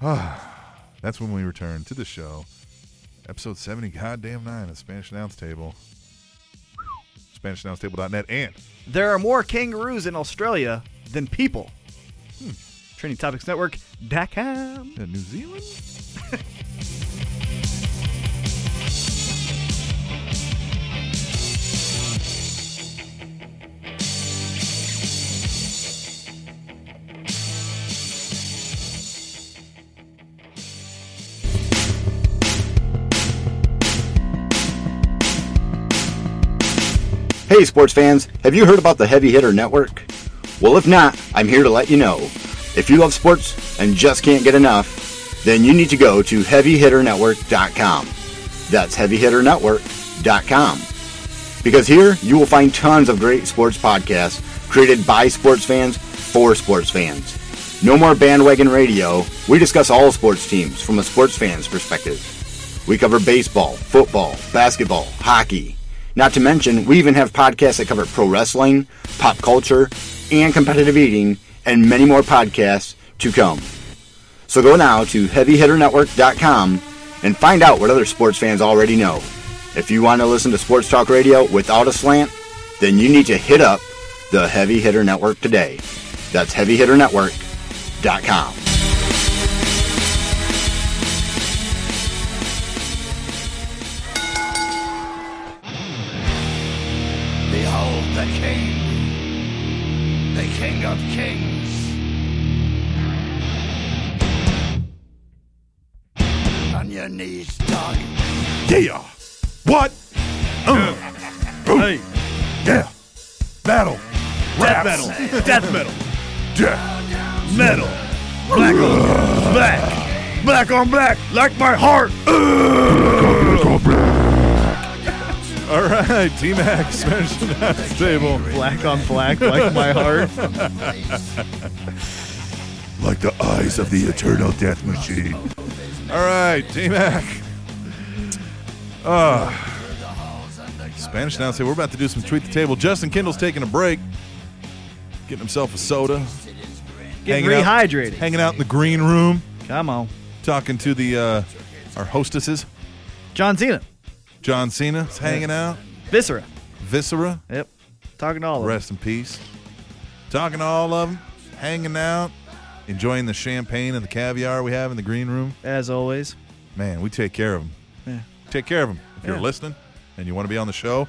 Ah, That's when we return to the show. Episode 70, goddamn nine of Spanish Announce Table. SpanishAnnounceTable.net and
there are more kangaroos in australia than people training topics network.com
uh, New Zealand?
Hey, sports fans, have you heard about the Heavy Hitter Network? Well, if not, I'm here to let you know. If you love sports and just can't get enough, then you need to go to HeavyHitterNetwork.com. That's HeavyHitterNetwork.com. Because here you will find tons of great sports podcasts created by sports fans for sports fans. No more bandwagon radio. We discuss all sports teams from a sports fan's perspective. We cover baseball, football, basketball, hockey. Not to mention, we even have podcasts that cover pro wrestling, pop culture, and competitive eating, and many more podcasts to come. So go now to HeavyHitterNetwork.com and find out what other sports fans already know. If you want to listen to sports talk radio without a slant, then you need to hit up the Heavy Hitter Network today. That's HeavyHitterNetwork.com.
Behold the King, the King of Kings. On your knees, dog.
Yeah! What? Uh, boom. Yeah! Battle! Rap metal! Death metal! Death!
metal. Black on black. Black on black, like my heart.
Black. All right, T Mac smash the table.
Black on black, like my heart.
Like the eyes of the eternal death machine.
All right, T Mac. Uh, Spanish now say we're about to do some tweet the table. Justin Kendall's taking a break, getting himself a soda,
Getting
Hanging out-
rehydrated.
hanging out in the green room,
Come on.
talking to the uh, our hostesses.
John Cena.
John Cena's hanging out.
Viscera.
Viscera,
Yep. Talking to all of them.
rest in peace. Talking to all of them, hanging out, enjoying the champagne and the caviar we have in the green room.
As always.
Man, we take care of them.
Yeah.
Take care of them. If you're
Yeah.
listening and you want to be on the show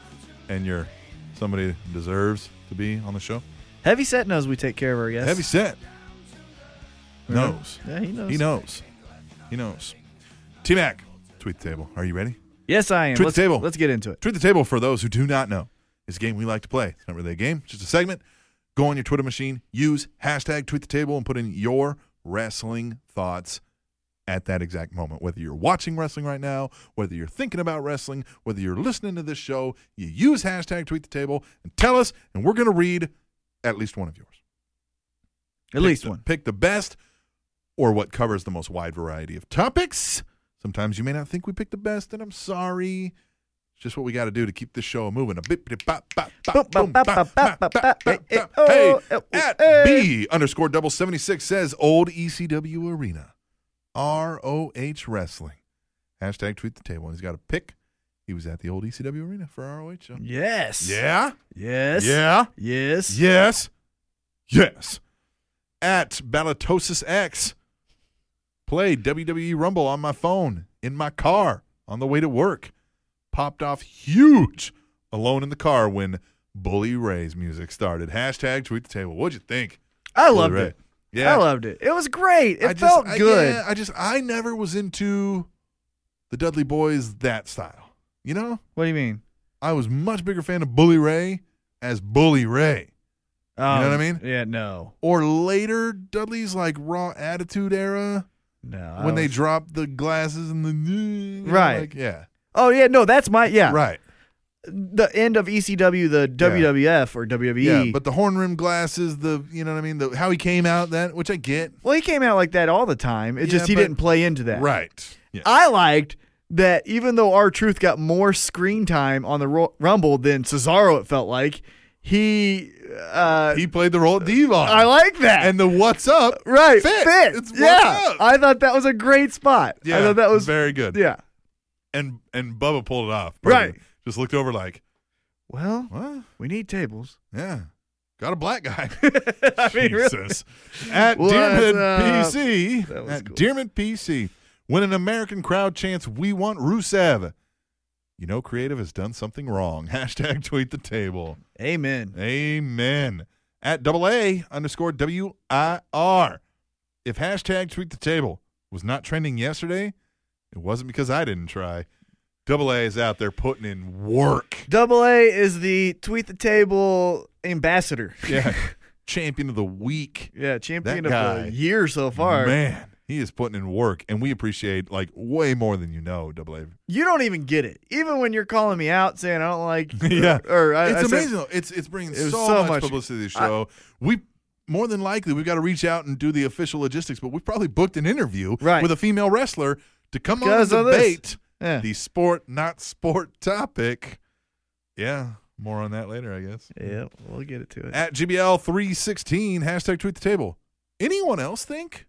and you're somebody who deserves to be on the show,
Heavy set knows we take care of our guests.
heavy set knows.
Yeah, he knows.
He knows. He knows. T Mac, tweet the table. Are you ready?
Yes, I am.
Tweet the
let's,
table.
Let's get into it.
Tweet the table for those who do not know. It's a game we like to play. It's not really a game, it's just a segment. Go on your Twitter machine, use hashtag tweet the table, and put in your wrestling thoughts at that exact moment. Whether you're watching wrestling right now, whether you're thinking about wrestling, whether you're listening to this show, you use hashtag tweet the table and tell us, and we're going to read at least one of yours.
At
Pick
least
the-
one.
Pick the best or what covers the most wide variety of topics. Sometimes you may not think we picked the best, and I'm sorry. It's just what we got to do to keep this show moving. A bip, bip, bop, bop, bop, boom, bop, bop, bop, bop, bop.
Eh, eh,
Hey,
oh, eh, oh,
at
eh.
B underscore double 76 says old ECW arena, ROH wrestling. Hashtag tweet the table. And he's got a pick. He was at the old ECW arena for ROH. show.
Yes.
Yeah.
Yes.
Yeah.
Yes.
Yes. Yes. At Balatosis X. Play WWE Rumble on my phone, in my car, on the way to work. Popped off huge alone in the car when Bully Ray's music started. Hashtag tweet the table. What'd you think?
I
Bully
loved
Ray?
it.
Yeah.
I loved it. It was great. It
I just-
felt
I-
good.
yeah, I just, I never was into the Dudley Boys that style. You know,
What do you mean?
I was much bigger fan of Bully Ray as Bully Ray.
Um,
know what I mean?
Yeah. No.
or later Dudley's like Raw Attitude era
No. I
when they
was-
dropped the glasses and the you know,
Right.
like, yeah,
Oh yeah. No, that's my yeah.
right,
The end of ECW, the WWF or E WWE.
yeah. But the horn rim glasses, the you know what I mean, the how he came out that which I get,
well, he came out like that all the time. It
Yeah,
just he
but-
didn't play into that.
right, yeah,
I liked that even though our truth got more screen time on the Ro- Rumble than Cesaro, it felt like he. Uh,
he played the role of Devon.
I like that.
and the what's up
right,
fit,
fit.
It's what's
yeah,
up.
I thought that was a great spot.
yeah,
I thought that was
very good.
yeah.
and and Bubba pulled it off.
Right.
just looked over like
Well,
what?
we need tables.
Yeah, got a black guy.
I mean, really.
Jesus. Uh, At
What's
Dearman
up?
PC.
That was
at
cool.
Dearman PC. When an American crowd chants, We want Rusev. You know, creative has done something wrong. Hashtag tweet the table.
Amen.
Amen. At double A underscore W I R. If hashtag tweet the table was not trending yesterday, it wasn't because I didn't try. Double A is out there putting in work.
Double A is the tweet the table ambassador.
Yeah. Champion of the week.
Yeah, champion
That
of
guy.
the year so far.
Man, he is putting in work, and we appreciate like way more than you know, Double A.
You don't even get it. Even when you're calling me out saying I don't like.
yeah,
Or I,
it's
I said-
amazing. though. It's it's bringing
It was
so,
so
much,
much-
publicity to the
I-
show. we more than likely we've got to reach out and do the official logistics, but we've probably booked an interview
Right.
with a female wrestler to come on and
Because of this.
debate
Yeah.
the sport not sport topic. Yeah, more on that later, I guess.
yeah, we'll get it to it.
At GBL three sixteen hashtag tweet the table. Anyone else think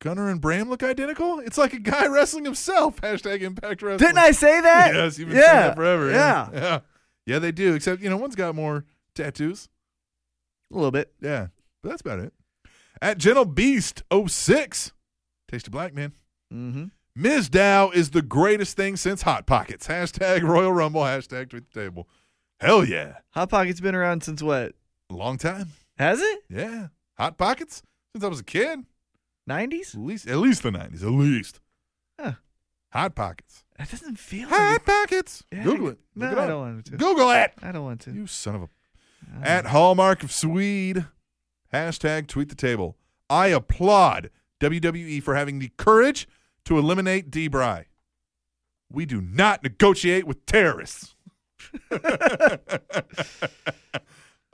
Gunner and Bram look identical? It's like a guy wrestling himself. Hashtag Impact Wrestling.
Didn't I say that?
Yes, you've been
yeah.
saying that forever.
Yeah.
yeah, yeah, Yeah, They do, except you know, one's got more tattoos.
A little bit.
Yeah, but that's about it. At Gentle Beast 06. Tasty Black Man.
Mm-hmm.
Ms. Dow is the greatest thing since Hot Pockets. Hashtag Royal Rumble. Hashtag Tweet the Table. Hell yeah.
Hot Pocket's been around since what?
Long time.
Has it?
Yeah. Hot Pockets since I was a kid.
90s?
At least, at least the nineties. At least.
Huh.
Hot pockets.
That doesn't feel like
Hot
it.
pockets.
Yeah,
Google it.
no,
Look it
I
up.
don't want to.
Google Uh. it.
I don't want to.
You son of a.
I
At Hallmark of Swede. Hashtag tweet the table. I applaud WWE for having the courage to eliminate D. Bry. We do not negotiate with terrorists.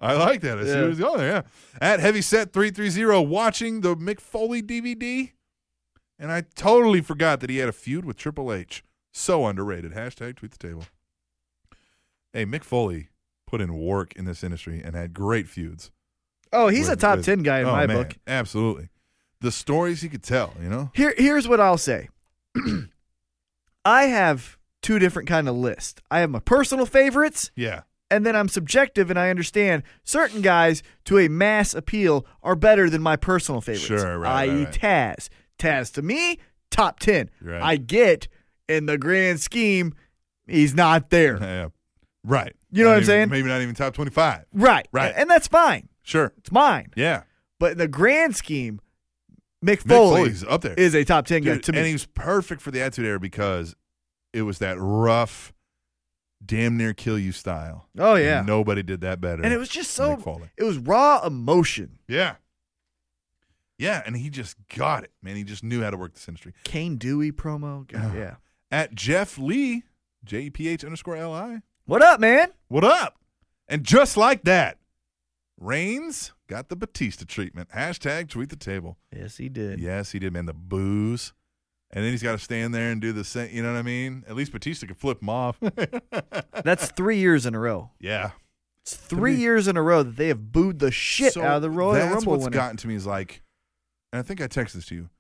I like that. I see
Yeah.
who's going there. Yeah. At Heavyset three three zero, watching the Mick Foley DVD, and I totally forgot that he had a feud with Triple H. So underrated. Hashtag tweet the table. Hey, Mick Foley put in work in this industry and had great feuds.
Oh, he's a
with-
top
with-
ten guy in
oh,
my
man,
book.
Absolutely. The stories he could tell, you know.
Here, here's what I'll say. I have two different kind of lists. I have my personal favorites,
Yeah.
and then I'm subjective, and I understand certain guys to a mass appeal are better than my personal favorites.
Sure, right, right,
I.e.
right.
Taz. Taz to me, top ten.
Right.
I get in the grand scheme, he's not there.
Yeah. Right.
You
Not
know what I'm
even-
saying?
Maybe not even top twenty five.
right,
Right.
and that's fine.
Sure.
It's mine.
Yeah.
But in the grand scheme, Mick
Mick
Foley
Foley's up there.
is a top ten guy
Dude,
to me.
And he was perfect for the Attitude Era because it was that rough, damn near kill you style.
Oh, yeah.
And nobody did that better.
and it was just
than
so
Mick Foley.
it was raw emotion.
Yeah. Yeah, and he just got it, man. He just knew how to work this industry.
Kane Dewey promo. God, yeah.
At Jeff Lee, J E P H underscore L I.
What up, man?
What up? And just like that, Reigns got the Batista treatment. Hashtag tweet the table.
Yes, he did.
Yes, he did, man. The booze. And then he's got to stand there and do the same. You know what I mean? At least Batista could flip him off.
That's three years in a row.
yeah.
It's three
me-
years in a row that they have booed the shit
So
out of Uh, the Royal
that's
Rumble
what's
winner.
gotten to me is like, and I think I texted this to you.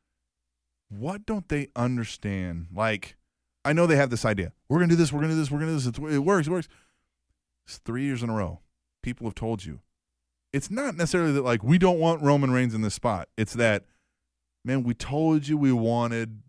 What don't they understand? Like, I know they have this idea. We're gonna do this. We're gonna do this. We're gonna do this. It's, it works. It works. It's three years in a row. People have told you. It's not necessarily that like we don't want Roman Reigns in this spot. It's that, man, we told you we wanted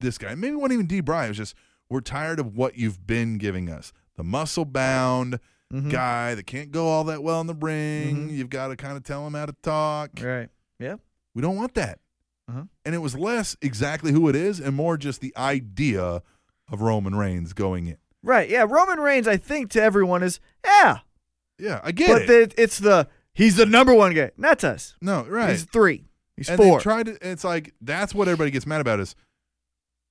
this guy. Maybe it wasn't even D. Bry. It was just we're tired of what you've been giving us. The muscle bound
Mhm.
guy that can't go all that well in the ring. You've got to kind of tell him how to talk.
Right. Yeah.
We don't want that.
Uh-huh.
And it was less exactly who it is and more just the idea of Roman Reigns going in.
Right. Yeah. Roman Reigns, I think to everyone is yeah,
Yeah, I get
but
it.
the, it's the he's the number one guy. Not us.
no, right.
He's three. He's
and
four.
They tried to, it's like that's what everybody gets mad about is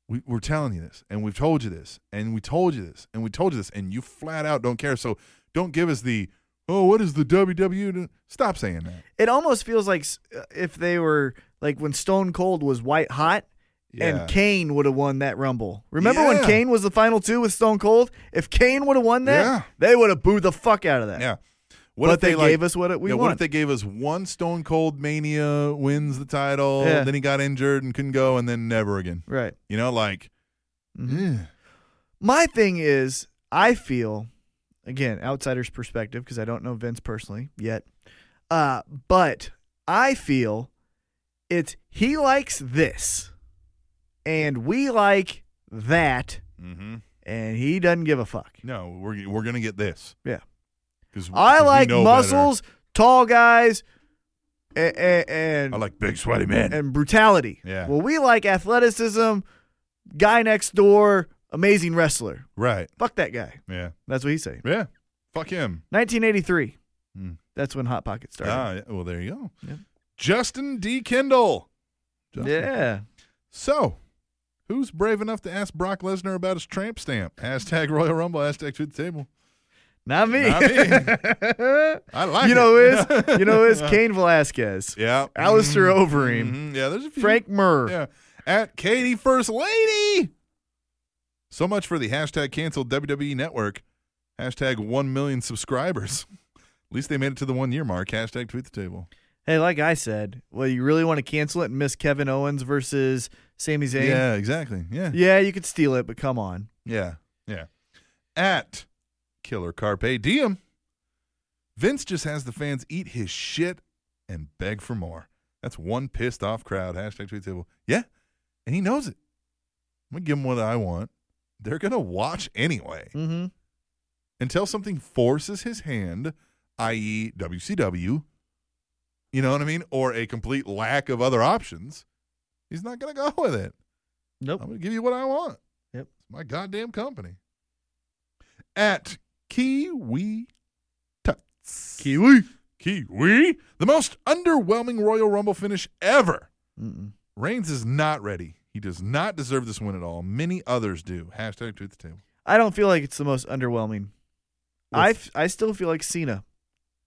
we, we're telling you this and we've told you this and we told you this and we told you this and you flat out don't care. So don't give us the oh what is the WWE? do-" Stop saying that.
it almost feels like s- uh, if they were like when Stone Cold was white hot.
Yeah.
And Kane would have won that Rumble. Remember when
Yeah.
Kane was the final two with Stone Cold? If Kane would have won that,
Yeah.
they would have booed the fuck out of that.
Yeah.
But
if
they gave us what it- we
yeah, What if
want.
they gave us one Stone Cold Mania wins the title,
Yeah.
then he got injured and couldn't go, and then never again?
Right.
You know, like eh,
My thing is, I feel, again, outsider's perspective, because I don't know Vince personally yet, uh, but I feel it's he likes this and we like that Mm-hmm. and he doesn't give a fuck.
no, we're we're gonna get this
Yeah.
because
I like muscles, tall guys, and, and,
I like big sweaty men.
and brutality.
Yeah.
Well, we like athleticism, guy next door, amazing wrestler.
right?
Fuck that guy.
Yeah,
That's what he's saying.
yeah. Fuck him.
1983.
Hmm.
That's when Hot Pocket started.
Ah, yeah, well, there you go.
Yeah.
Justin D. Kendall. Justin.
yeah.
So, who's brave enough to ask Brock Lesnar about his tramp stamp? Hashtag Royal Rumble. Hashtag to the table.
Not me.
Not me. I like
you
it.
know who is? You know who is? Kane Velasquez.
Yeah.
Alistair
Mm-hmm.
Overeem.
Mhm. Yeah, there's a few.
Frank Murr.
Yeah. At Katie First Lady. So much for the hashtag canceled WWE E network. Hashtag 1 million subscribers. At least they made it to the one year mark. Hashtag tweet the table.
Hey, like I said, well, you really want to cancel it and miss Kevin Owens versus Sami Zayn?
Yeah, exactly. Yeah.
Yeah, you could steal it, but come on.
Yeah. Yeah. At Killer Carpe Diem. Vince just has the fans eat his shit and beg for more. That's one pissed off crowd. Hashtag tweet table. Yeah. And he knows it. I'm going to give them what I want. They're going to watch anyway
Mm-hmm.
until something forces his hand, i.e., WCW. You know what I mean? Or a complete lack of other options. He's not going to go with it.
Nope.
I'm going to give you what I want.
Yep.
It's my goddamn company. At Kiwi Tuts. Kiwi. Kiwi. The most underwhelming Royal Rumble finish ever.
Mm-mm.
Reigns is not ready. He does not deserve this win at all. Many others do. Hashtag truth the table.
I don't feel like it's the most underwhelming. I f- I still feel like Cena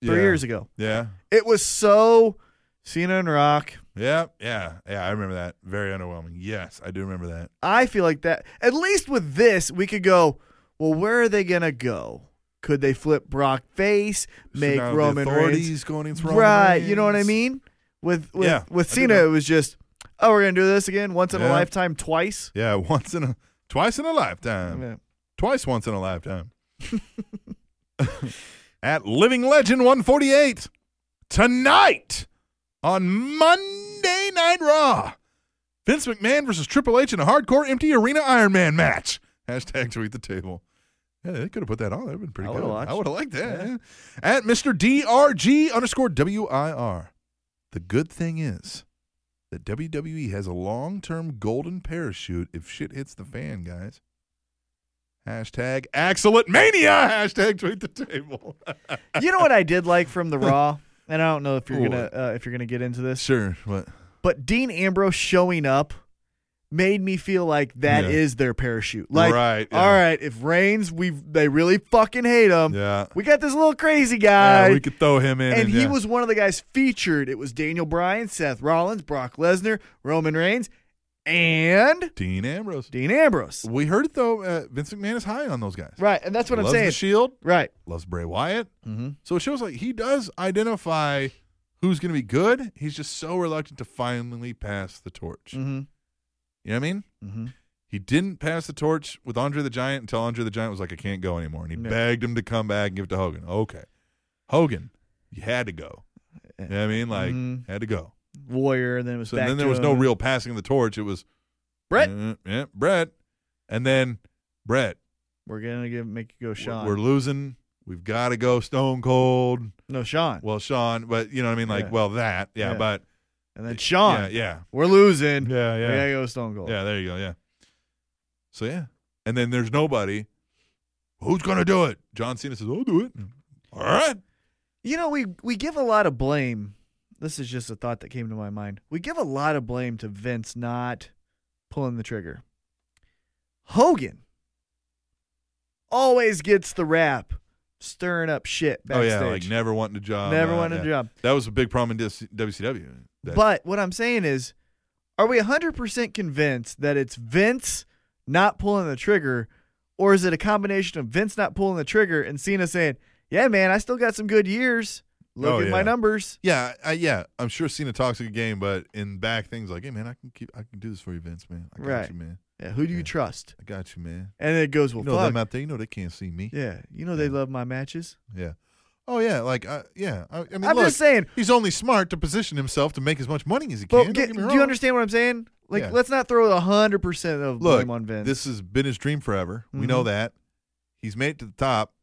three
Yeah.
years ago.
Yeah.
It was so Cena and Rock.
Yeah. Yeah. Yeah. I remember that. Very underwhelming. Yes, I do remember that.
I feel like that. At least with this, we could go. Well, where are they gonna go? Could they flip Brock face,
So
make
now
Roman
the
Reigns
authorities going into Roman
right? You know what I
Reigns.
mean? With with
Yeah,
with
I do
Cena,
know.
it was just, oh, we're gonna do this again once in a
Yeah.
lifetime, twice.
Yeah, once in a twice in a lifetime.
Yeah.
Twice once in a lifetime. At Living Legend 148 tonight on Monday Night Raw. Vince McMahon versus Triple H in a hardcore empty arena Iron Man match. Hashtag tweet the table. Yeah, they could have put that on. That would have been pretty
I
good.
would've watched.
I would have liked that. At Mr. DRG underscore WIR. The good thing is that WWE has a long term golden parachute if shit hits the fan, guys. Hashtag Axel at Mania. Hashtag tweet the table.
you know what I did like from the Raw, and I don't know if you're gonna
What?
uh, if you're gonna get into this,
sure. What?
but Dean Ambrose showing up made me feel like that is
Yeah.
their parachute. Like,
Right, yeah.
all right, if Reigns, we they really fucking hate him.
Yeah.
We got this little crazy
Yeah,
guy.
we could throw him in.
Uh, and he
yeah.
was one of the guys featured. It was Daniel Bryan, Seth Rollins, Brock Lesnar, Roman Reigns, and
Dean Ambrose.
Dean Ambrose.
We heard it though. Uh, Vince McMahon is high on those guys.
Right, and that's what
Loves
I'm saying.
the Shield.
right.
Loves Bray Wyatt.
Mhm.
So it shows like he does identify who's going to be good. He's just so reluctant to finally pass the torch.
Mhm.
You know what I mean?
Mhm.
He didn't pass the torch with Andre the Giant until Andre the Giant was like, I can't go anymore. And he
No.
begged him to come back and give it to Hogan. Okay. Hogan, you had to go. You know what I mean? Like,
Mhm.
had to go.
Warrior, and then it was
So
back
then there
to
was no
him.
real passing of the torch. It was
Brett.
"Eh, eh, Brett. And then Brett,
We're gonna give, make you go,
we're-
Sean.
we're losing. We've got to go Stone Cold.
no, Sean,
Well, Sean, but you know what I mean? Like,
Yeah.
well, that. Yeah,
Yeah.
but.
and then Sean. Oh.
Yeah, yeah.
We're losing.
Yeah,
We
yeah.
gotta go Stone Cold.
Yeah, there you go. Yeah. So yeah, and then there's nobody. Who's gonna do it? John Cena says, "I'll do it."
Mm.
All right.
You know, we we give a lot of blame. This is just a thought that came to my mind. We give a lot of blame to Vince not pulling the trigger. Hogan always gets the rap, stirring up shit
Oh
backstage.
yeah, like never wanting a job.
Never
uh,
wanted a
yeah.
job.
That was a big problem in dis- WCW. That-
But what I'm saying is, are we 100% convinced that it's Vince not pulling the trigger, or is it a combination of Vince not pulling the trigger and Cena saying, "Yeah, man, I still got some good years. Look
Oh,
at
yeah.
my numbers."
yeah, I, yeah, I'm sure Cena talks a good game, but in back things like, "Hey man, I can keep, I can do this for you, Vince, man. I got
Right.
you, man.
Yeah, who do you
Yeah.
trust?
I got you, man.
And it goes, well,
You know
fuck.
them out there. You know they can't see me.
yeah, you know they love my matches.
Yeah. Oh yeah, like uh, yeah. I, I mean,
I'm
look,
just saying.
he's only smart to position himself to make as much money as he
But
can. Don't
get-
get me
do you
wrong.
understand what I'm saying? Like,
Yeah.
let's not throw a hundred percent of
Look,
blame on Vince.
this has been his dream forever. We know
Mhm.
that. He's made it to the top.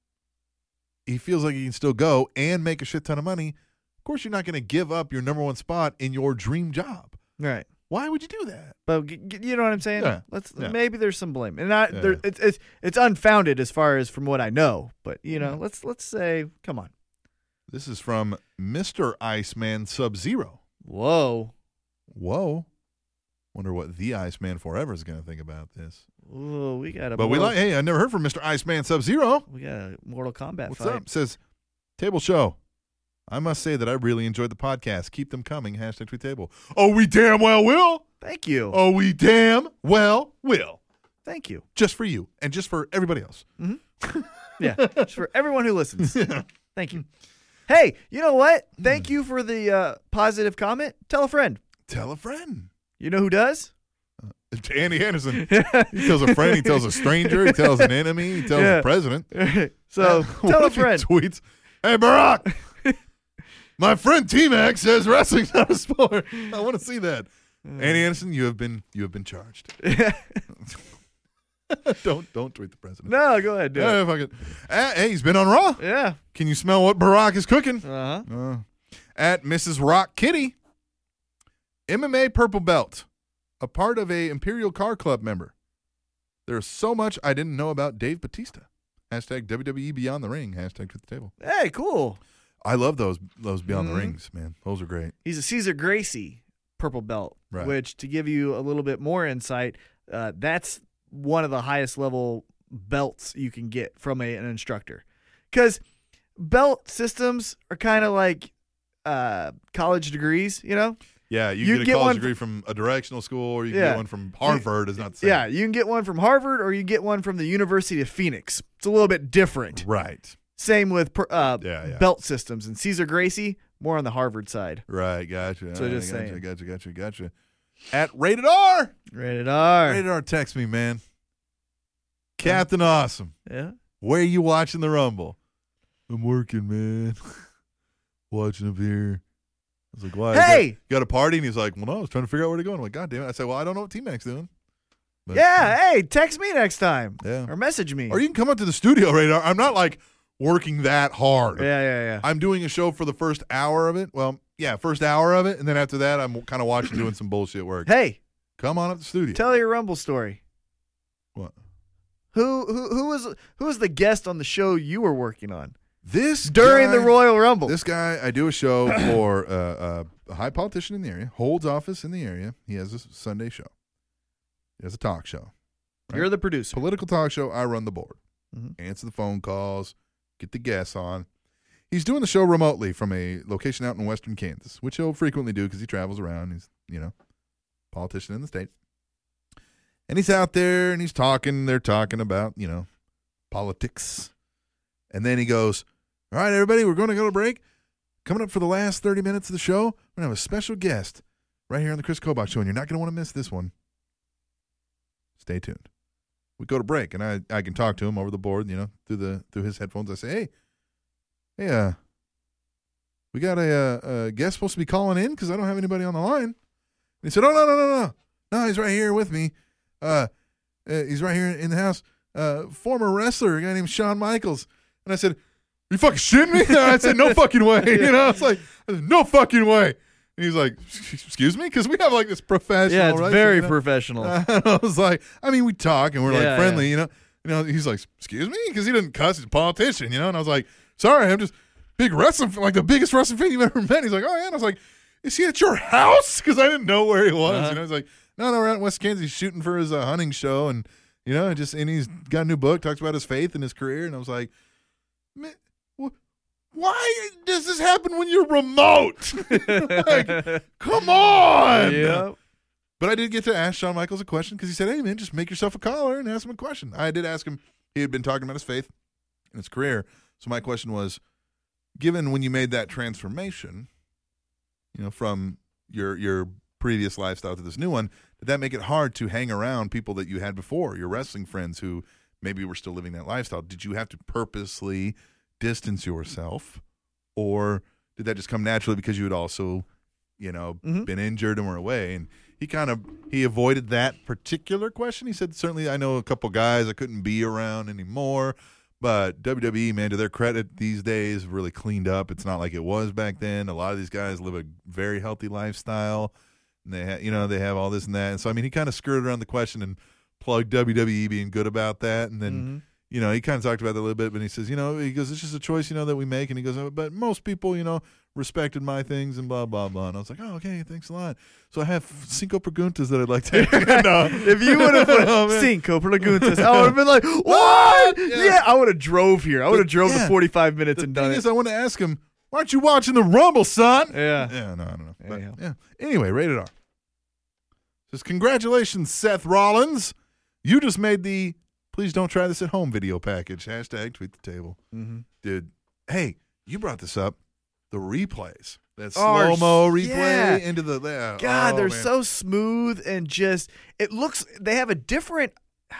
He feels like he can still go and make a shit ton of money. Of course, you're not going to give up your number one spot in your dream job.
right?
Why would you do that?
But g- g- you know what I'm saying?
Yeah.
Let's
Yeah.
maybe there's some blame, and I,
Yeah.
there, it's it's it's unfounded as far as from what I know. But you know, let's let's say, come on,
This is from Mr. Iceman Sub Zero.
whoa,
Whoa. Wonder what the Iceman Forever is going to think about this.
whoa, we got a
But we
Mortal-
like, hey, I never heard from Mr. Iceman Sub Zero.
we got a Mortal Kombat
What's
fight.
up? Says table show. I must say that I really enjoyed the podcast. Keep them coming. Hashtag tweet table. Oh, we damn well will.
Thank you,
Oh, we damn well will.
thank you.
Just for you and just for everybody else.
Yeah, just for everyone who listens. Thank you. Hey, you know what?
Hmm.
Thank you for the uh, positive comment. Tell a friend.
Tell a friend.
You know who does?
Andy Anderson. he tells a friend. He tells a stranger. He tells an enemy. He tells
Yeah.
the president.
so
What
tell a
if he
friend.
tweets, "Hey Barack, my friend T Mac says wrestling's not a sport. I want to see that." Andy Anderson, you have been you have been charged. don't don't tweet the president.
no, go ahead. Do it.
Hey, fuck it. Uh, hey, he's been on Raw.
Yeah.
Can you smell what Barack is cooking?
Uh huh.
Uh, at Mrs. Rock Kitty, MMA Purple Belt, a part of a Imperial Car Club member. There's so much I didn't know about Dave Batista. Hashtag WWE Beyond the Ring. Hashtag to the table.
Hey, cool.
I love those those Beyond
Mm-hmm.
Mhm.
the Rings, man. Those are great.
He's a Caesar Gracie purple belt,
Right.
which to give you a little bit more insight, uh, that's one of the highest level
belts you can get from a, an instructor. Because belt systems are kind of like uh, college degrees, you know?
Yeah, you,
You
get a
get
college
one-
degree from a directional school, or you can get
Yeah.
one from Harvard. Is not the same.
Yeah, you can get one from Harvard or you get one from the University of Phoenix. It's a little bit different.
Right.
Same with per- uh,
Yeah, yeah.
belt systems and Caesar Gracie, more on the Harvard side.
Right. Gotcha.
So
All right,
just
gotcha,
saying.
Gotcha. Gotcha. Gotcha. At rated R.
Rated R.
Rated R. Text me, man. Captain Awesome.
yeah.
Where you watching the Rumble? I'm working, man. watching up here. I was like, why?
Hey!
You got a party? And he's like, well, no, I was trying to figure out where to go. And I'm like, God damn it. I said, well, I don't know what T Mac's doing. But-
Yeah, hey, text me next time.
Yeah.
Or message me.
Or you can come up to the studio, Radar. I'm not like working that hard.
yeah, yeah, yeah.
I'm doing a show for the first hour of it. Well, yeah, first hour of it. And then after that, I'm kind of watching, doing some bullshit work.
Hey,
Come on up to the studio.
tell your Rumble story.
what?
Who who who was who was the guest on the show you were working on
This
during the
guy-
Royal Rumble?
This guy, I do a show for uh, uh, a high politician in the area, holds office in the area. He has a s- Sunday show. He has a talk show,
You're the producer.
political talk show. I run the board,
Mhm.
answer the phone calls, get the guests on. He's doing the show remotely from a location out in western Kansas, which he'll frequently do because he travels around. He's you know politician in the state, and he's out there and he's talking. They're talking about you know politics, and then he goes, "All right, everybody, we're going to go to break. Coming up for the last 30 minutes of the show, we're going to have a special guest right here on the Chris Kobach Show, and you're not going to want to miss this one. Stay tuned. We go to break, and I, I can talk to him over the board, you know, through the through his headphones. I say, hey, hey, uh, we got a, uh a guest supposed to be calling in because I don't have anybody on the line. And he said, oh, no, no, no, no. No, he's right here with me. Uh, uh, he's right here in the house. Uh, former wrestler, a guy named Shawn Michaels. And I said, you fucking shitting me? And I said, no fucking way. You know, it's like, I said, no fucking way. And he's like, excuse me? Because we have like this professional.
yeah, it's
right?
very
You know?
professional.
And I was like, I mean, we talk and we're like
Yeah,
friendly, you know. You know, he's like, excuse me, because he doesn't cuss. He's a politician, you know. And I was like, sorry, I'm just big wrestling, like the biggest wrestling fan you've ever met. He's like, oh yeah. And I was like, is he at your house? Because I didn't know where he was.
Uh-huh.
You know, he's like, no, no, we're out in West Kansas. He's shooting for his uh, hunting show, and you know, just and he's got a new book, talks about his faith and his career. And I was like, "Ma- wh- why does this happen when you're remote? like, come on.
yeah.
But I did get to ask Shawn Michaels a question because he said, "Hey man, just make yourself a caller and ask him a question." I did ask him. He had been talking about his faith and his career, so my question was, given when you made that transformation, you know, from your your previous lifestyle to this new one, did that make it hard to hang around people that you had before, your wrestling friends who maybe were still living that lifestyle? Did you have to purposely distance yourself, or did that just come naturally because you had also, you know,
Mhm.
been injured and were away? And he kind of he avoided that particular question. He said, "Certainly, I know a couple guys I couldn't be around anymore." But WWE, man, to their credit, these days have really cleaned up. It's not like it was back then. A lot of these guys live a very healthy lifestyle. And they, ha- you know, they have all this and that. And so, I mean, he kind of skirted around the question and plugged WWE being good about that. And then, you know, he kind of talked about that a little bit. But he says, you know, he goes, it's just a choice, you know, that we make. And he goes, "Oh, but most people, you know, respected my things and blah blah blah. And I was like, oh, okay, thanks a lot. So I have cinco preguntas that I'd like to. No.
If you would have put
Oh, man.
cinco preguntas, I would have been like, "What?
Yeah.
Yeah, I would have drove here. I would have drove
yeah.
the forty-five minutes and done
thing
it."
is, I want to ask him, why aren't you watching the Rumble, son?
Yeah.
Yeah, no, I don't know. But,
Anyhow.
yeah. Anyway, rated R. Says, congratulations, Seth Rollins. You just made the please don't try this at home video package. Hashtag tweet the table.
Mhm.
Dude, hey, you brought this up. The replays. That
Are
slow mo replay
Oh, yeah.
into the. yeah.
God,
Oh,
they're
man.
so smooth and just it looks. They have a different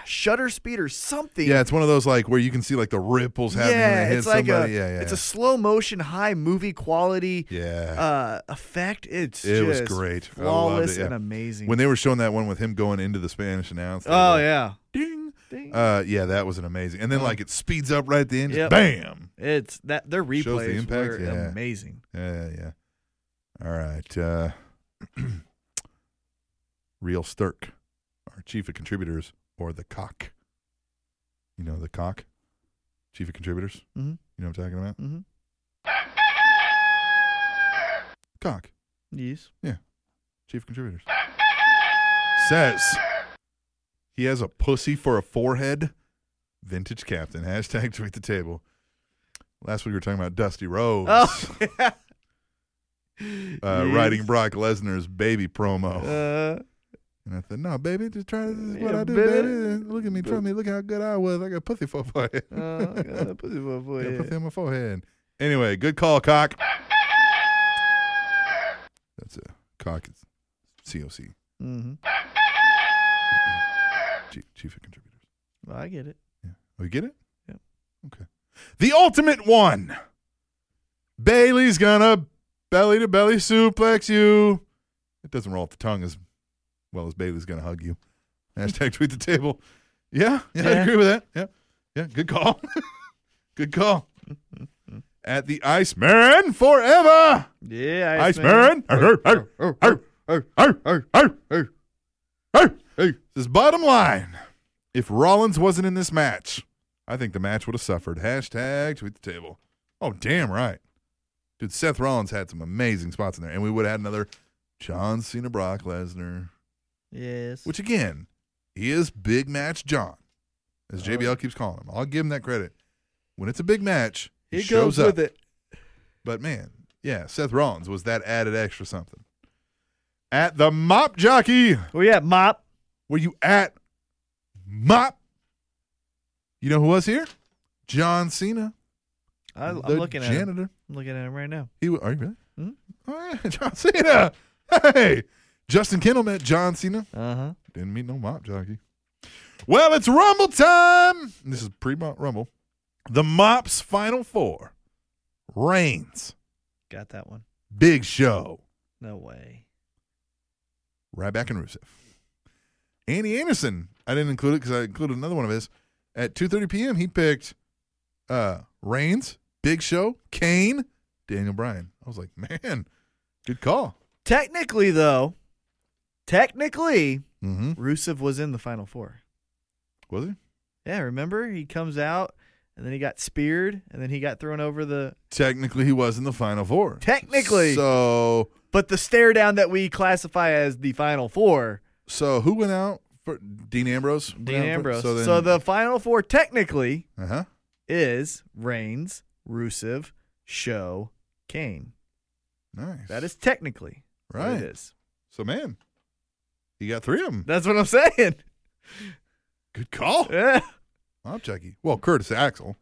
shutter speed or something.
Yeah, it's one of those like where you can see like the ripples happening when it
yeah,
hits
it's like
somebody.
a
yeah, yeah.
it's a slow motion, high movie quality
yeah.
uh, effect. It's
It was
just
great. I loved it,
flawless
yeah.
and amazing.
when they were showing that one with him going into the Spanish announce. they were
oh
like,
yeah,
Ding.
Ding.
Uh, yeah, that was an amazing. And then like it speeds up right at the end. just
Uh-huh. Yep.
Bam.
it's that their replays
the impact,
were
yeah.
amazing.
Yeah, yeah. All right. Uh, Real Sturk, our chief of contributors, or the cock. You know the cock, chief of contributors.
Mhm.
You know what I'm talking about?
Mhm.
Cock,
Yes.
chief of contributors. Says he has a pussy for a forehead.
Vintage Captain. Hashtag tweet the table. Last week we were talking about Dusty Rhodes
Oh, yeah.
uh,
yes.
writing Brock Lesnar's baby promo.
Uh,
And I said, no, baby, just try this. This is what
Yeah,
I do,
baby.
baby. Look at me. Trust me. Look how good I was. I got pussy for forehead.
oh, I got a pussy boy for
Got
you.
pussy on my forehead. Anyway, good call, cock. That's a cock. It's COC.
Mhm.
Chief, chief of contributors.
Well, I get it.
Oh, you get it?
Yep.
Okay. The ultimate one. Bailey's gonna belly to belly suplex you. It doesn't roll off the tongue as well as Bailey's gonna hug you. Hashtag tweet the table. Yeah, yeah, I
Yeah.
agree with that. Yeah, yeah, good call. good call. At the Iceman forever.
Yeah,
Iceman. Arr, arr, arr, arr, arr, arr, arr, arr, arr, arr. This is bottom line. If Rollins wasn't in this match, I think the match would have suffered. Hashtag tweet the table. Oh, damn right. Dude, Seth Rollins had some amazing spots in there, and we would have had another John Cena Brock Lesnar,
Yes.
which again is big match John, as JBL keeps calling him. I'll give him that credit. When it's a big match, he,
he
shows
goes
up.
with it.
But man, yeah, Seth Rollins was that added extra something. At the Mop Jockey,
Well, yeah, mop.
were you at Mop? You know who was here? John Cena.
I, I'm
the
looking at him.
janitor.
I'm looking at him right now.
He wa- are you really?
Hmm?
Oh, yeah, John Cena. Hey, Justin Kendall met John Cena.
Uh huh.
Didn't meet no Mop Jockey. Well, it's Rumble time. This is pre Rumble. The Mop's final four: Reigns,
Got that one.
Big Show,
No way.
Ryback and Rusev. Andy Anderson, I didn't include it because I included another one of his. At 2:30 p.m., he picked uh Reigns, Big Show, Kane, Daniel Bryan. I was like, man, good call.
Technically, though, technically,
Mm-hmm.
Rusev was in the final four.
Was he?
Yeah, remember he comes out and then he got speared and then he got thrown over the.
Technically, he was in the final four.
Technically.
So,
But the stare down that we classify as the final four,
so who went out for Dean Ambrose? went
Dean
out for-
Ambrose.
So,
So,
then,
the final four technically
uh huh.
is Reigns, Rusev, Show, Kane.
Nice.
That is technically what
right.
it is.
So man, you got three of them.
That's what I'm saying.
Good call.
Yeah.
Mop Jockey. Well, Curtis Axel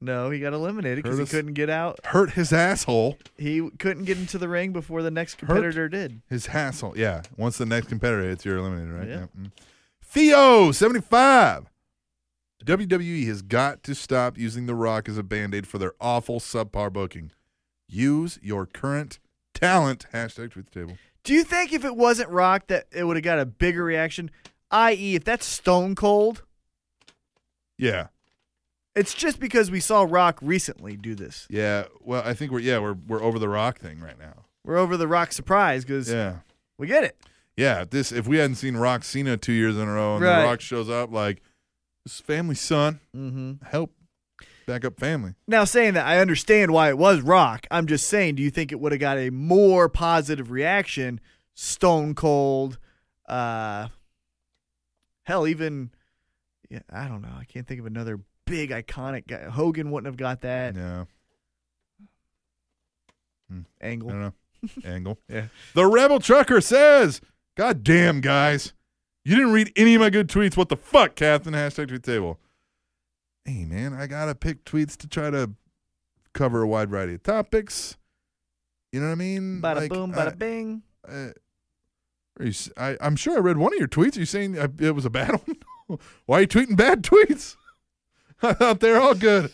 No, he got eliminated because he
Curtis-
couldn't get out.
hurt his asshole.
He couldn't get into the ring before the next competitor did.
His hassle. Yeah. Once the next competitor hits, you're eliminated, right?
Yeah.
Mm. Theo, 75. WWE E has got to stop using The Rock as a band aid for their awful subpar booking. Use your current talent. Hashtag tweet the table.
Do you think if it wasn't Rock that it would have got a bigger reaction? I.e., if that's Stone Cold,
Yeah.
it's just because we saw Rock recently do this.
Yeah. Well, I think we're, yeah, we're, we're over the Rock thing right now.
We're over the Rock surprise because
Yeah.
we get it.
Yeah. If this, if we hadn't seen Rock Cena two years in a row and
Right.
The Rock shows up like, this is family son,
Mm-hmm.
help back up family.
Now, saying that, I understand why it was Rock. I'm just saying, do you think it would have got a more positive reaction? Stone Cold, uh, hell, even yeah, I don't know. I can't think of another big iconic guy. Hogan wouldn't have got that
Yeah. I
angle.
don't know. Angle.
Yeah.
The Rebel Trucker says, God damn, guys. You didn't read any of my good tweets. What the fuck, Captain? Hashtag tweet table. Hey, man, I got to pick tweets to try to cover a wide variety of topics. You know what I mean?
Bada
Like,
boom, bada bing.
I, uh, are you, s- I, am sure I read one of your tweets. Are you saying I, it was a bad one? Why are you tweeting bad tweets? I thought they're all good.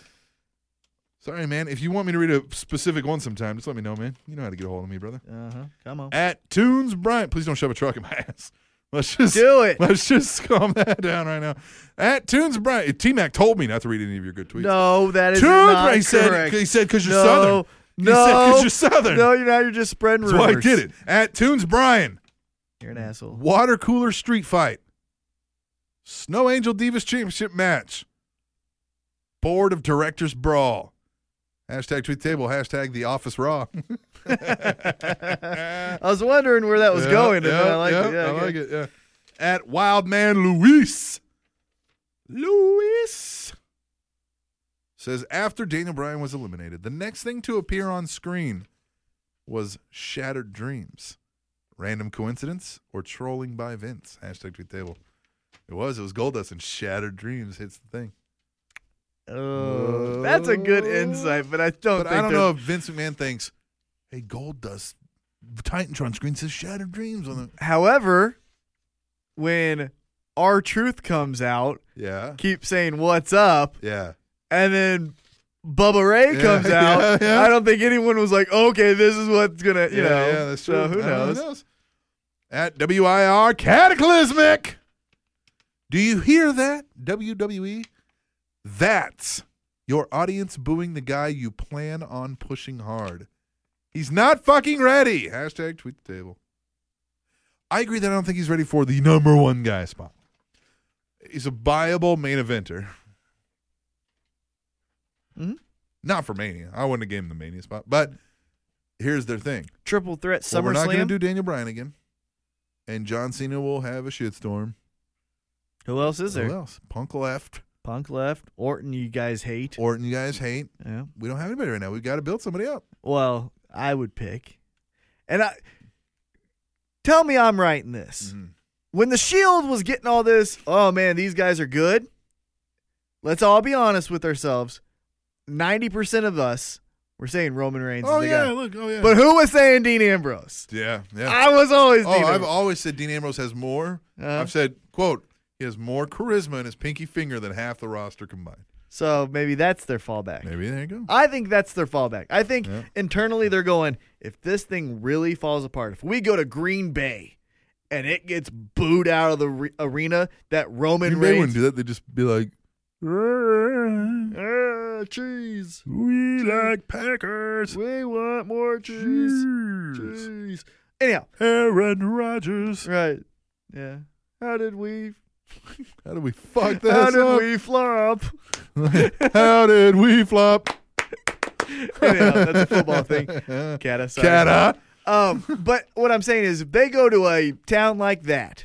Sorry, man. If you want me to read a specific one sometime, just let me know, man. You know how to get a hold of me, brother.
Uh huh. Come on.
At Tunes Bryant, please don't shove a truck in my ass. Let's just
Do it.
Let's just calm that down right now. At Tunes Bryant, T Mac told me not to read any of your good tweets.
No, that is
Tunes
not
Bryant he said
correct.
he said because you're
no,
southern. He
No,
said 'cause you're Southern.
No, you're not. You're just spreading
That's why
rumors.
I did it. At Tunes Bryan,
You're an asshole.
water cooler street fight, Snow Angel Divas Championship match, board of directors brawl. Hashtag tweet table. Hashtag the office raw.
I was wondering where that was
Yeah,
going. and
yeah,
I like it.
yeah,
Yeah,
I
okay.
like it. Yeah. At Wildman Luis. Lewis says after Daniel Bryan was eliminated, the next thing to appear on screen was Shattered Dreams. Random coincidence or trolling by Vince? Hashtag tweet table. It was. It was Goldust and Shattered Dreams hits the thing.
Oh, that's a good insight, but I don't.
But
think
I don't
there's-
know if Vince McMahon thinks, hey, Goldust, Titantron screen says Shattered Dreams on
However, when our truth comes out,
the. Yeah.
keep saying what's up,
Yeah.
and then Bubba Ray
Yeah,
comes out.
yeah, yeah.
I don't think anyone was like, okay, this is what's gonna, you
yeah,
know.
yeah, that's true.
So who
I don't know,
knows?
At WIR Cataclysmic. Do you hear that, WWE? That's your audience booing the guy you plan on pushing hard. He's not fucking ready. Hashtag tweet the table. I agree that I don't think he's ready for the number one guy spot. He's a viable main eventer.
Mhm.
Not for Mania. I wouldn't have gave him the Mania spot. But here's their thing.
Triple threat
Well, we're not
SummerSlam.
to do Daniel Bryan again. And John Cena will have a shitstorm.
who else is there?
Who else? Punk left.
Punk left. Orton, you guys hate.
Orton, you guys hate.
yeah.
We don't have anybody right now. We've got to build somebody up.
Well, I would pick, and I tell me I'm right in this.
Mm-hmm.
When the Shield was getting all this, oh man, these guys are good. Let's all be honest with ourselves. Ninety percent of us were saying Roman Reigns. is
Oh
the
yeah,
guy.
look, oh yeah.
but who was saying Dean Ambrose?
yeah, yeah.
I was always
oh,
Dean.
I've
Ambrose.
always said Dean Ambrose has more.
Uh-huh.
I've said, quote, he has more charisma in his pinky finger than half the roster combined.
so maybe that's their fallback.
Maybe there you go.
I think that's their fallback. I think
Yeah.
internally they're going, if this thing really falls apart, if we go to Green Bay and it gets booed out of the re- arena, that Roman
Green Bay wouldn't
Reigns.
do that. They'd just be like,
Ah, cheese.
we like Packers.
We want more cheese.
Cheers.
Cheese. Anyhow,
Aaron Rodgers.
right. Yeah. How did we?
How did we fuck that
How
up?
did we flop?
How did we flop?
Anyhow, that's a football thing. Cata. sorry.
Cata.
Um, but what I'm saying is, if they go to a town like that,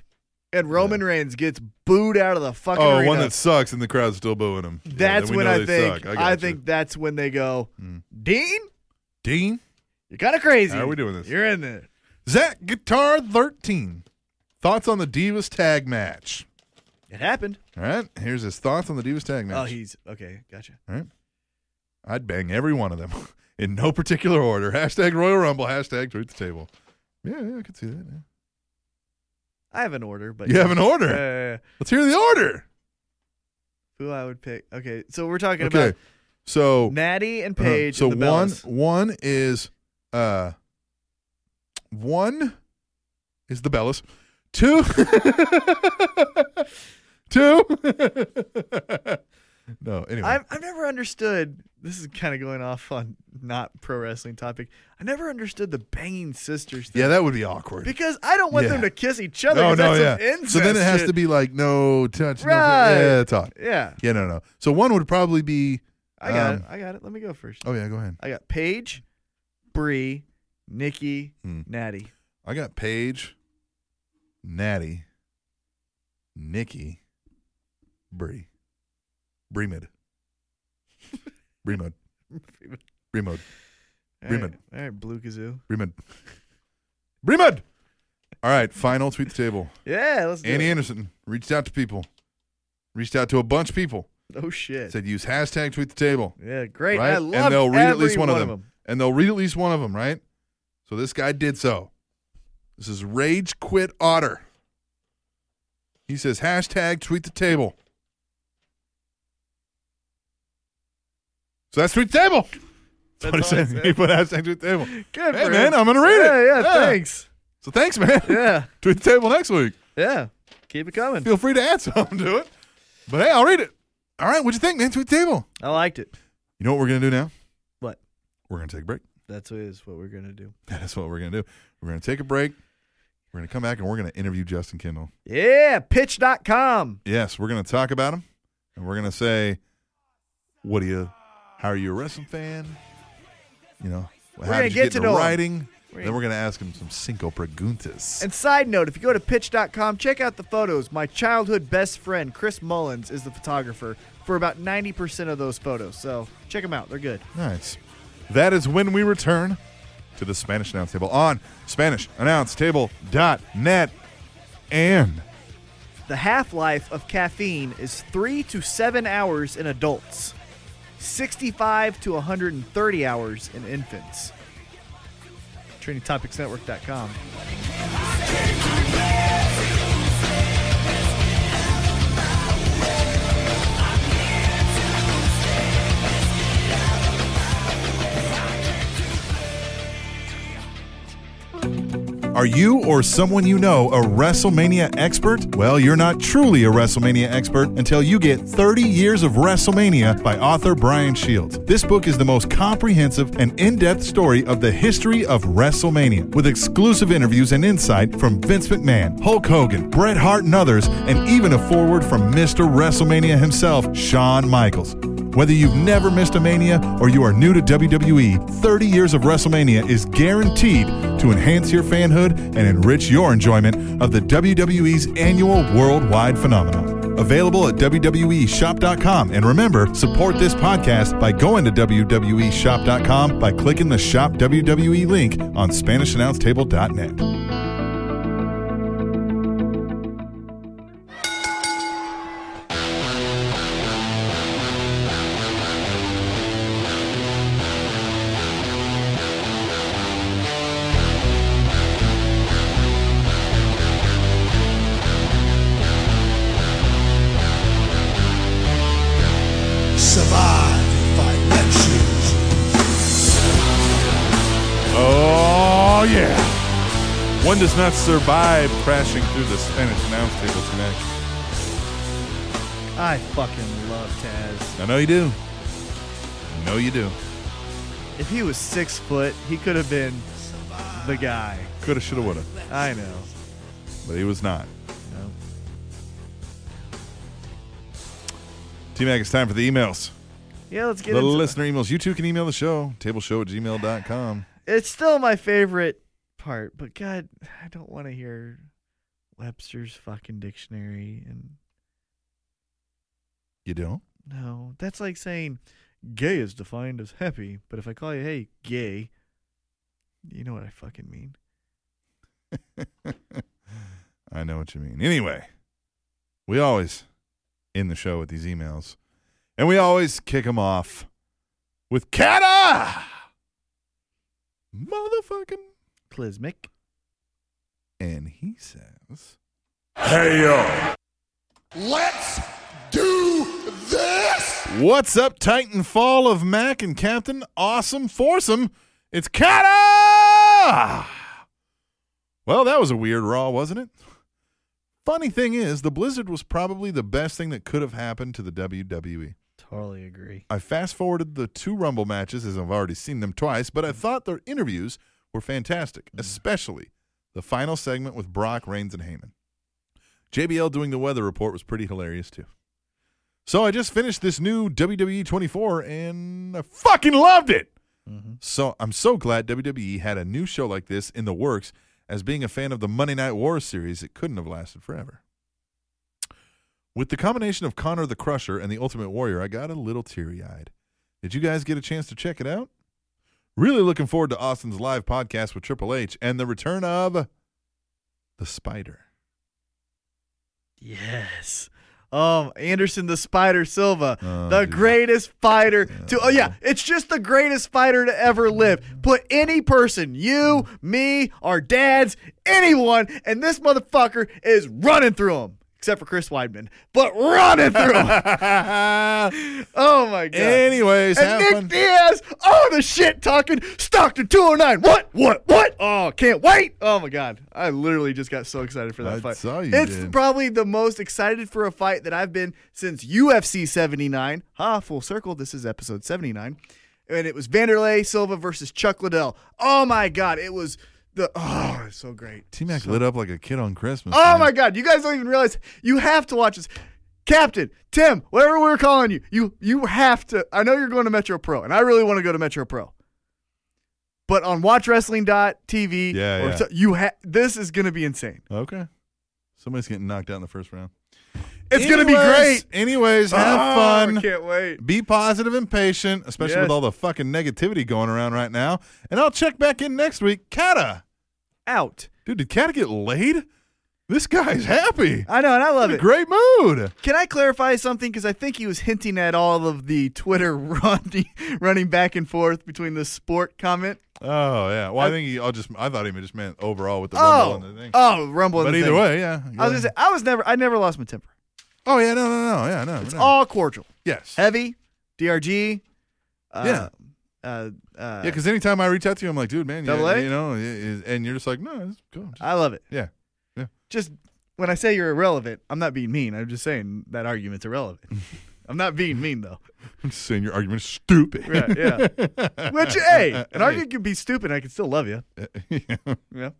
and Roman Reigns gets booed out of the fucking
Oh,
arena,
one that sucks and the crowd's still booing him. Yeah,
That's
then we
when
know
I
they
think
suck.
I,
gotcha.
think that's when they go,
Hmm.
Dean,
Dean
you're kind of crazy.
How are we doing this?
You're in there.
Zach Guitar thirteen. Thoughts on the Divas tag match.
It happened.
All right, here's his thoughts on the Divas tag match.
Oh, he's okay. Gotcha.
All right, I'd bang every one of them in no particular order. Hashtag Royal Rumble. Hashtag Truth the Table. Yeah, yeah, I can see that. yeah.
I have an order, but
You have an order.
Uh,
Let's hear the order.
who I would pick? Okay, so we're talking
Okay, so
about Natty and
Uh-huh.
Paige.
So
and the
one
Bellas.
one is uh one is the Bellas. Two two No, anyway.
I've, I've never understood. This is kind of going off on not pro wrestling topic. I never understood the banging sisters thing
yeah, that would be awkward.
because I don't want
Yeah.
them to kiss each other.
no,
'cause
no, yeah.
that's some
So then it
incest
has
shit.
to be like no touch,
Right.
no yeah, talk.
Yeah,
Yeah, no, no. So one would probably be
I got
Um,
it. I got it. Let me go first.
Oh yeah, go ahead.
I got Paige, Bree, Nikki,
Hmm.
Natty.
I got Paige, Natty, Nikki, Bree, Breemid, Bremod, Bremod,
All right.
Bremen.
All right, Blue Kazoo.
Bremod, Bremod. All right, final tweet the table.
Yeah, let's do
Annie
it.
Anderson reached out to people, reached out to a bunch of people,
Oh shit.
said use hashtag tweet the table,
Yeah, great.
right?
I love
and they'll read at least
every
one, of them. and they'll read at least one of them, right? So this guy did so. This is Rage Quit Otter. He says hashtag tweet the table. So that's tweet the table. That's what he
all it
said.
said.
He put hashtag tweet the table.
Good
hey
for
man,
him.
I'm gonna read
yeah,
it.
Yeah, thanks.
So thanks, man.
Yeah,
tweet the table next week.
yeah. Keep it coming.
Feel free to add something to it. But hey, I'll read it. All right, what'd you think, man? Tweet the table.
I liked it.
You know what we're gonna do now?
What?
We're gonna take a break.
That's what is what we're gonna do.
That's what we're going to do. We're going to take a break. We're going to come back and we're going to interview Justin Kendall.
Yeah, pitch.com.
Yes, we're going to talk about him and we're going to say, what do you, how are you a wrestling fan? You know, how
gonna
did you
get
get,
to
into
know him.
writing?
Then we're going to ask him some cinco preguntas.
And side note, if you go to pitch.com, check out the photos. My childhood best friend, Chris Mullins, is the photographer for about 90% of those photos. So check them out. They're good.
Nice. That is when we return to the Spanish Announce Table on SpanishAnnounceTable.net. And
The half life of caffeine is three to seven hours in adults, 65 to 130 hours in infants. TrainingTopicsNetwork.com.
are you or someone you know a WrestleMania expert? Well, you're not truly a WrestleMania expert until you get 30 Years of WrestleMania by author Brian Shields. This book is the most comprehensive and in depth story of the history of WrestleMania, with exclusive interviews and insight from Vince McMahon, Hulk Hogan, Bret Hart, and others, and even a foreword from Mr. WrestleMania himself, Shawn Michaels. Whether you've never missed a Mania or you are new to WWE, 30 years of WrestleMania is guaranteed to enhance your fanhood and enrich your enjoyment of the WWE's annual worldwide phenomenon. Available at E WWEshop.com. And remember, support this podcast by going to E WWEshop.com by clicking the Shop WWE link on SpanishAnnounceTable.net.
Survive if I let you.
Oh, yeah. One does not survive crashing through the Spanish announce table tonight.
I fucking love Taz.
I know you do. I know you do.
If he was six foot, he could have been the guy.
Coulda, shoulda, woulda.
I know.
But he was not. T Mac, it's time for the emails.
Yeah, let's get
The
into it.
listener emails. You too can email the show. Tableshow at gmail.com.
It's still my favorite part, but God, I don't want to hear Webster's fucking dictionary and
You don't?
No, that's like saying gay is defined as happy, but if I call you, hey, gay, you know what I fucking mean.
I know what you mean. Anyway, we always end the show with these emails, and we always kick them off with Kata! Motherfucking.
Clismic.
And he says,
Let's do this!
What's up, Titan Fall of Mac and Captain Awesome Foursome? It's Kata! Well, that was a weird Raw, wasn't it? Funny thing is, the Blizzard was probably the best thing that could have happened to the E. WWE.
Totally agree.
I fast forwarded the two Rumble matches as I've already seen them twice, but I thought their interviews were fantastic, especially the final segment with Brock, Reigns, and Heyman. JBL doing the weather report was pretty hilarious too. So I just finished this new WWE 24 and I fucking loved it. So I'm so glad WWE had a new show like this in the works. As being a fan of the Monday Night War series, it couldn't have lasted forever. With the combination of Connor the Crusher and the Ultimate Warrior, I got a little teary eyed. Did you guys get a chance to check it out? Really looking forward to Austin's live podcast with Triple H and the return of the Spider.
Yes. Um, Anderson the Spider Silva,
Oh,
the
dude.
greatest fighter to. Oh yeah, it's just the greatest fighter to ever live. Put any person, you, me, our dads, anyone, and this motherfucker is running through him. Except for Chris Weidman, but running through him. oh my god.
Anyways,
and
have
Nick
fun.
Diaz, all the shit talking Stockton 209. What? What? What? Oh, can't wait. Oh my god. I literally just got so excited for that
I
fight.
saw you
it's
did.
probably the most excited for a fight that I've been since UFC 79. Ha, full circle. This is episode 79. And it was Vanderlei Silva versus Chuck Liddell. Oh my god, it was the oh, it's so great.
T Mac lit up like a kid on Christmas.
Oh
man.
my God! You guys don't even realize you have to watch this, Captain Tim. Whatever we're calling you, you you have to. I know you're going to Metro Pro, and I really want to go to Metro Pro,
But on watchwrestling.tv,
Yeah,
or
yeah.
so- you ha- this is going to be insane.
Oh.
Okay. Somebody's getting knocked out in the first round.
It's going to be
Anyways-
great.
Anyways, have
Oh,
fun.
I can't wait.
Be positive and patient, especially
Yes.
with all the fucking negativity going around right now. And I'll check back in next week. Kata.
Out.
Dude, did Kata get laid? This guy's happy.
I know, and I love
In a
it.
great mood.
Can I clarify something? Because I think he was hinting at all of the Twitter running, running back and forth between the sport comment.
Oh yeah. Well, I, think he. I just. I thought he just meant overall with the rumble
Oh,
and the thing.
oh, rumble. and
but
the
either
thing.
way, yeah.
I was gonna say I was never, I never lost my temper.
Oh yeah. No. No. No. Yeah. No.
It's
no.
all cordial,
yes.
heavy, DRG. Uh,
Yeah.
uh, uh,
Yeah, because anytime I reach out to you, I'm like, dude, man, you,
Double A?
you know, y- y- and you're just like, no, it's cool. Just-
I love it.
yeah, yeah.
Just when I say you're irrelevant, I'm not being mean. I'm just saying that argument's irrelevant. I'm not being mean though.
I'm just saying your argument is stupid.
Right,
yeah.
Which, hey, an argument can be stupid. and I can still love you. Yeah.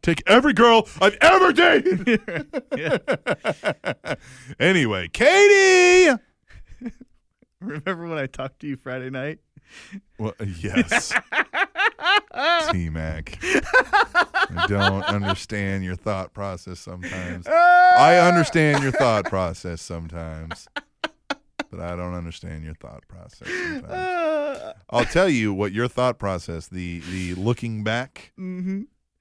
Take every girl I've ever dated. anyway, Katie.
Remember when I talked to you Friday night?
Well, uh, yes. T Mac. I don't understand your thought process sometimes. I understand your thought process sometimes, but I don't understand your thought process sometimes.
Uh,
I'll tell you what your thought process, the the looking back,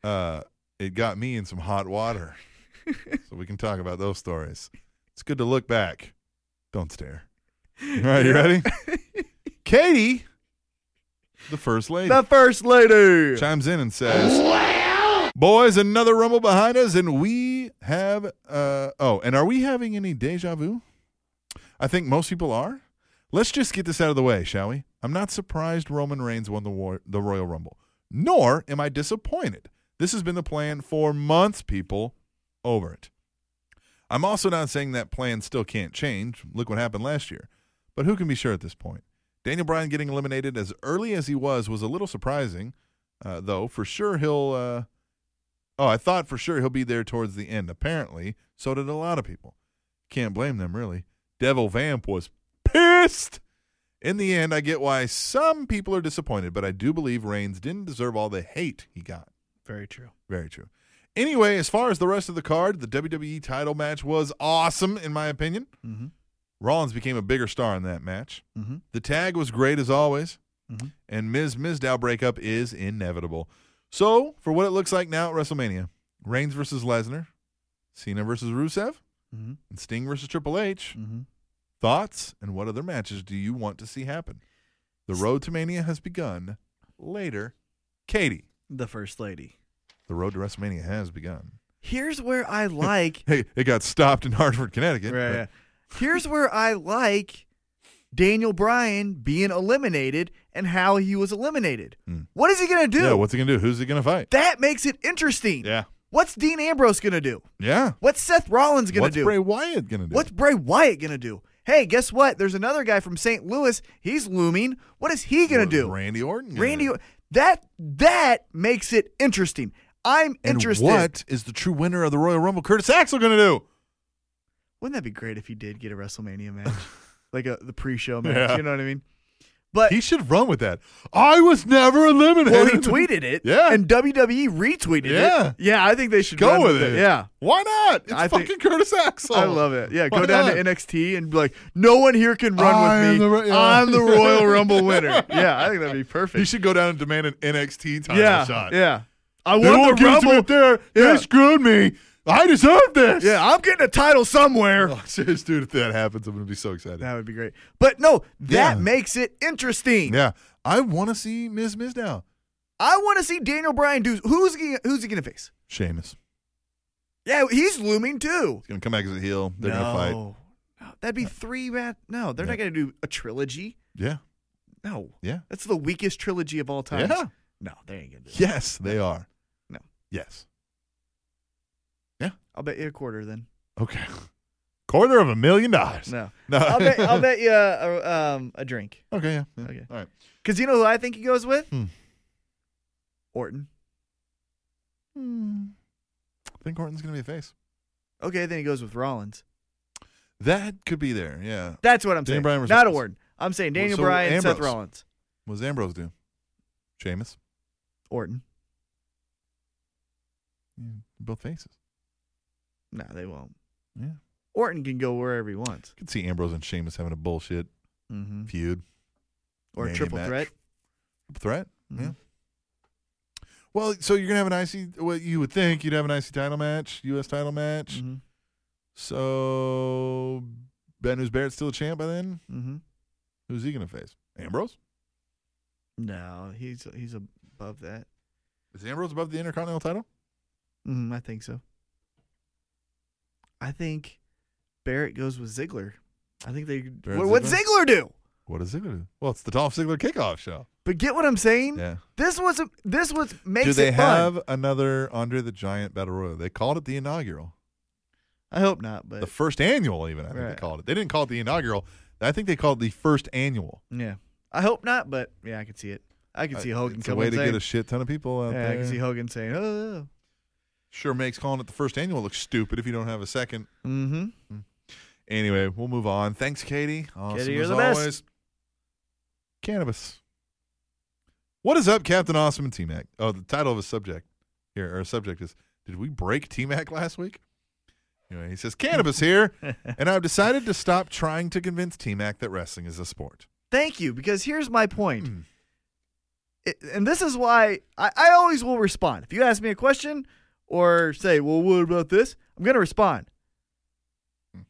uh, it got me in some hot water. so we can talk about those stories. It's good to look back. Don't stare. All right, you ready? Katie, the first lady
the first lady.
chimes in and says, "Boys, another rumble behind us, and we have uh oh, and are we having any deja vu? I think most people are. Let's just get this out of the way, shall we? I'm not surprised Roman Reigns won the war- the Royal Rumble, nor am I disappointed. This has been the plan for months, people. Over it. I'm also not saying that plan still can't change. Look what happened last year. But who can be sure at this point? Daniel Bryan getting eliminated as early as he was was a little surprising, uh, though. For sure he'll. Uh, oh, I thought for sure he'll be there towards the end. Apparently, so did a lot of people. Can't blame them really. Devil Vamp was pissed. In the end, I get why some people are disappointed, but I do believe Reigns didn't deserve all the hate he got.
Very true.
Very true. Anyway, as far as the rest of the card, the WWE title match was awesome, in my opinion.
Mhm.
Rollins became a bigger star in that match.
Mhm.
The tag was great as always,
Mhm.
and Miz Mizdow breakup is inevitable. So, for what it looks like now at WrestleMania, Reigns versus Lesnar, Cena versus Rusev,
Mhm.
and Sting versus Triple H.
Mm-hmm.
Thoughts and what other matches do you want to see happen? The road to Mania has begun. Later, Katie.
The first lady.
The road to WrestleMania has begun.
Here's where I like.
Hey, it got stopped in Hartford, Connecticut.
Right,
but-
yeah. Here's where I like Daniel Bryan being eliminated and how he was eliminated. What is he gonna do?
Yeah, what's he gonna do? Who's he gonna fight?
that makes it interesting.
Yeah.
What's Dean Ambrose gonna do?
Yeah.
What's Seth Rollins gonna
What's
do?
Bray Wyatt gonna do?
What's Bray Wyatt gonna do? Hey, guess what? There's another guy from St. Louis. He's looming. What is he gonna
What's
do?
Randy Orton. gonna
Randy.
do?
That that makes it interesting. I'm
And
interested.
What is the true winner of the Royal Rumble? Curtis Axel gonna do?
Wouldn't that be great if he did get a WrestleMania match, like a the pre-show match?
Yeah.
You know what I mean? But
He should run with that. I was never eliminated.
well, he tweeted it.
Yeah.
And WWE retweeted
Yeah.
it. Yeah. I think they should
Go
run
with it.
Yeah.
Why not? It's
I
fucking
think-
Curtis Axel.
I love it. Yeah, go
Why
down
not?
to NXT and be like, no one here can run
I am
with me.
the Ro- yeah."
I'm the Royal Rumble winner. Yeah, I think that'd be
He
perfect.
should go down and demand an NXT title
yeah,
shot.
yeah. I
They
won
won't
the
give it to me
Rumble.
up there.
Yeah.
They screwed me. I deserve this.
Yeah, I'm getting a title somewhere.
Oh, serious, dude. If that happens, I'm gonna be so excited.
That would be great. But no, that
Yeah.
makes it interesting.
Yeah, I want to see Miz Miz now.
I want to see Daniel Bryan do who's he, who's he gonna face?
Sheamus.
Yeah, he's looming too.
He's gonna come back as a heel. They're gonna fight.
no. No, that'd be three. Man, no, they're not
Yeah.
gonna do a trilogy.
Yeah.
No,
Yeah.
that's the weakest trilogy of all time.
Yeah.
No, they ain't gonna do. That.
Yes, they are.
No.
Yes.
I'll bet you a quarter then.
Okay. Quarter of a million dollars.
No,
No.
I'll bet. I'll bet you a, a, um, a drink.
Okay. Yeah. yeah.
Okay.
All right.
Because you know who I think he goes with?
Hmm.
Orton.
Hmm. I think Orton's gonna be a face.
Okay, then he goes with Rollins.
That could be there. Yeah.
That's what I'm
Daniel
saying.
Bryan versus-
Not Orton. I'm saying
Well,
Daniel
so
Bryan, Seth
Ambrose.
Rollins.
What does Ambrose do?
Sheamus.
Orton.
Yeah, both faces.
No, they won't.
Yeah.
Orton can go wherever he wants.
You can see Ambrose and Sheamus having a bullshit
Mm-hmm.
feud.
Or a
Mania
triple
match.
threat.
Threat?
Mm-hmm.
Yeah.
Mhm.
Well, so you're gonna have an IC. Well, you would think you'd have an IC title match, U.S. title match.
Mm-hmm.
Mhm.
So Ben News Barrett's still a champ by then.
Mm-hmm.
Mhm.
Who's he gonna face? Ambrose?
No, he's he's above that.
Is Ambrose above the Intercontinental title?
Mm, I think so. I think Barrett goes with Ziggler. I think they.
Barrett
what, what
Ziggler?
Ziggler do?
What is it? gonna- Well, it's the Dolph Ziggler kickoff show.
But get what I'm saying?
Yeah.
This was a, this was makes
Do they
it fun.
have another Andre the Giant Battle Royal? They called it the inaugural,
I hope not, but
the first annual. Even I think they
Right.
called it. They didn't call it the inaugural. I think they called it the first annual.
yeah, I hope not, but yeah, I could see it. I could see
Uh,
Hogan
it's a
coming.
way to
saying,
get a shit ton of people out
yeah, I
there.
can see Hogan saying, "Oh,
Sure makes calling it the first annual look stupid if you don't have a second.
mm-hmm."
Anyway, we'll move on. Thanks, Katie. Awesome
Katie, you're
as
the best.
always. Cannabis. What is up, Captain Awesome and T Mac? Oh, the title of his subject here, or subject is Did we break T Mac last week? Anyway, he says, Cannabis here, and I've decided to stop trying to convince T Mac that wrestling is a sport.
Thank you, because here's my point.
Hmm.
It- and this is why I, I always will respond. If you ask me a question or say, well, what about this? I'm going to respond.
Hmm.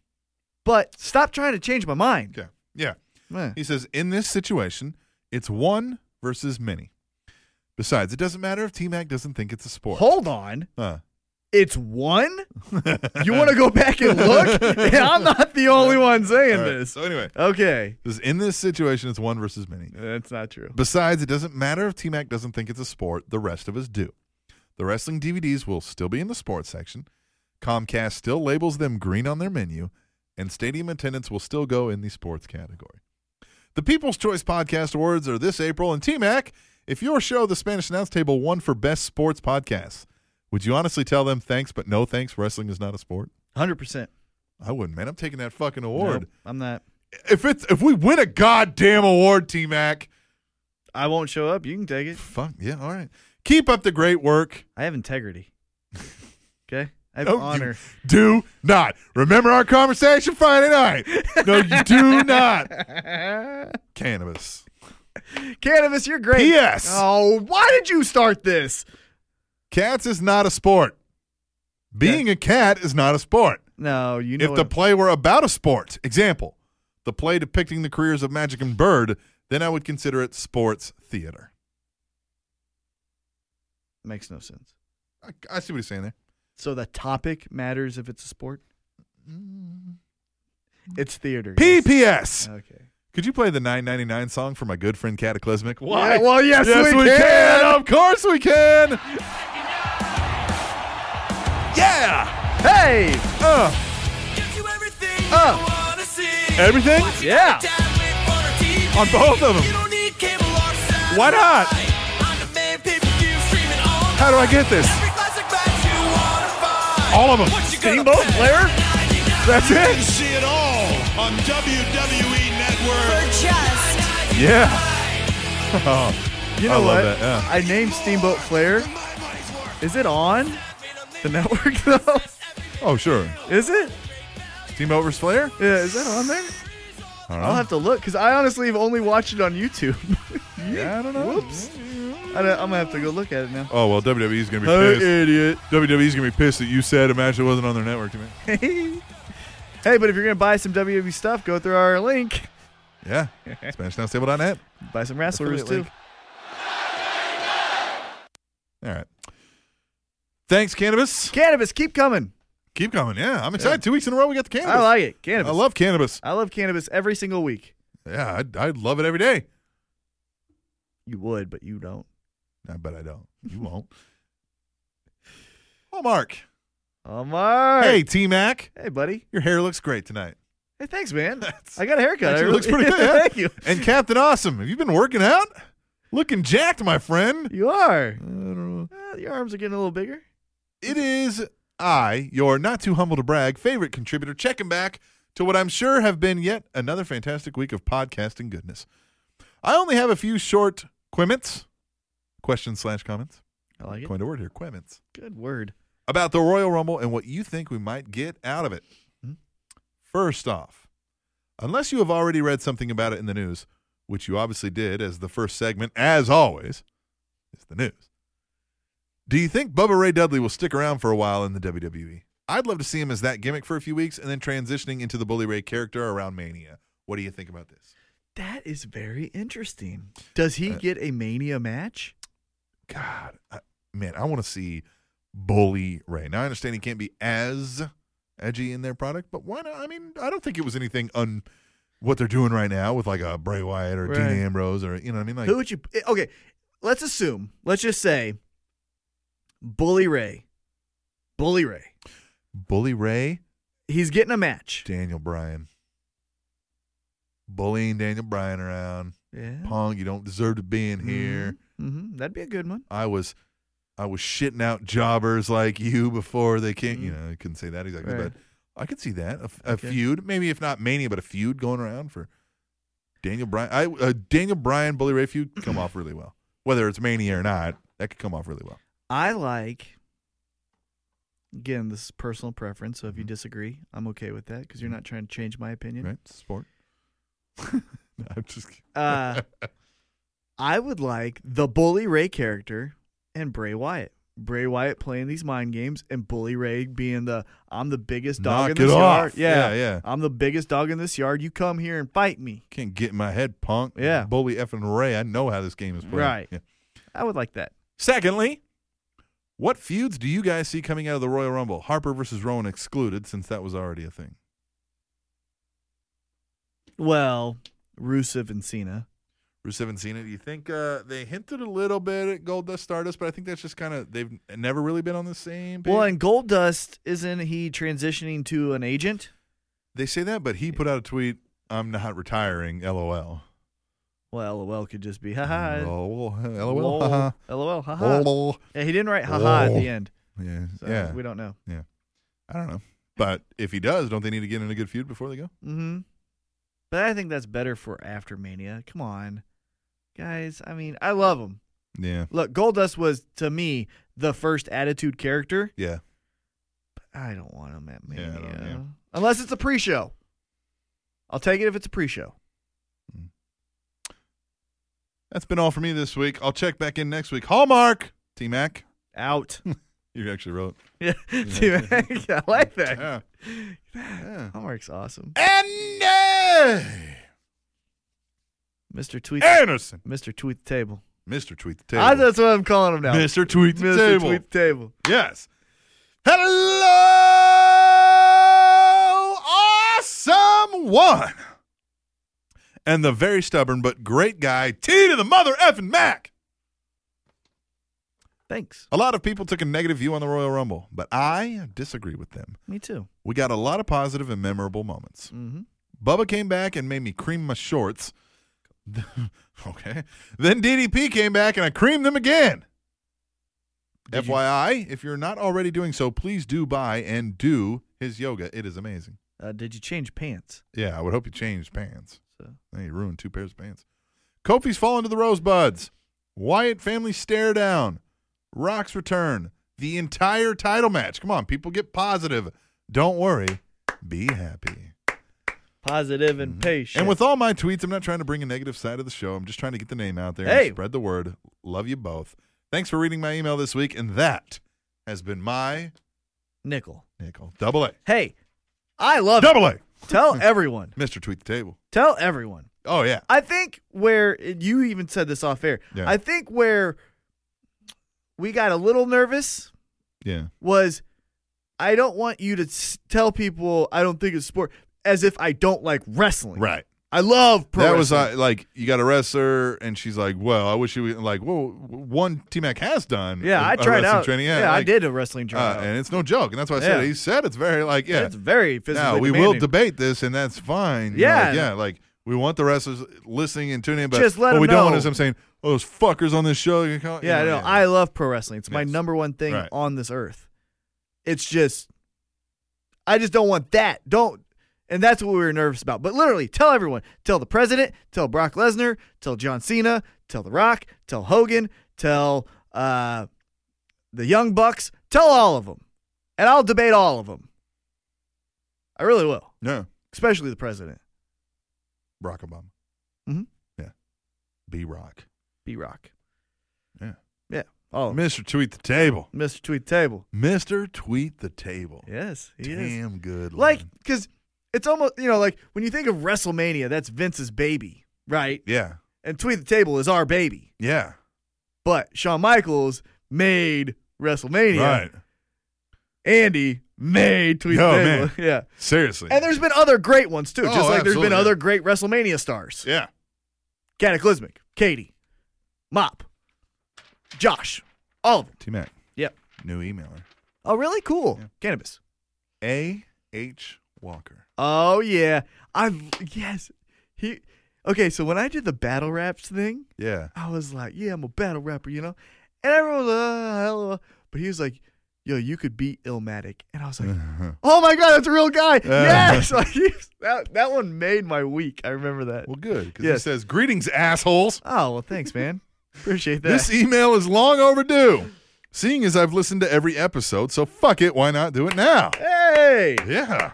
But stop trying to change my mind.
Yeah. Yeah.
Eh.
He says, in this situation, it's one versus many. Besides, it doesn't matter if T Mac doesn't think it's a sport.
Eh, Hold on.
Huh.
It's one? You want to go back and look? And I'm not the only one saying
All right,
this.
So anyway,
Okay.
this- in this situation, it's one versus many.
That's not true.
Besides, it doesn't matter if T Mac doesn't think it's a sport, the rest of us do. The wrestling DVDs will still be in the sports section. Comcast still labels them green on their menu, and stadium attendance will still go in the sports category. The People's Choice Podcast Awards are this April, and T Mac, if your show, The Spanish Announce Table, won for Best Sports Podcast, would you honestly tell them thanks, but no thanks? Wrestling is not a sport?
100%.
I wouldn't, man. I'm taking that fucking award.
Nope, I'm not.
If it's if we win a goddamn award, T Mac,
I won't show up. You can take it.
fuck yeah, all right. Keep up the great work.
I have integrity. Okay? I have
No, Oh, you
honor.
do not. Remember our conversation Friday night. No, you do not. Cannabis.
Cannabis, you're great.
P.S.
Oh, why did you start this?
Cats is not a sport. Being a cat is not a sport.
No, you know
if the
what-
play were about a sport, example, the play depicting the careers of Magic and Bird, then I would consider it sports theater.
makes no sense.
I, I see what he's saying there.
So the topic matters if it's a sport. It's theater. guys.
PPS.
Okay.
Could you play the 999 song for my good friend Cataclysmic?
Yeah, well, yes, we
can.
can.
Of course we can. Yeah.
Hey,
Uh,
uh,
Ah. everything?
yeah.
On both of them. Why not? How do I get this? All of them.
Steamboat Flair.
That's it.
See it all on WWE Network.
Yeah.
You
I
know
love that,
what?
yeah.
I named Steamboat Flair. Is it on the network though?
Oh, sure.
Is it?
Steamboat versus Flair?
Yeah, is that on there?
I don't know.
I'll have to look because I honestly have only watched it on YouTube.
yeah, I don't know.
Whoops. I don't, I'm gonna have to go look at it now.
Oh, well, WWE's going to be
Hey,
pissed. idiot. WWE's going to be pissed that you said a match that wasn't on their network to me.
hey, but if you're gonna buy some WWE stuff, go through our link.
Yeah. SpanishNowstable.net.
Buy some wrestlers
Affiliate
too.
link. All right. Thanks, Cannabis.
Cannabis, keep coming.
Keep coming. Yeah, I'm excited. Two weeks in a row, we got the cannabis.
I like it. Cannabis.
I love cannabis.
I love cannabis every single week.
Yeah, I, I love it every day.
You would, but you don't.
I bet I don't. You won't. Oh, Mark.
Omar.
Hey, T Mac.
Hey, buddy.
Your hair looks great tonight.
Hey, thanks, man.
That's-
I got a haircut. I
Actually, it
really-
looks pretty good. yeah?
Thank you.
And Captain Awesome, have you been working out? Looking jacked, my friend.
You are. Uh, your arms are getting a little bigger.
It is I, your not too humble to brag favorite contributor, checking back to what I'm sure have been yet another fantastic week of podcasting goodness. I only have a few short quimmets questions slash comments.
I like it.
Coined a word here, quements.
Good word.
About the Royal Rumble and what you think we might get out of it. Hmm? First off, unless you have already read something about it in the news, which you obviously did, as the first segment, as always, is the news. Do you think Bubba Ray Dudley will stick around for a while in the WWE? I'd love to see him as that gimmick for a few weeks and then transitioning into the Bully Ray character around Mania. What do you think about this?
That is very interesting. Does
Uh,
he get a mania match?
God, I, man, I want to see Bully Ray. Now I understand he can't be as edgy in their product, but why not? I mean, I don't think it was anything un what they're doing right now with like a Bray Wyatt or Dean
Right.
Ambrose or you know what I mean. Like,
Who would you? eh, Okay, let's assume. Let's just say, Bully Ray, Bully Ray.
Bully Ray,
He's getting a match.
Daniel Bryan, bullying Daniel Bryan around.
Yeah.
Pong, you don't deserve to be in here.
hmm That'd be a good one.
I was I was shitting out jobbers like you before they came. You know, I couldn't say that exactly,
Right.
but I could see that a, f- a
Okay.
feud, maybe if not mania, but a feud going around for Daniel Bryan. I uh, Daniel Bryan Bully Ray feud come off really well, whether it's mania or not. That could come off really well.
I like. Again, this is personal preference. So if you disagree, I'm okay with that because you're not trying to change my opinion.
Right, sport. No, I'm just kidding.
Uh, I would like the Bully Ray character and Bray Wyatt. Bray Wyatt playing these mind games and Bully Ray being the I'm the biggest
Knock
dog in this
it off.
yard. Yeah.
Yeah, yeah.
I'm the biggest dog in this yard. You come here and fight me.
can't get in my head, punk.
Yeah.
bully effing Ray. I know how this game is played.
Right.
Yeah.
I would like that.
Secondly, what feuds do you guys see coming out of the Royal Rumble? Harper versus Rowan excluded, since that was already a thing. Mm-hmm.
Well, Rusev and Cena.
Rusev and Cena, do you think uh, they hinted a little bit at Gold Dust Stardust, but I think that's just kind of they've never really been on the same page.
Well, and Goldust isn't he transitioning to an agent?
they say that, but he put out a tweet, "I'm not retiring." LOL.
Well, LOL could just be
Mm,
haha.
LOL.
Uh, lol,
LOL. haha.
LOL. Haha.
LOL.
Yeah, he didn't write haha at
Lol.
the end.
Yeah.
Ah. So
Yeah.
we don't know.
I don't know. But if he does, don't they need to get in a good feud before they go?
Mm-hmm. But I think that's better for after Mania. Come on, guys. I mean, I love him.
Yeah.
Look, Goldust was to me the first Attitude character.
Yeah.
I don't want him at
Yeah, I
Mania
don't- yeah.
unless it's a pre-show. I'll take it if it's a pre-show.
That's been all for me this week. I'll check back in next week. Hallmark. T Mac.
Out.
You actually wrote.
Yeah, See, I like that.
Yeah. Yeah.
Hallmark's awesome,
Andy
Mister Tweet.
Anderson.
Mister Tweet the table.
Mr. Tweet the Table.
I, that's what I'm calling him now.
Mr. Tweet the
Mr.
Table.
Tweet the table.
Yes. Hello, awesome one. And the very stubborn but great guy, T to the mother effing Mac.
Thanks.
A lot of people took a negative view on the Royal Rumble, but I disagree with them.
Me too.
We got a lot of positive and memorable moments.
Mm-hmm.
Bubba came back and made me cream my shorts. okay. Then DDP came back and I creamed them again.
Did you-
FYI, if you're not already doing so, please do buy and do his yoga. It is amazing.
Uh, did you change pants?
Yeah, I would hope you changed pants.
So
Hey, you ruined two pairs of pants. Kofi's fallen to the rosebuds. Wyatt family stare down. Rock's return. The entire title match. Come on, people get positive. Don't worry. Be happy.
positive and patient.
And with all my tweets, I'm not trying to bring a negative side of the show. I'm just trying to get the name out there
Hey.
and spread the word. Love you both. Thanks for reading my email this week. And that has been my
nickel.
nickel. Double A.
Hey, I love
Double A.
it. Tell everyone.
Mr. Tweet the Table.
Tell everyone.
Oh, yeah.
I think where you even said this off air.
Yeah.
I think where we got a little nervous
Yeah.
was I don't want you to s- tell people I don't think it's sport as if I don't like wrestling.
Right.
I love pro
that was
wrestling.
uh, like, you got a wrestler, and she's like, well, I wish you would. Like, well, one T Mac has done.
yeah,
I
I tried
wrestling
out.
Training.
Yeah,
Yeah,
I
like,
did a wrestling
Uh,
tryout.
and it's no joke. And that's why I said
Yeah.
it. He said it's very, like, yeah.
It's very physically
Now, we will
demanding.
debate this, and that's fine.
Yeah.
Like, yeah. Like, we want the wrestlers listening and tuning in, but
Just let
what
them
we don't want
know.
is them saying, oh, those fuckers on this show. You know,
Yeah, no, I love pro wrestling. It's my
Yes.
number one thing
Right.
on this earth. It's just, I just don't want that. Don't, and that's what we were nervous about. But literally, tell everyone, tell the president, tell Brock Lesnar, tell John Cena, tell The Rock, tell Hogan,
tell uh, the Young Bucks, tell all of them, and I'll debate all of them. I really will,
No.
especially the president,
Barack Obama.
Mhm.
Yeah. B Rock.
B Rock.
Yeah.
Yeah, all of 'em.
Mr. Tweet the Table.
Mr. Tweet Table.
Mr. Tweet the Table.
Yes, he is.
Damn good.
like
line.
because it's almost you know like when you think of WrestleMania, that's Vince's baby, right?
Yeah.
And Tweet the Table is our baby,
Yeah.
but Shawn Michaels made WrestleMania.
Right.
Andy made Tweet
Oh,
the Table.
man.
Yeah,
Seriously.
and there's been other great ones too,
Oh,
just like there's been
absolutely.
other great WrestleMania stars:
yeah.
Cataclysmic, Katie, Mop, Josh, all of them.
T Mac.
Yep.
New emailer.
Oh, really? Cool. Cannabis.
A H Walker.
Oh yeah, I've yes. He okay. So when I did the battle raps thing.
Yeah.
I was like, yeah, I'm a battle rapper, you know? And everyone was uh, uh, uh, but he was like, yo, you could beat Illmatic. And I was like, oh my God, that's a real guy.
Uh,
yes. Like, he was- that, that one made my week. I remember that.
Well, good. Because he
Yes.
says, Greetings, assholes.
Oh, well, thanks, man. Appreciate that.
This email is long overdue. Seeing as I've listened to every episode, so fuck it, why not do it now?
hey.
Yeah.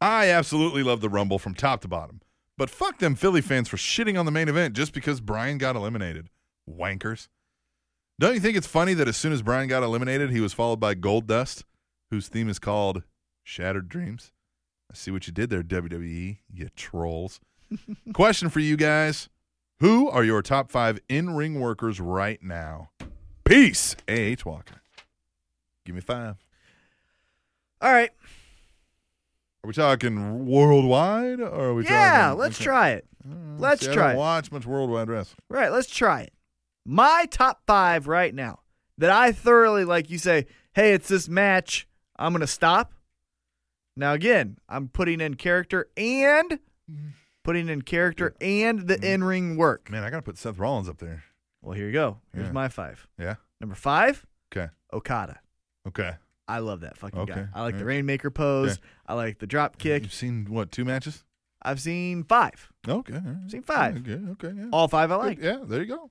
I absolutely love the Rumble from top to bottom. But fuck them Philly fans for shitting on the main event just because Brian got eliminated. Wankers. Don't you think it's funny that as soon as Brian got eliminated, he was followed by Gold Dust, whose theme is called Shattered Dreams? I see what you did there, WWE, you trolls. Question for you guys Who are your top five in ring workers right now? Peace, A.H. Walker. Give me five.
All right.
Are we talking worldwide? Or are we
yeah,
talking-
let's
okay.
try it.
Mm,
let's
see, I
try
don't
it.
watch much worldwide wrestling.
Right, let's try it. My top five right now that I thoroughly like. You say, "Hey, it's this match. I'm gonna stop." Now again, I'm putting in character and putting in character and
Mm-hmm.
the in-ring work.
Man, I gotta put Seth Rollins up there.
Well, here you go. Here's
Yeah.
my five.
Yeah.
Number five,
Okay.
Okada.
Okay.
I love that fucking
Okay,
guy. I like the
yeah.
rainmaker pose. I like the drop kick.
You've seen what two matches?
I've seen five,
Okay. all right.
seen five.
Okay. Okay. Yeah.
all five I
Good,
like.
Yeah. There you go.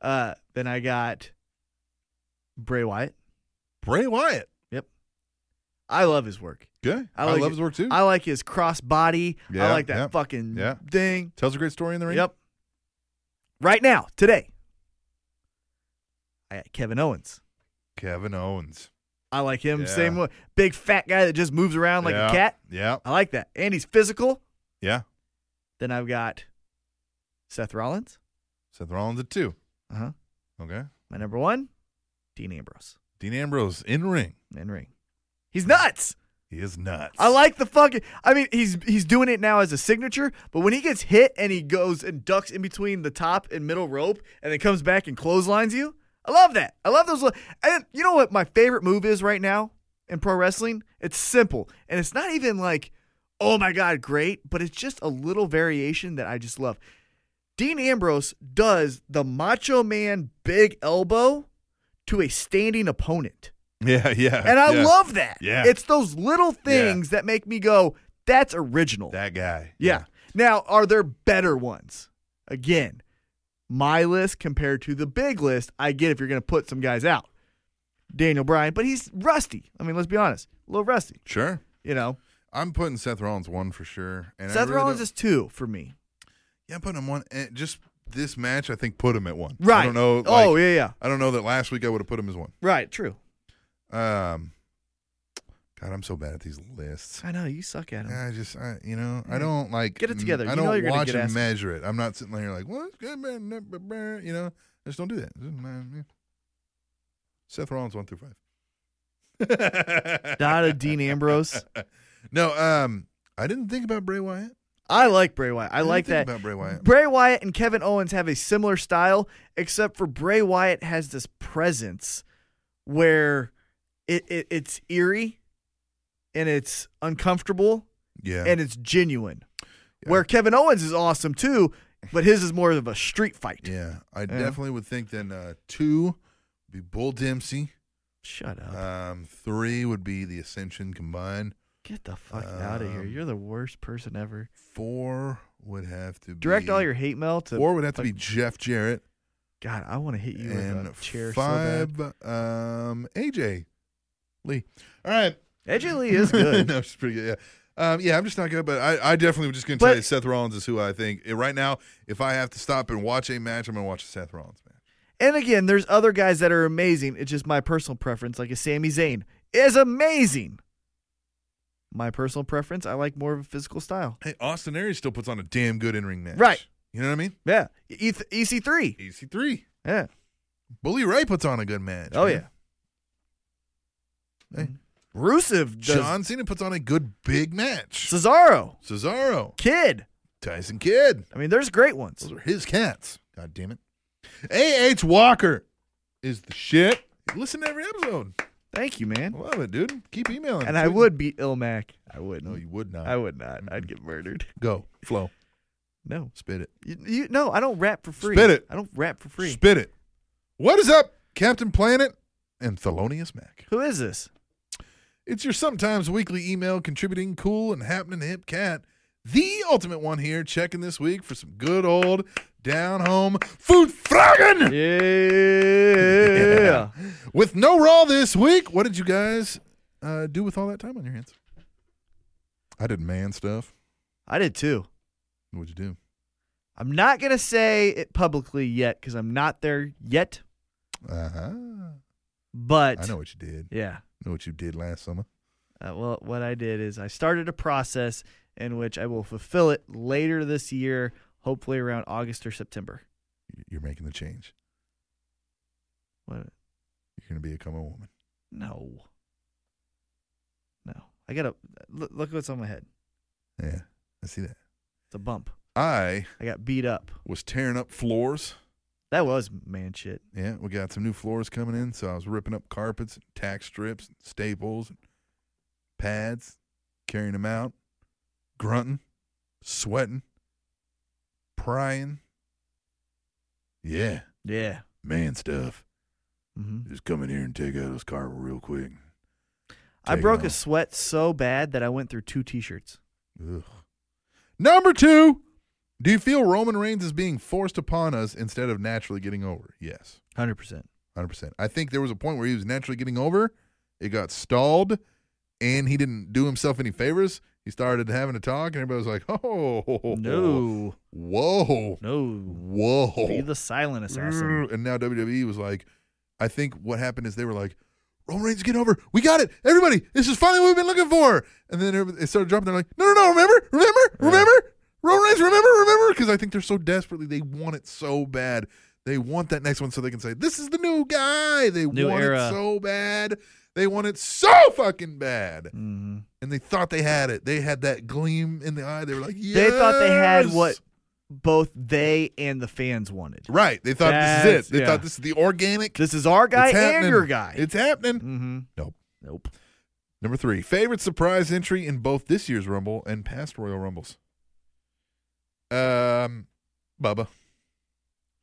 Uh, then I got Bray Wyatt.
Bray Wyatt.
I love his work.
Okay. I,
I like
love
it.
his work too.
I like his cross body. I
Yeah,
like that
yeah,
fucking
yeah.
thing.
Tells a great story in the ring.
Yep. Right now, today, I got Kevin Owens.
Kevin Owens.
I like him
Yeah.
same way. Big fat guy that just moves around like
yeah.
a cat.
Yeah.
I like that. And he's physical.
Yeah.
Then I've got Seth Rollins.
Seth Rollins at two.
Uh huh.
Okay.
My number one, Dean Ambrose
Dean Ambrose in ring.
in ring. He's nuts.
He is nuts.
I like the fucking. I mean, he's he's doing it now as a signature, but when he gets hit and he goes and ducks in between the top and middle rope, and then comes back and clotheslines you, I love that. I love those. li- And you know what my favorite move is right now in pro wrestling? It's simple, and it's not even like, oh my god, great, but it's just a little variation that I just love. Dean Ambrose does the Macho Man big elbow to a standing opponent.
Yeah. Yeah.
And I
yeah.
love that.
Yeah.
It's those little things that make me go, that's original.
that guy.
yeah. Now, are there better ones? Again, my list compared to the big list, I get if you're going to put some guys out. Daniel Bryan, but he's rusty. I mean, let's be honest, a little rusty,
Sure.
you know?
I'm putting Seth Rollins one for sure. And I
Seth
really
Rollins
don't-
is two for me.
Yeah, I'm putting him one. And just this match, I think put him at one.
Right.
I don't know. like,
oh, yeah, yeah.
I don't know that last week I would have put him as one.
Right, true.
Um, God, I'm so bad at these lists.
I know, you suck at him.
I just, I, you know, I don't like
Get it together.
I
You know
don't
you're gonna
watch
get
and
asked.
measure it. I'm not sitting here like, well, it's good, man, nah, bah, bah," you know. I just don't do that. Seth Rollins one through five.
Not a Dean Ambrose.
no, um, I didn't think about Bray Wyatt.
I like Bray Wyatt. I,
didn't
like
think
that.
about Bray Wyatt.
Bray Wyatt and Kevin Owens have a similar style, except for Bray Wyatt has this presence where it, it it's eerie and it's uncomfortable
Yeah,
and it's genuine.
Yeah.
Where Kevin Owens is awesome too, but his is more of a street fight.
yeah. I definitely would think then uh, two would be Bull Dempsey.
Shut up.
Um, three would be the Ascension combined.
Get the fuck out of here.
um,
You're the worst person ever.
Four would have to be
Direct all your hate mail to
Four would have to
fuck-
be Jeff Jarrett.
God, I want to hit you with
and
a chair so
five, um, AJ Lee. All right.
bad. AJ Lee is good.
no, she's pretty good. Yeah. Um, yeah, I'm just not good, but I, I definitely was just going to
But-
tell you Seth Rollins is who I think. Eh, Right now, if I have to stop and watch a match, I'm going to watch a Seth Rollins match.
And again, there's other guys that are amazing. It's just my personal preference, like a Sami Zayn, is amazing. My personal preference, I like more of a physical style.
Hey, Austin Aries still puts on a damn good in ring match.
Right.
You know what I mean?
Yeah. E- EC3.
EC3.
Yeah.
Bully Ray puts on a good match.
Oh, yeah.
man.
Rusev. Does
John Cena puts on a good big match.
Cesaro.
Cesaro.
Kid.
Tyson Kidd.
I mean, there's great ones.
Those are his cats. God damn it. A.H. Walker is the shit. Listen to every episode.
Thank you,
I
man.
love it, dude. Keep emailing.
And I
tweeting.
would beat Ilmac. I wouldn't.
No, you would not.
I would not. I'd get murdered.
Go. Flow.
No.
Spit it.
You, you no, I don't rap for free.
Spit it.
I don't rap for free.
Spit it. What is up, Captain Planet and Thelonious Mac?
Who is this?
It's your sometimes weekly email contributing cool and happening hip cat. The ultimate one here, checking this week for some good old down home food fragging.
Yeah.
With no raw this week, what did you guys uh, do with all that time on your hands? I did man stuff.
I did too.
What'd you do?
I'm not gonna say it publicly yet because I'm not there yet.
Uh huh.
But
I know what you did.
Yeah.
know what you did last summer.
Uh, well, what I did is I started a process in which I will fulfill it later this year, hopefully around August or September.
You're making the change.
What?
You're gonna become a woman.
No. No. I gotta look, look what's on my head.
Yeah, I see that.
It's a bump.
I
I got beat up.
was tearing up floors.
That was man shit.
Yeah, we got some new floors coming in, so I was ripping up carpets, and tack strips, and staples, and pads, carrying them out, grunting, sweating, prying. Yeah,
Yeah.
man stuff.
hmm
Just come in here and take out this carpet real quick.
I
Take it
broke a
off.
sweat so bad that I went through two T-shirts.
Ugh. Number two, do you feel Roman Reigns is being forced upon us instead of naturally getting over? Yes.
Hundred percent.
Hundred percent. I think there was a point where he was naturally getting over. It got stalled, and he didn't do himself any favors. He started having a talk, and everybody was like, "Oh,
No.
whoa,
No.
whoa."
Be the silent assassin.
Mm, And now WWE was like, I think what happened is they were like, Roman Reigns getting over. We got it, everybody. This is finally what we've been looking for. And then everybody- it started dropping. They're like, No, no, no. Remember, remember, remember. Roman Reigns, remember, remember. Because I think they're so desperately they want it so bad. They want that next one so they can say, This is the new guy. They
New
want
era.
it so bad. They want it so fucking bad.
hmm
And they thought they had it. They had that gleam in the eye. They were like, yes!
They thought they had what both they and the fans wanted.
Right. They thought this
That's-
is it. They
yeah.
thought this is the organic
This is our guy
It's
and
happening.
your guy.
It's happening.
mm-hmm.
Nope.
Nope.
Number three, favorite surprise entry in both this year's Rumble and past Royal Rumbles. Um, Bubba,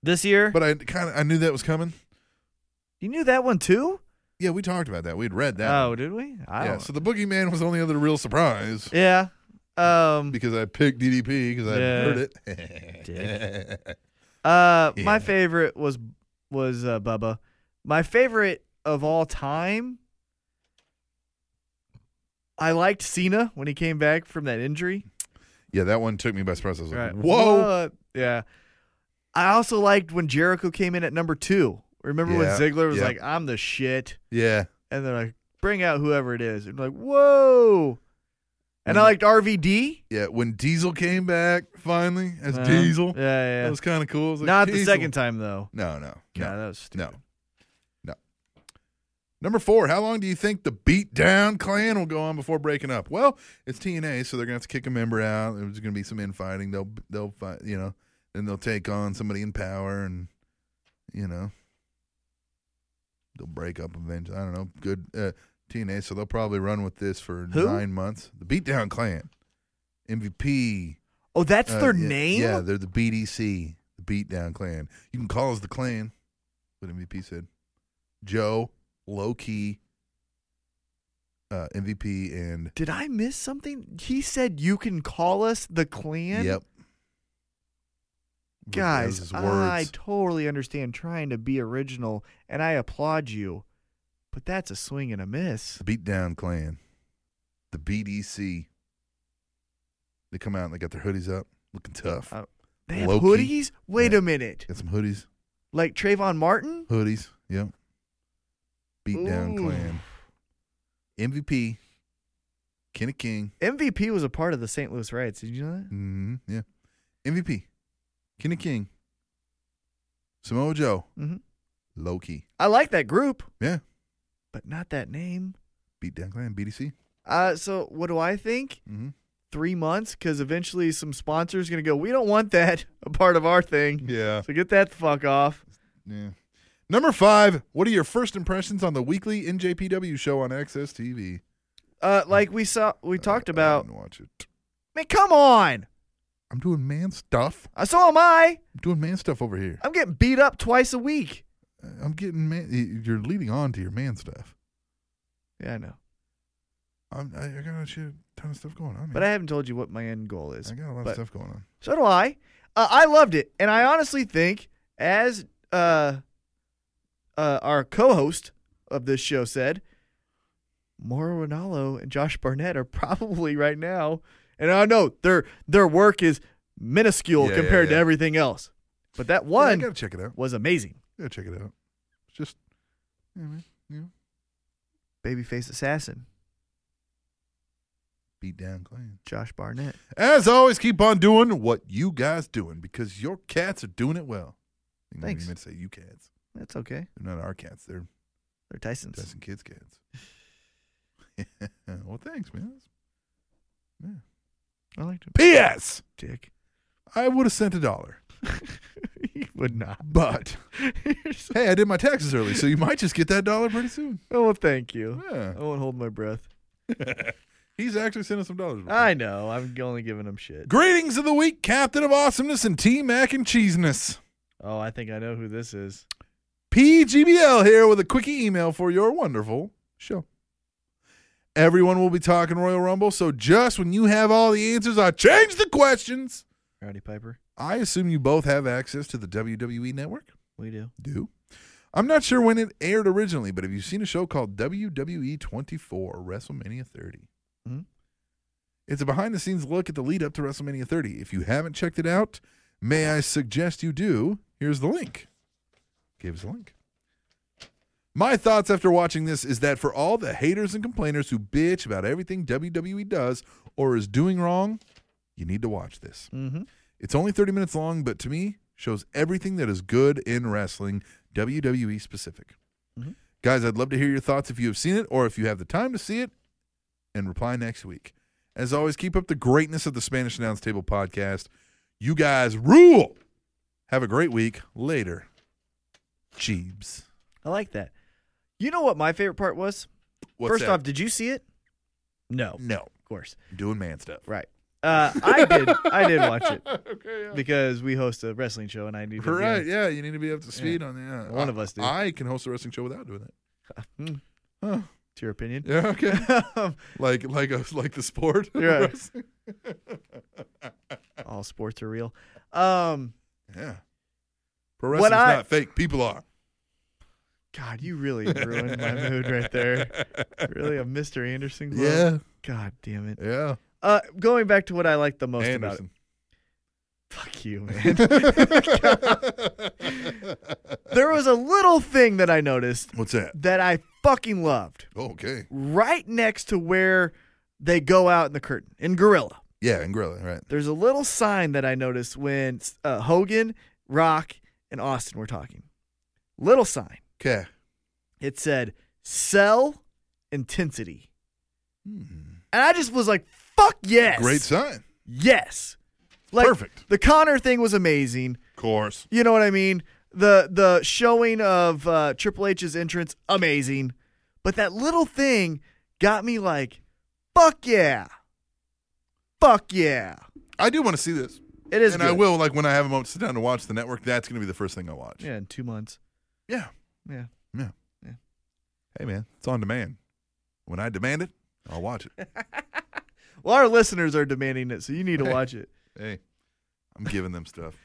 This year,
but I kind of I knew that was coming.
you knew that one too.
Yeah, we talked about that. We'd read that.
Oh,
one.
did we? I
yeah.
don't.
So the Boogeyman was the only other real surprise
yeah. Um.
because I picked DDP because I
Yeah.
heard it.
Uh.
Yeah.
My favorite was was uh, Bubba. My favorite of all time. I liked Cena when he came back from that injury.
yeah, that one took me by surprise. I was like,
Right.
Oh.
"Whoa!"
What? Yeah. I also liked when Jericho came in at number two. Remember when
Yeah,
Ziggler was
yeah.
like, I'm the shit.
Yeah,
And they're like, bring out whoever it is. And like, whoa. And I liked RVD.
yeah. When Diesel came back finally as
Uh,
Diesel,
Yeah, yeah.
that was kind of cool. I was like,
Not the
"Diesel."
second time, though.
No, no, no.
God, that was stupid.
No. No. Number four, how long do you think the beatdown clan will go on before breaking up? Well, it's TNA, so they're gonna have to kick a member out. There's gonna be some infighting. They'll they'll fight, you know, then they'll take on somebody in power, and you know, they'll break up eventually. I don't know. Good uh, TNA, so they'll probably run with this for
Who?
nine months. The beatdown clan, MVP.
Oh, that's
uh,
their
yeah-
name?
Yeah, they're the BDC, the Beatdown Clan. You can call us the Clan, what MVP said. Joe, low key, uh, MVP, and
Did I miss something? He said you can call us the clan.
yep, was
guys,
his
I
words.
totally understand trying to be original, and I applaud you, but that's a swing and a miss.
Beatdown Clan, the BDC. They come out and they got their hoodies up, looking tough.
Uh, They have
Low-key.
hoodies. Wait
Yeah.
a minute,
Got some hoodies,
like Trayvon Martin.
hoodies. Yep. Beatdown
Ooh.
Clan, MVP, Kenny King.
MVP was a part of the St. Louis riots. Did you know that?
hmm yeah, MVP, Kenny King, Samoa Joe,
Mhm.
Loki.
I like that group,
Yeah,
but not that name.
Beatdown Clan, BDC.
Uh, so what do I think?
Mm-hmm.
Three months, because eventually some sponsors gonna go. We don't want that a part of our thing.
Yeah.
So get that the fuck off.
Yeah. Number five, what are your first impressions on the weekly NJPW show on Access TV?
Uh, like we saw, we talked
I- I
about.
didn't watch it.
Man, come on.
I'm doing man stuff.
Uh, So am I.
I'm doing man stuff over here. Uh,
I'm getting beat up twice a week.
I'm getting man. y- You're leading on to your man stuff.
Yeah, I know.
I'm, I, I got a shit ton of stuff going on.
But I
man.
haven't told you what my end goal is.
I got a lot
But-
of stuff going on.
So do I. Uh, I loved it, and I honestly think, as uh, uh, our co-host of this show said, Mauro Ronaldo and Josh Barnett are probably right now, and I know their their work is minuscule
Yeah, yeah,
compared
yeah.
to everything else. But that
Yeah, I
one
gotta check it out.
was amazing.
Gotta check it out. It's just, yeah, man. You know,
Babyface Assassin,
beat down clan.
Josh Barnett.
As always, keep on doing what you guys doing because your cats are doing it well. I think
Thanks.
You meant to say you cats.
That's okay.
They're not our cats. They're
They're Tyson's.
Tyson Kids cats. well, thanks, man.
I liked him.
P.S.
Dick.
I would have sent a dollar,
he would not.
but
You're so-
hey, I did my taxes early, so you might just get that dollar pretty soon.
oh, well, thank you.
Yeah.
I won't hold my breath.
He's actually sent us some dollars. before.
I know. I'm only giving him shit.
Greetings of the week, Captain of Awesomeness and T Mac and Cheeseness.
Oh, I think I know who this is.
PGBL here with a quickie email for your wonderful show. Everyone will be talking Royal Rumble, so just when you have all the answers, I change the questions.
Rowdy Piper.
I assume you both have access to the WWE network.
We do.
Do. I'm not sure when it aired originally, but have you seen a show called WWE 24 WrestleMania 30?
Mhm.
It's a behind the scenes look at the lead up to WrestleMania 30. If you haven't checked it out, may I suggest you do? Here's the link. Give us a link. My thoughts after watching this is that for all the haters and complainers who bitch about everything WWE does or is doing wrong, you need to watch this.
Mm-hmm.
It's only 30 minutes long, but to me, shows everything that is good in wrestling, WWE specific.
Mhm.
Guys, I'd love to hear your thoughts if you have seen it or if you have the time to see it and reply next week. As always, keep up the greatness of the Spanish Announce Table podcast. You guys rule. Have a great week. Later. Jeebs.
I like that. You know what my favorite part was?
What's
First
that?
off, did you see it? No, of
no,
course.
doing man stuff.
Right. Uh, I did. I did watch it because we host a wrestling show, and I need to. be on-
Right, yeah, you need to be up to speed on that.
One of
I-
us do.
I can host a wrestling show without doing that.
Hmm.
Huh.
It's your opinion.
Yeah, okay.
Um,
like like a, like the sport.
Yeah. All sports are real. Um,
yeah. Pro
What
wrestling's
I-
not fake. People are.
God, you really ruined my mood right there. Really, a Mr. Anderson. Club?
Yeah.
God damn it.
Yeah.
Uh, going back to what I liked the most about it.
Anderson.
Fuck you, man. there was a little thing that I noticed
What's that?
that I fucking loved.
Okay.
Right next to where they go out in the curtain in Gorilla,
Yeah, and Gorilla, right.
there's a little sign that I noticed when uh, Hogan, Rock, and Austin were talking. Little sign.
Okay.
It said "Sell Intensity,"
Hmm.
and I just was like, "Fuck yes,
Great sign.
yes." Like,
Perfect.
The Connor thing was amazing.
Of course.
You know what I mean? The the showing of uh, Triple H's entrance, amazing. But that little thing got me like, fuck yeah, fuck yeah.
I do want to see this.
It is.
and
good.
I will, like, when I have a moment to sit down to watch the network, that's going to be the first thing I watch.
Yeah, in two months.
Yeah.
Yeah.
Yeah.
Yeah.
Hey, man, it's on demand. When I demand it, I'll watch it.
Well, our listeners are demanding it, so you need to
Hey.
watch it.
hey,
I'm giving them stuff.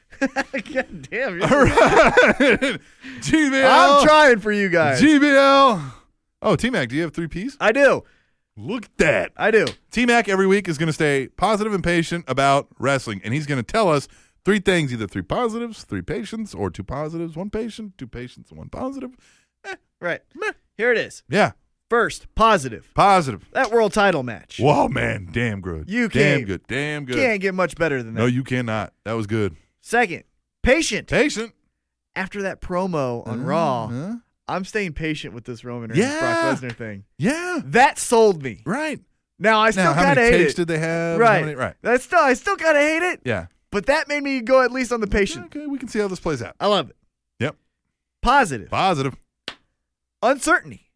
God damn.
All
you're-
right. GBL.
I'm trying for you guys.
GBL. Oh, T Mac, do you have three P's?
I do.
Look at that.
I do.
T Mac every week is going to stay positive and patient about wrestling, and he's going to tell us three things either three positives, three patients, or two positives, one patient, two patients, one positive.
Right. Here it is.
Yeah,
First, positive.
positive.
That world title match.
Whoa, man. Damn good.
You
Damn
can't-
good. Damn good.
Can't get much better than that.
no, you cannot. That was good.
Second, patient.
Patient.
After that promo on Raw,
Uh-huh.
I'm staying patient with this Roman Reigns
Yeah.
Brock Lesnar thing.
Yeah.
That sold me.
Right.
Now I still
now, how
kind of
many
hate
takes
it.
did they have? How
right.
many- right.
That's still I still kind of hate it.
Yeah.
But that made me go at least on the patient.
Okay, we can see how this plays out.
I love it.
Yep.
Positive.
Positive.
Uncertainty.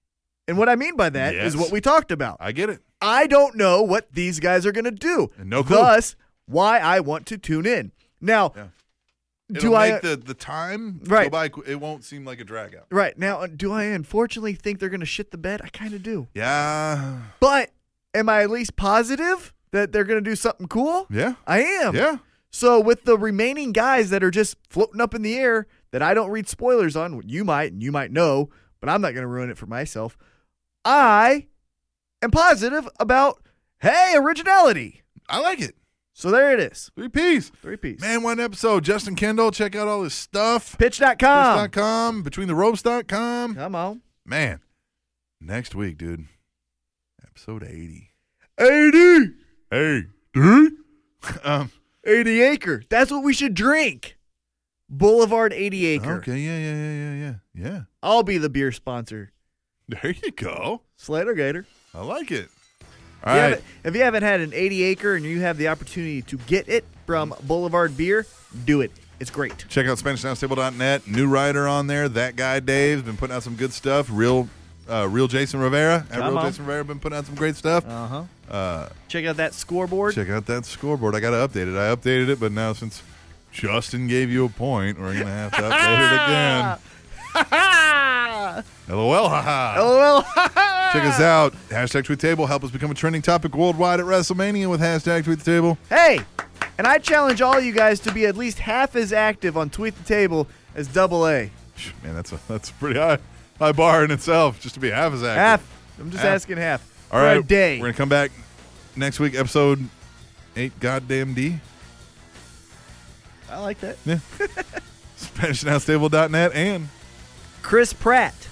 And what I mean by that is
Yes.
what we talked about.
I get it.
I don't know what these guys are going to do.
And no clue.
Thus, why I want to tune in. Now,
Yeah.
do I
the, the time
Right.
by? qu- It won't seem like a drag out.
right now? uh, Do I unfortunately think they're going to shit the bed? I kind of do.
Yeah.
But am I at least positive that they're going to do something cool?
Yeah.
I am.
Yeah.
So with the remaining guys that are just floating up in the air that I don't read spoilers on, you might and you might know, but I'm not going to ruin it for myself. I am positive about hey originality.
I like it.
So there it is,
Three P's.
three piece.
Man, one episode. Justin Kendall. Check out all his stuff.
Pitch.com.
Pitch.com, betweentherobes.com.
Come on,
Man, next week, dude. Episode 80.
80,
80. um,
80 acre. That's what we should drink. Boulevard 80 acre.
okay. Yeah, yeah, yeah, yeah, yeah. Yeah.
I'll be the beer sponsor.
There you go.
Slater Gator.
I like it. All
If you
right.
haven't- If you haven't had an 80 acre and you have the opportunity to get it from Boulevard Beer, do it. It's great.
Check out SpanishNowStable.net. New writer on there. That guy Dave's been putting out some good stuff. Real, uh, real Jason Rivera. At
Come
real
on.
Jason Rivera been putting out some great stuff.
Uh huh. Check out that scoreboard.
Check out that scoreboard. I got to update it. I updated it, but now since Justin gave you a point, we're gonna have to update it again. LOL, haha.
LOL.
Check us out. Hashtag Tweet Table. Help us become a trending topic worldwide at WrestleMania with hashtag Tweet the Table.
hey, and I challenge all you guys to be at least half as active on Tweet the Table as Double A.
Phew, Man, that's a that's a pretty high high bar in itself. Just to be half as active.
Half. I'm just
Half.
asking half.
All
for
right,
A day.
We're gonna come back next week, episode eight. Goddamn D.
I like that.
SpanishNowStable.net and
Chris Pratt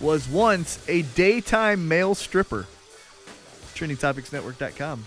was once a daytime male stripper. TrendingTopicsNetwork.com.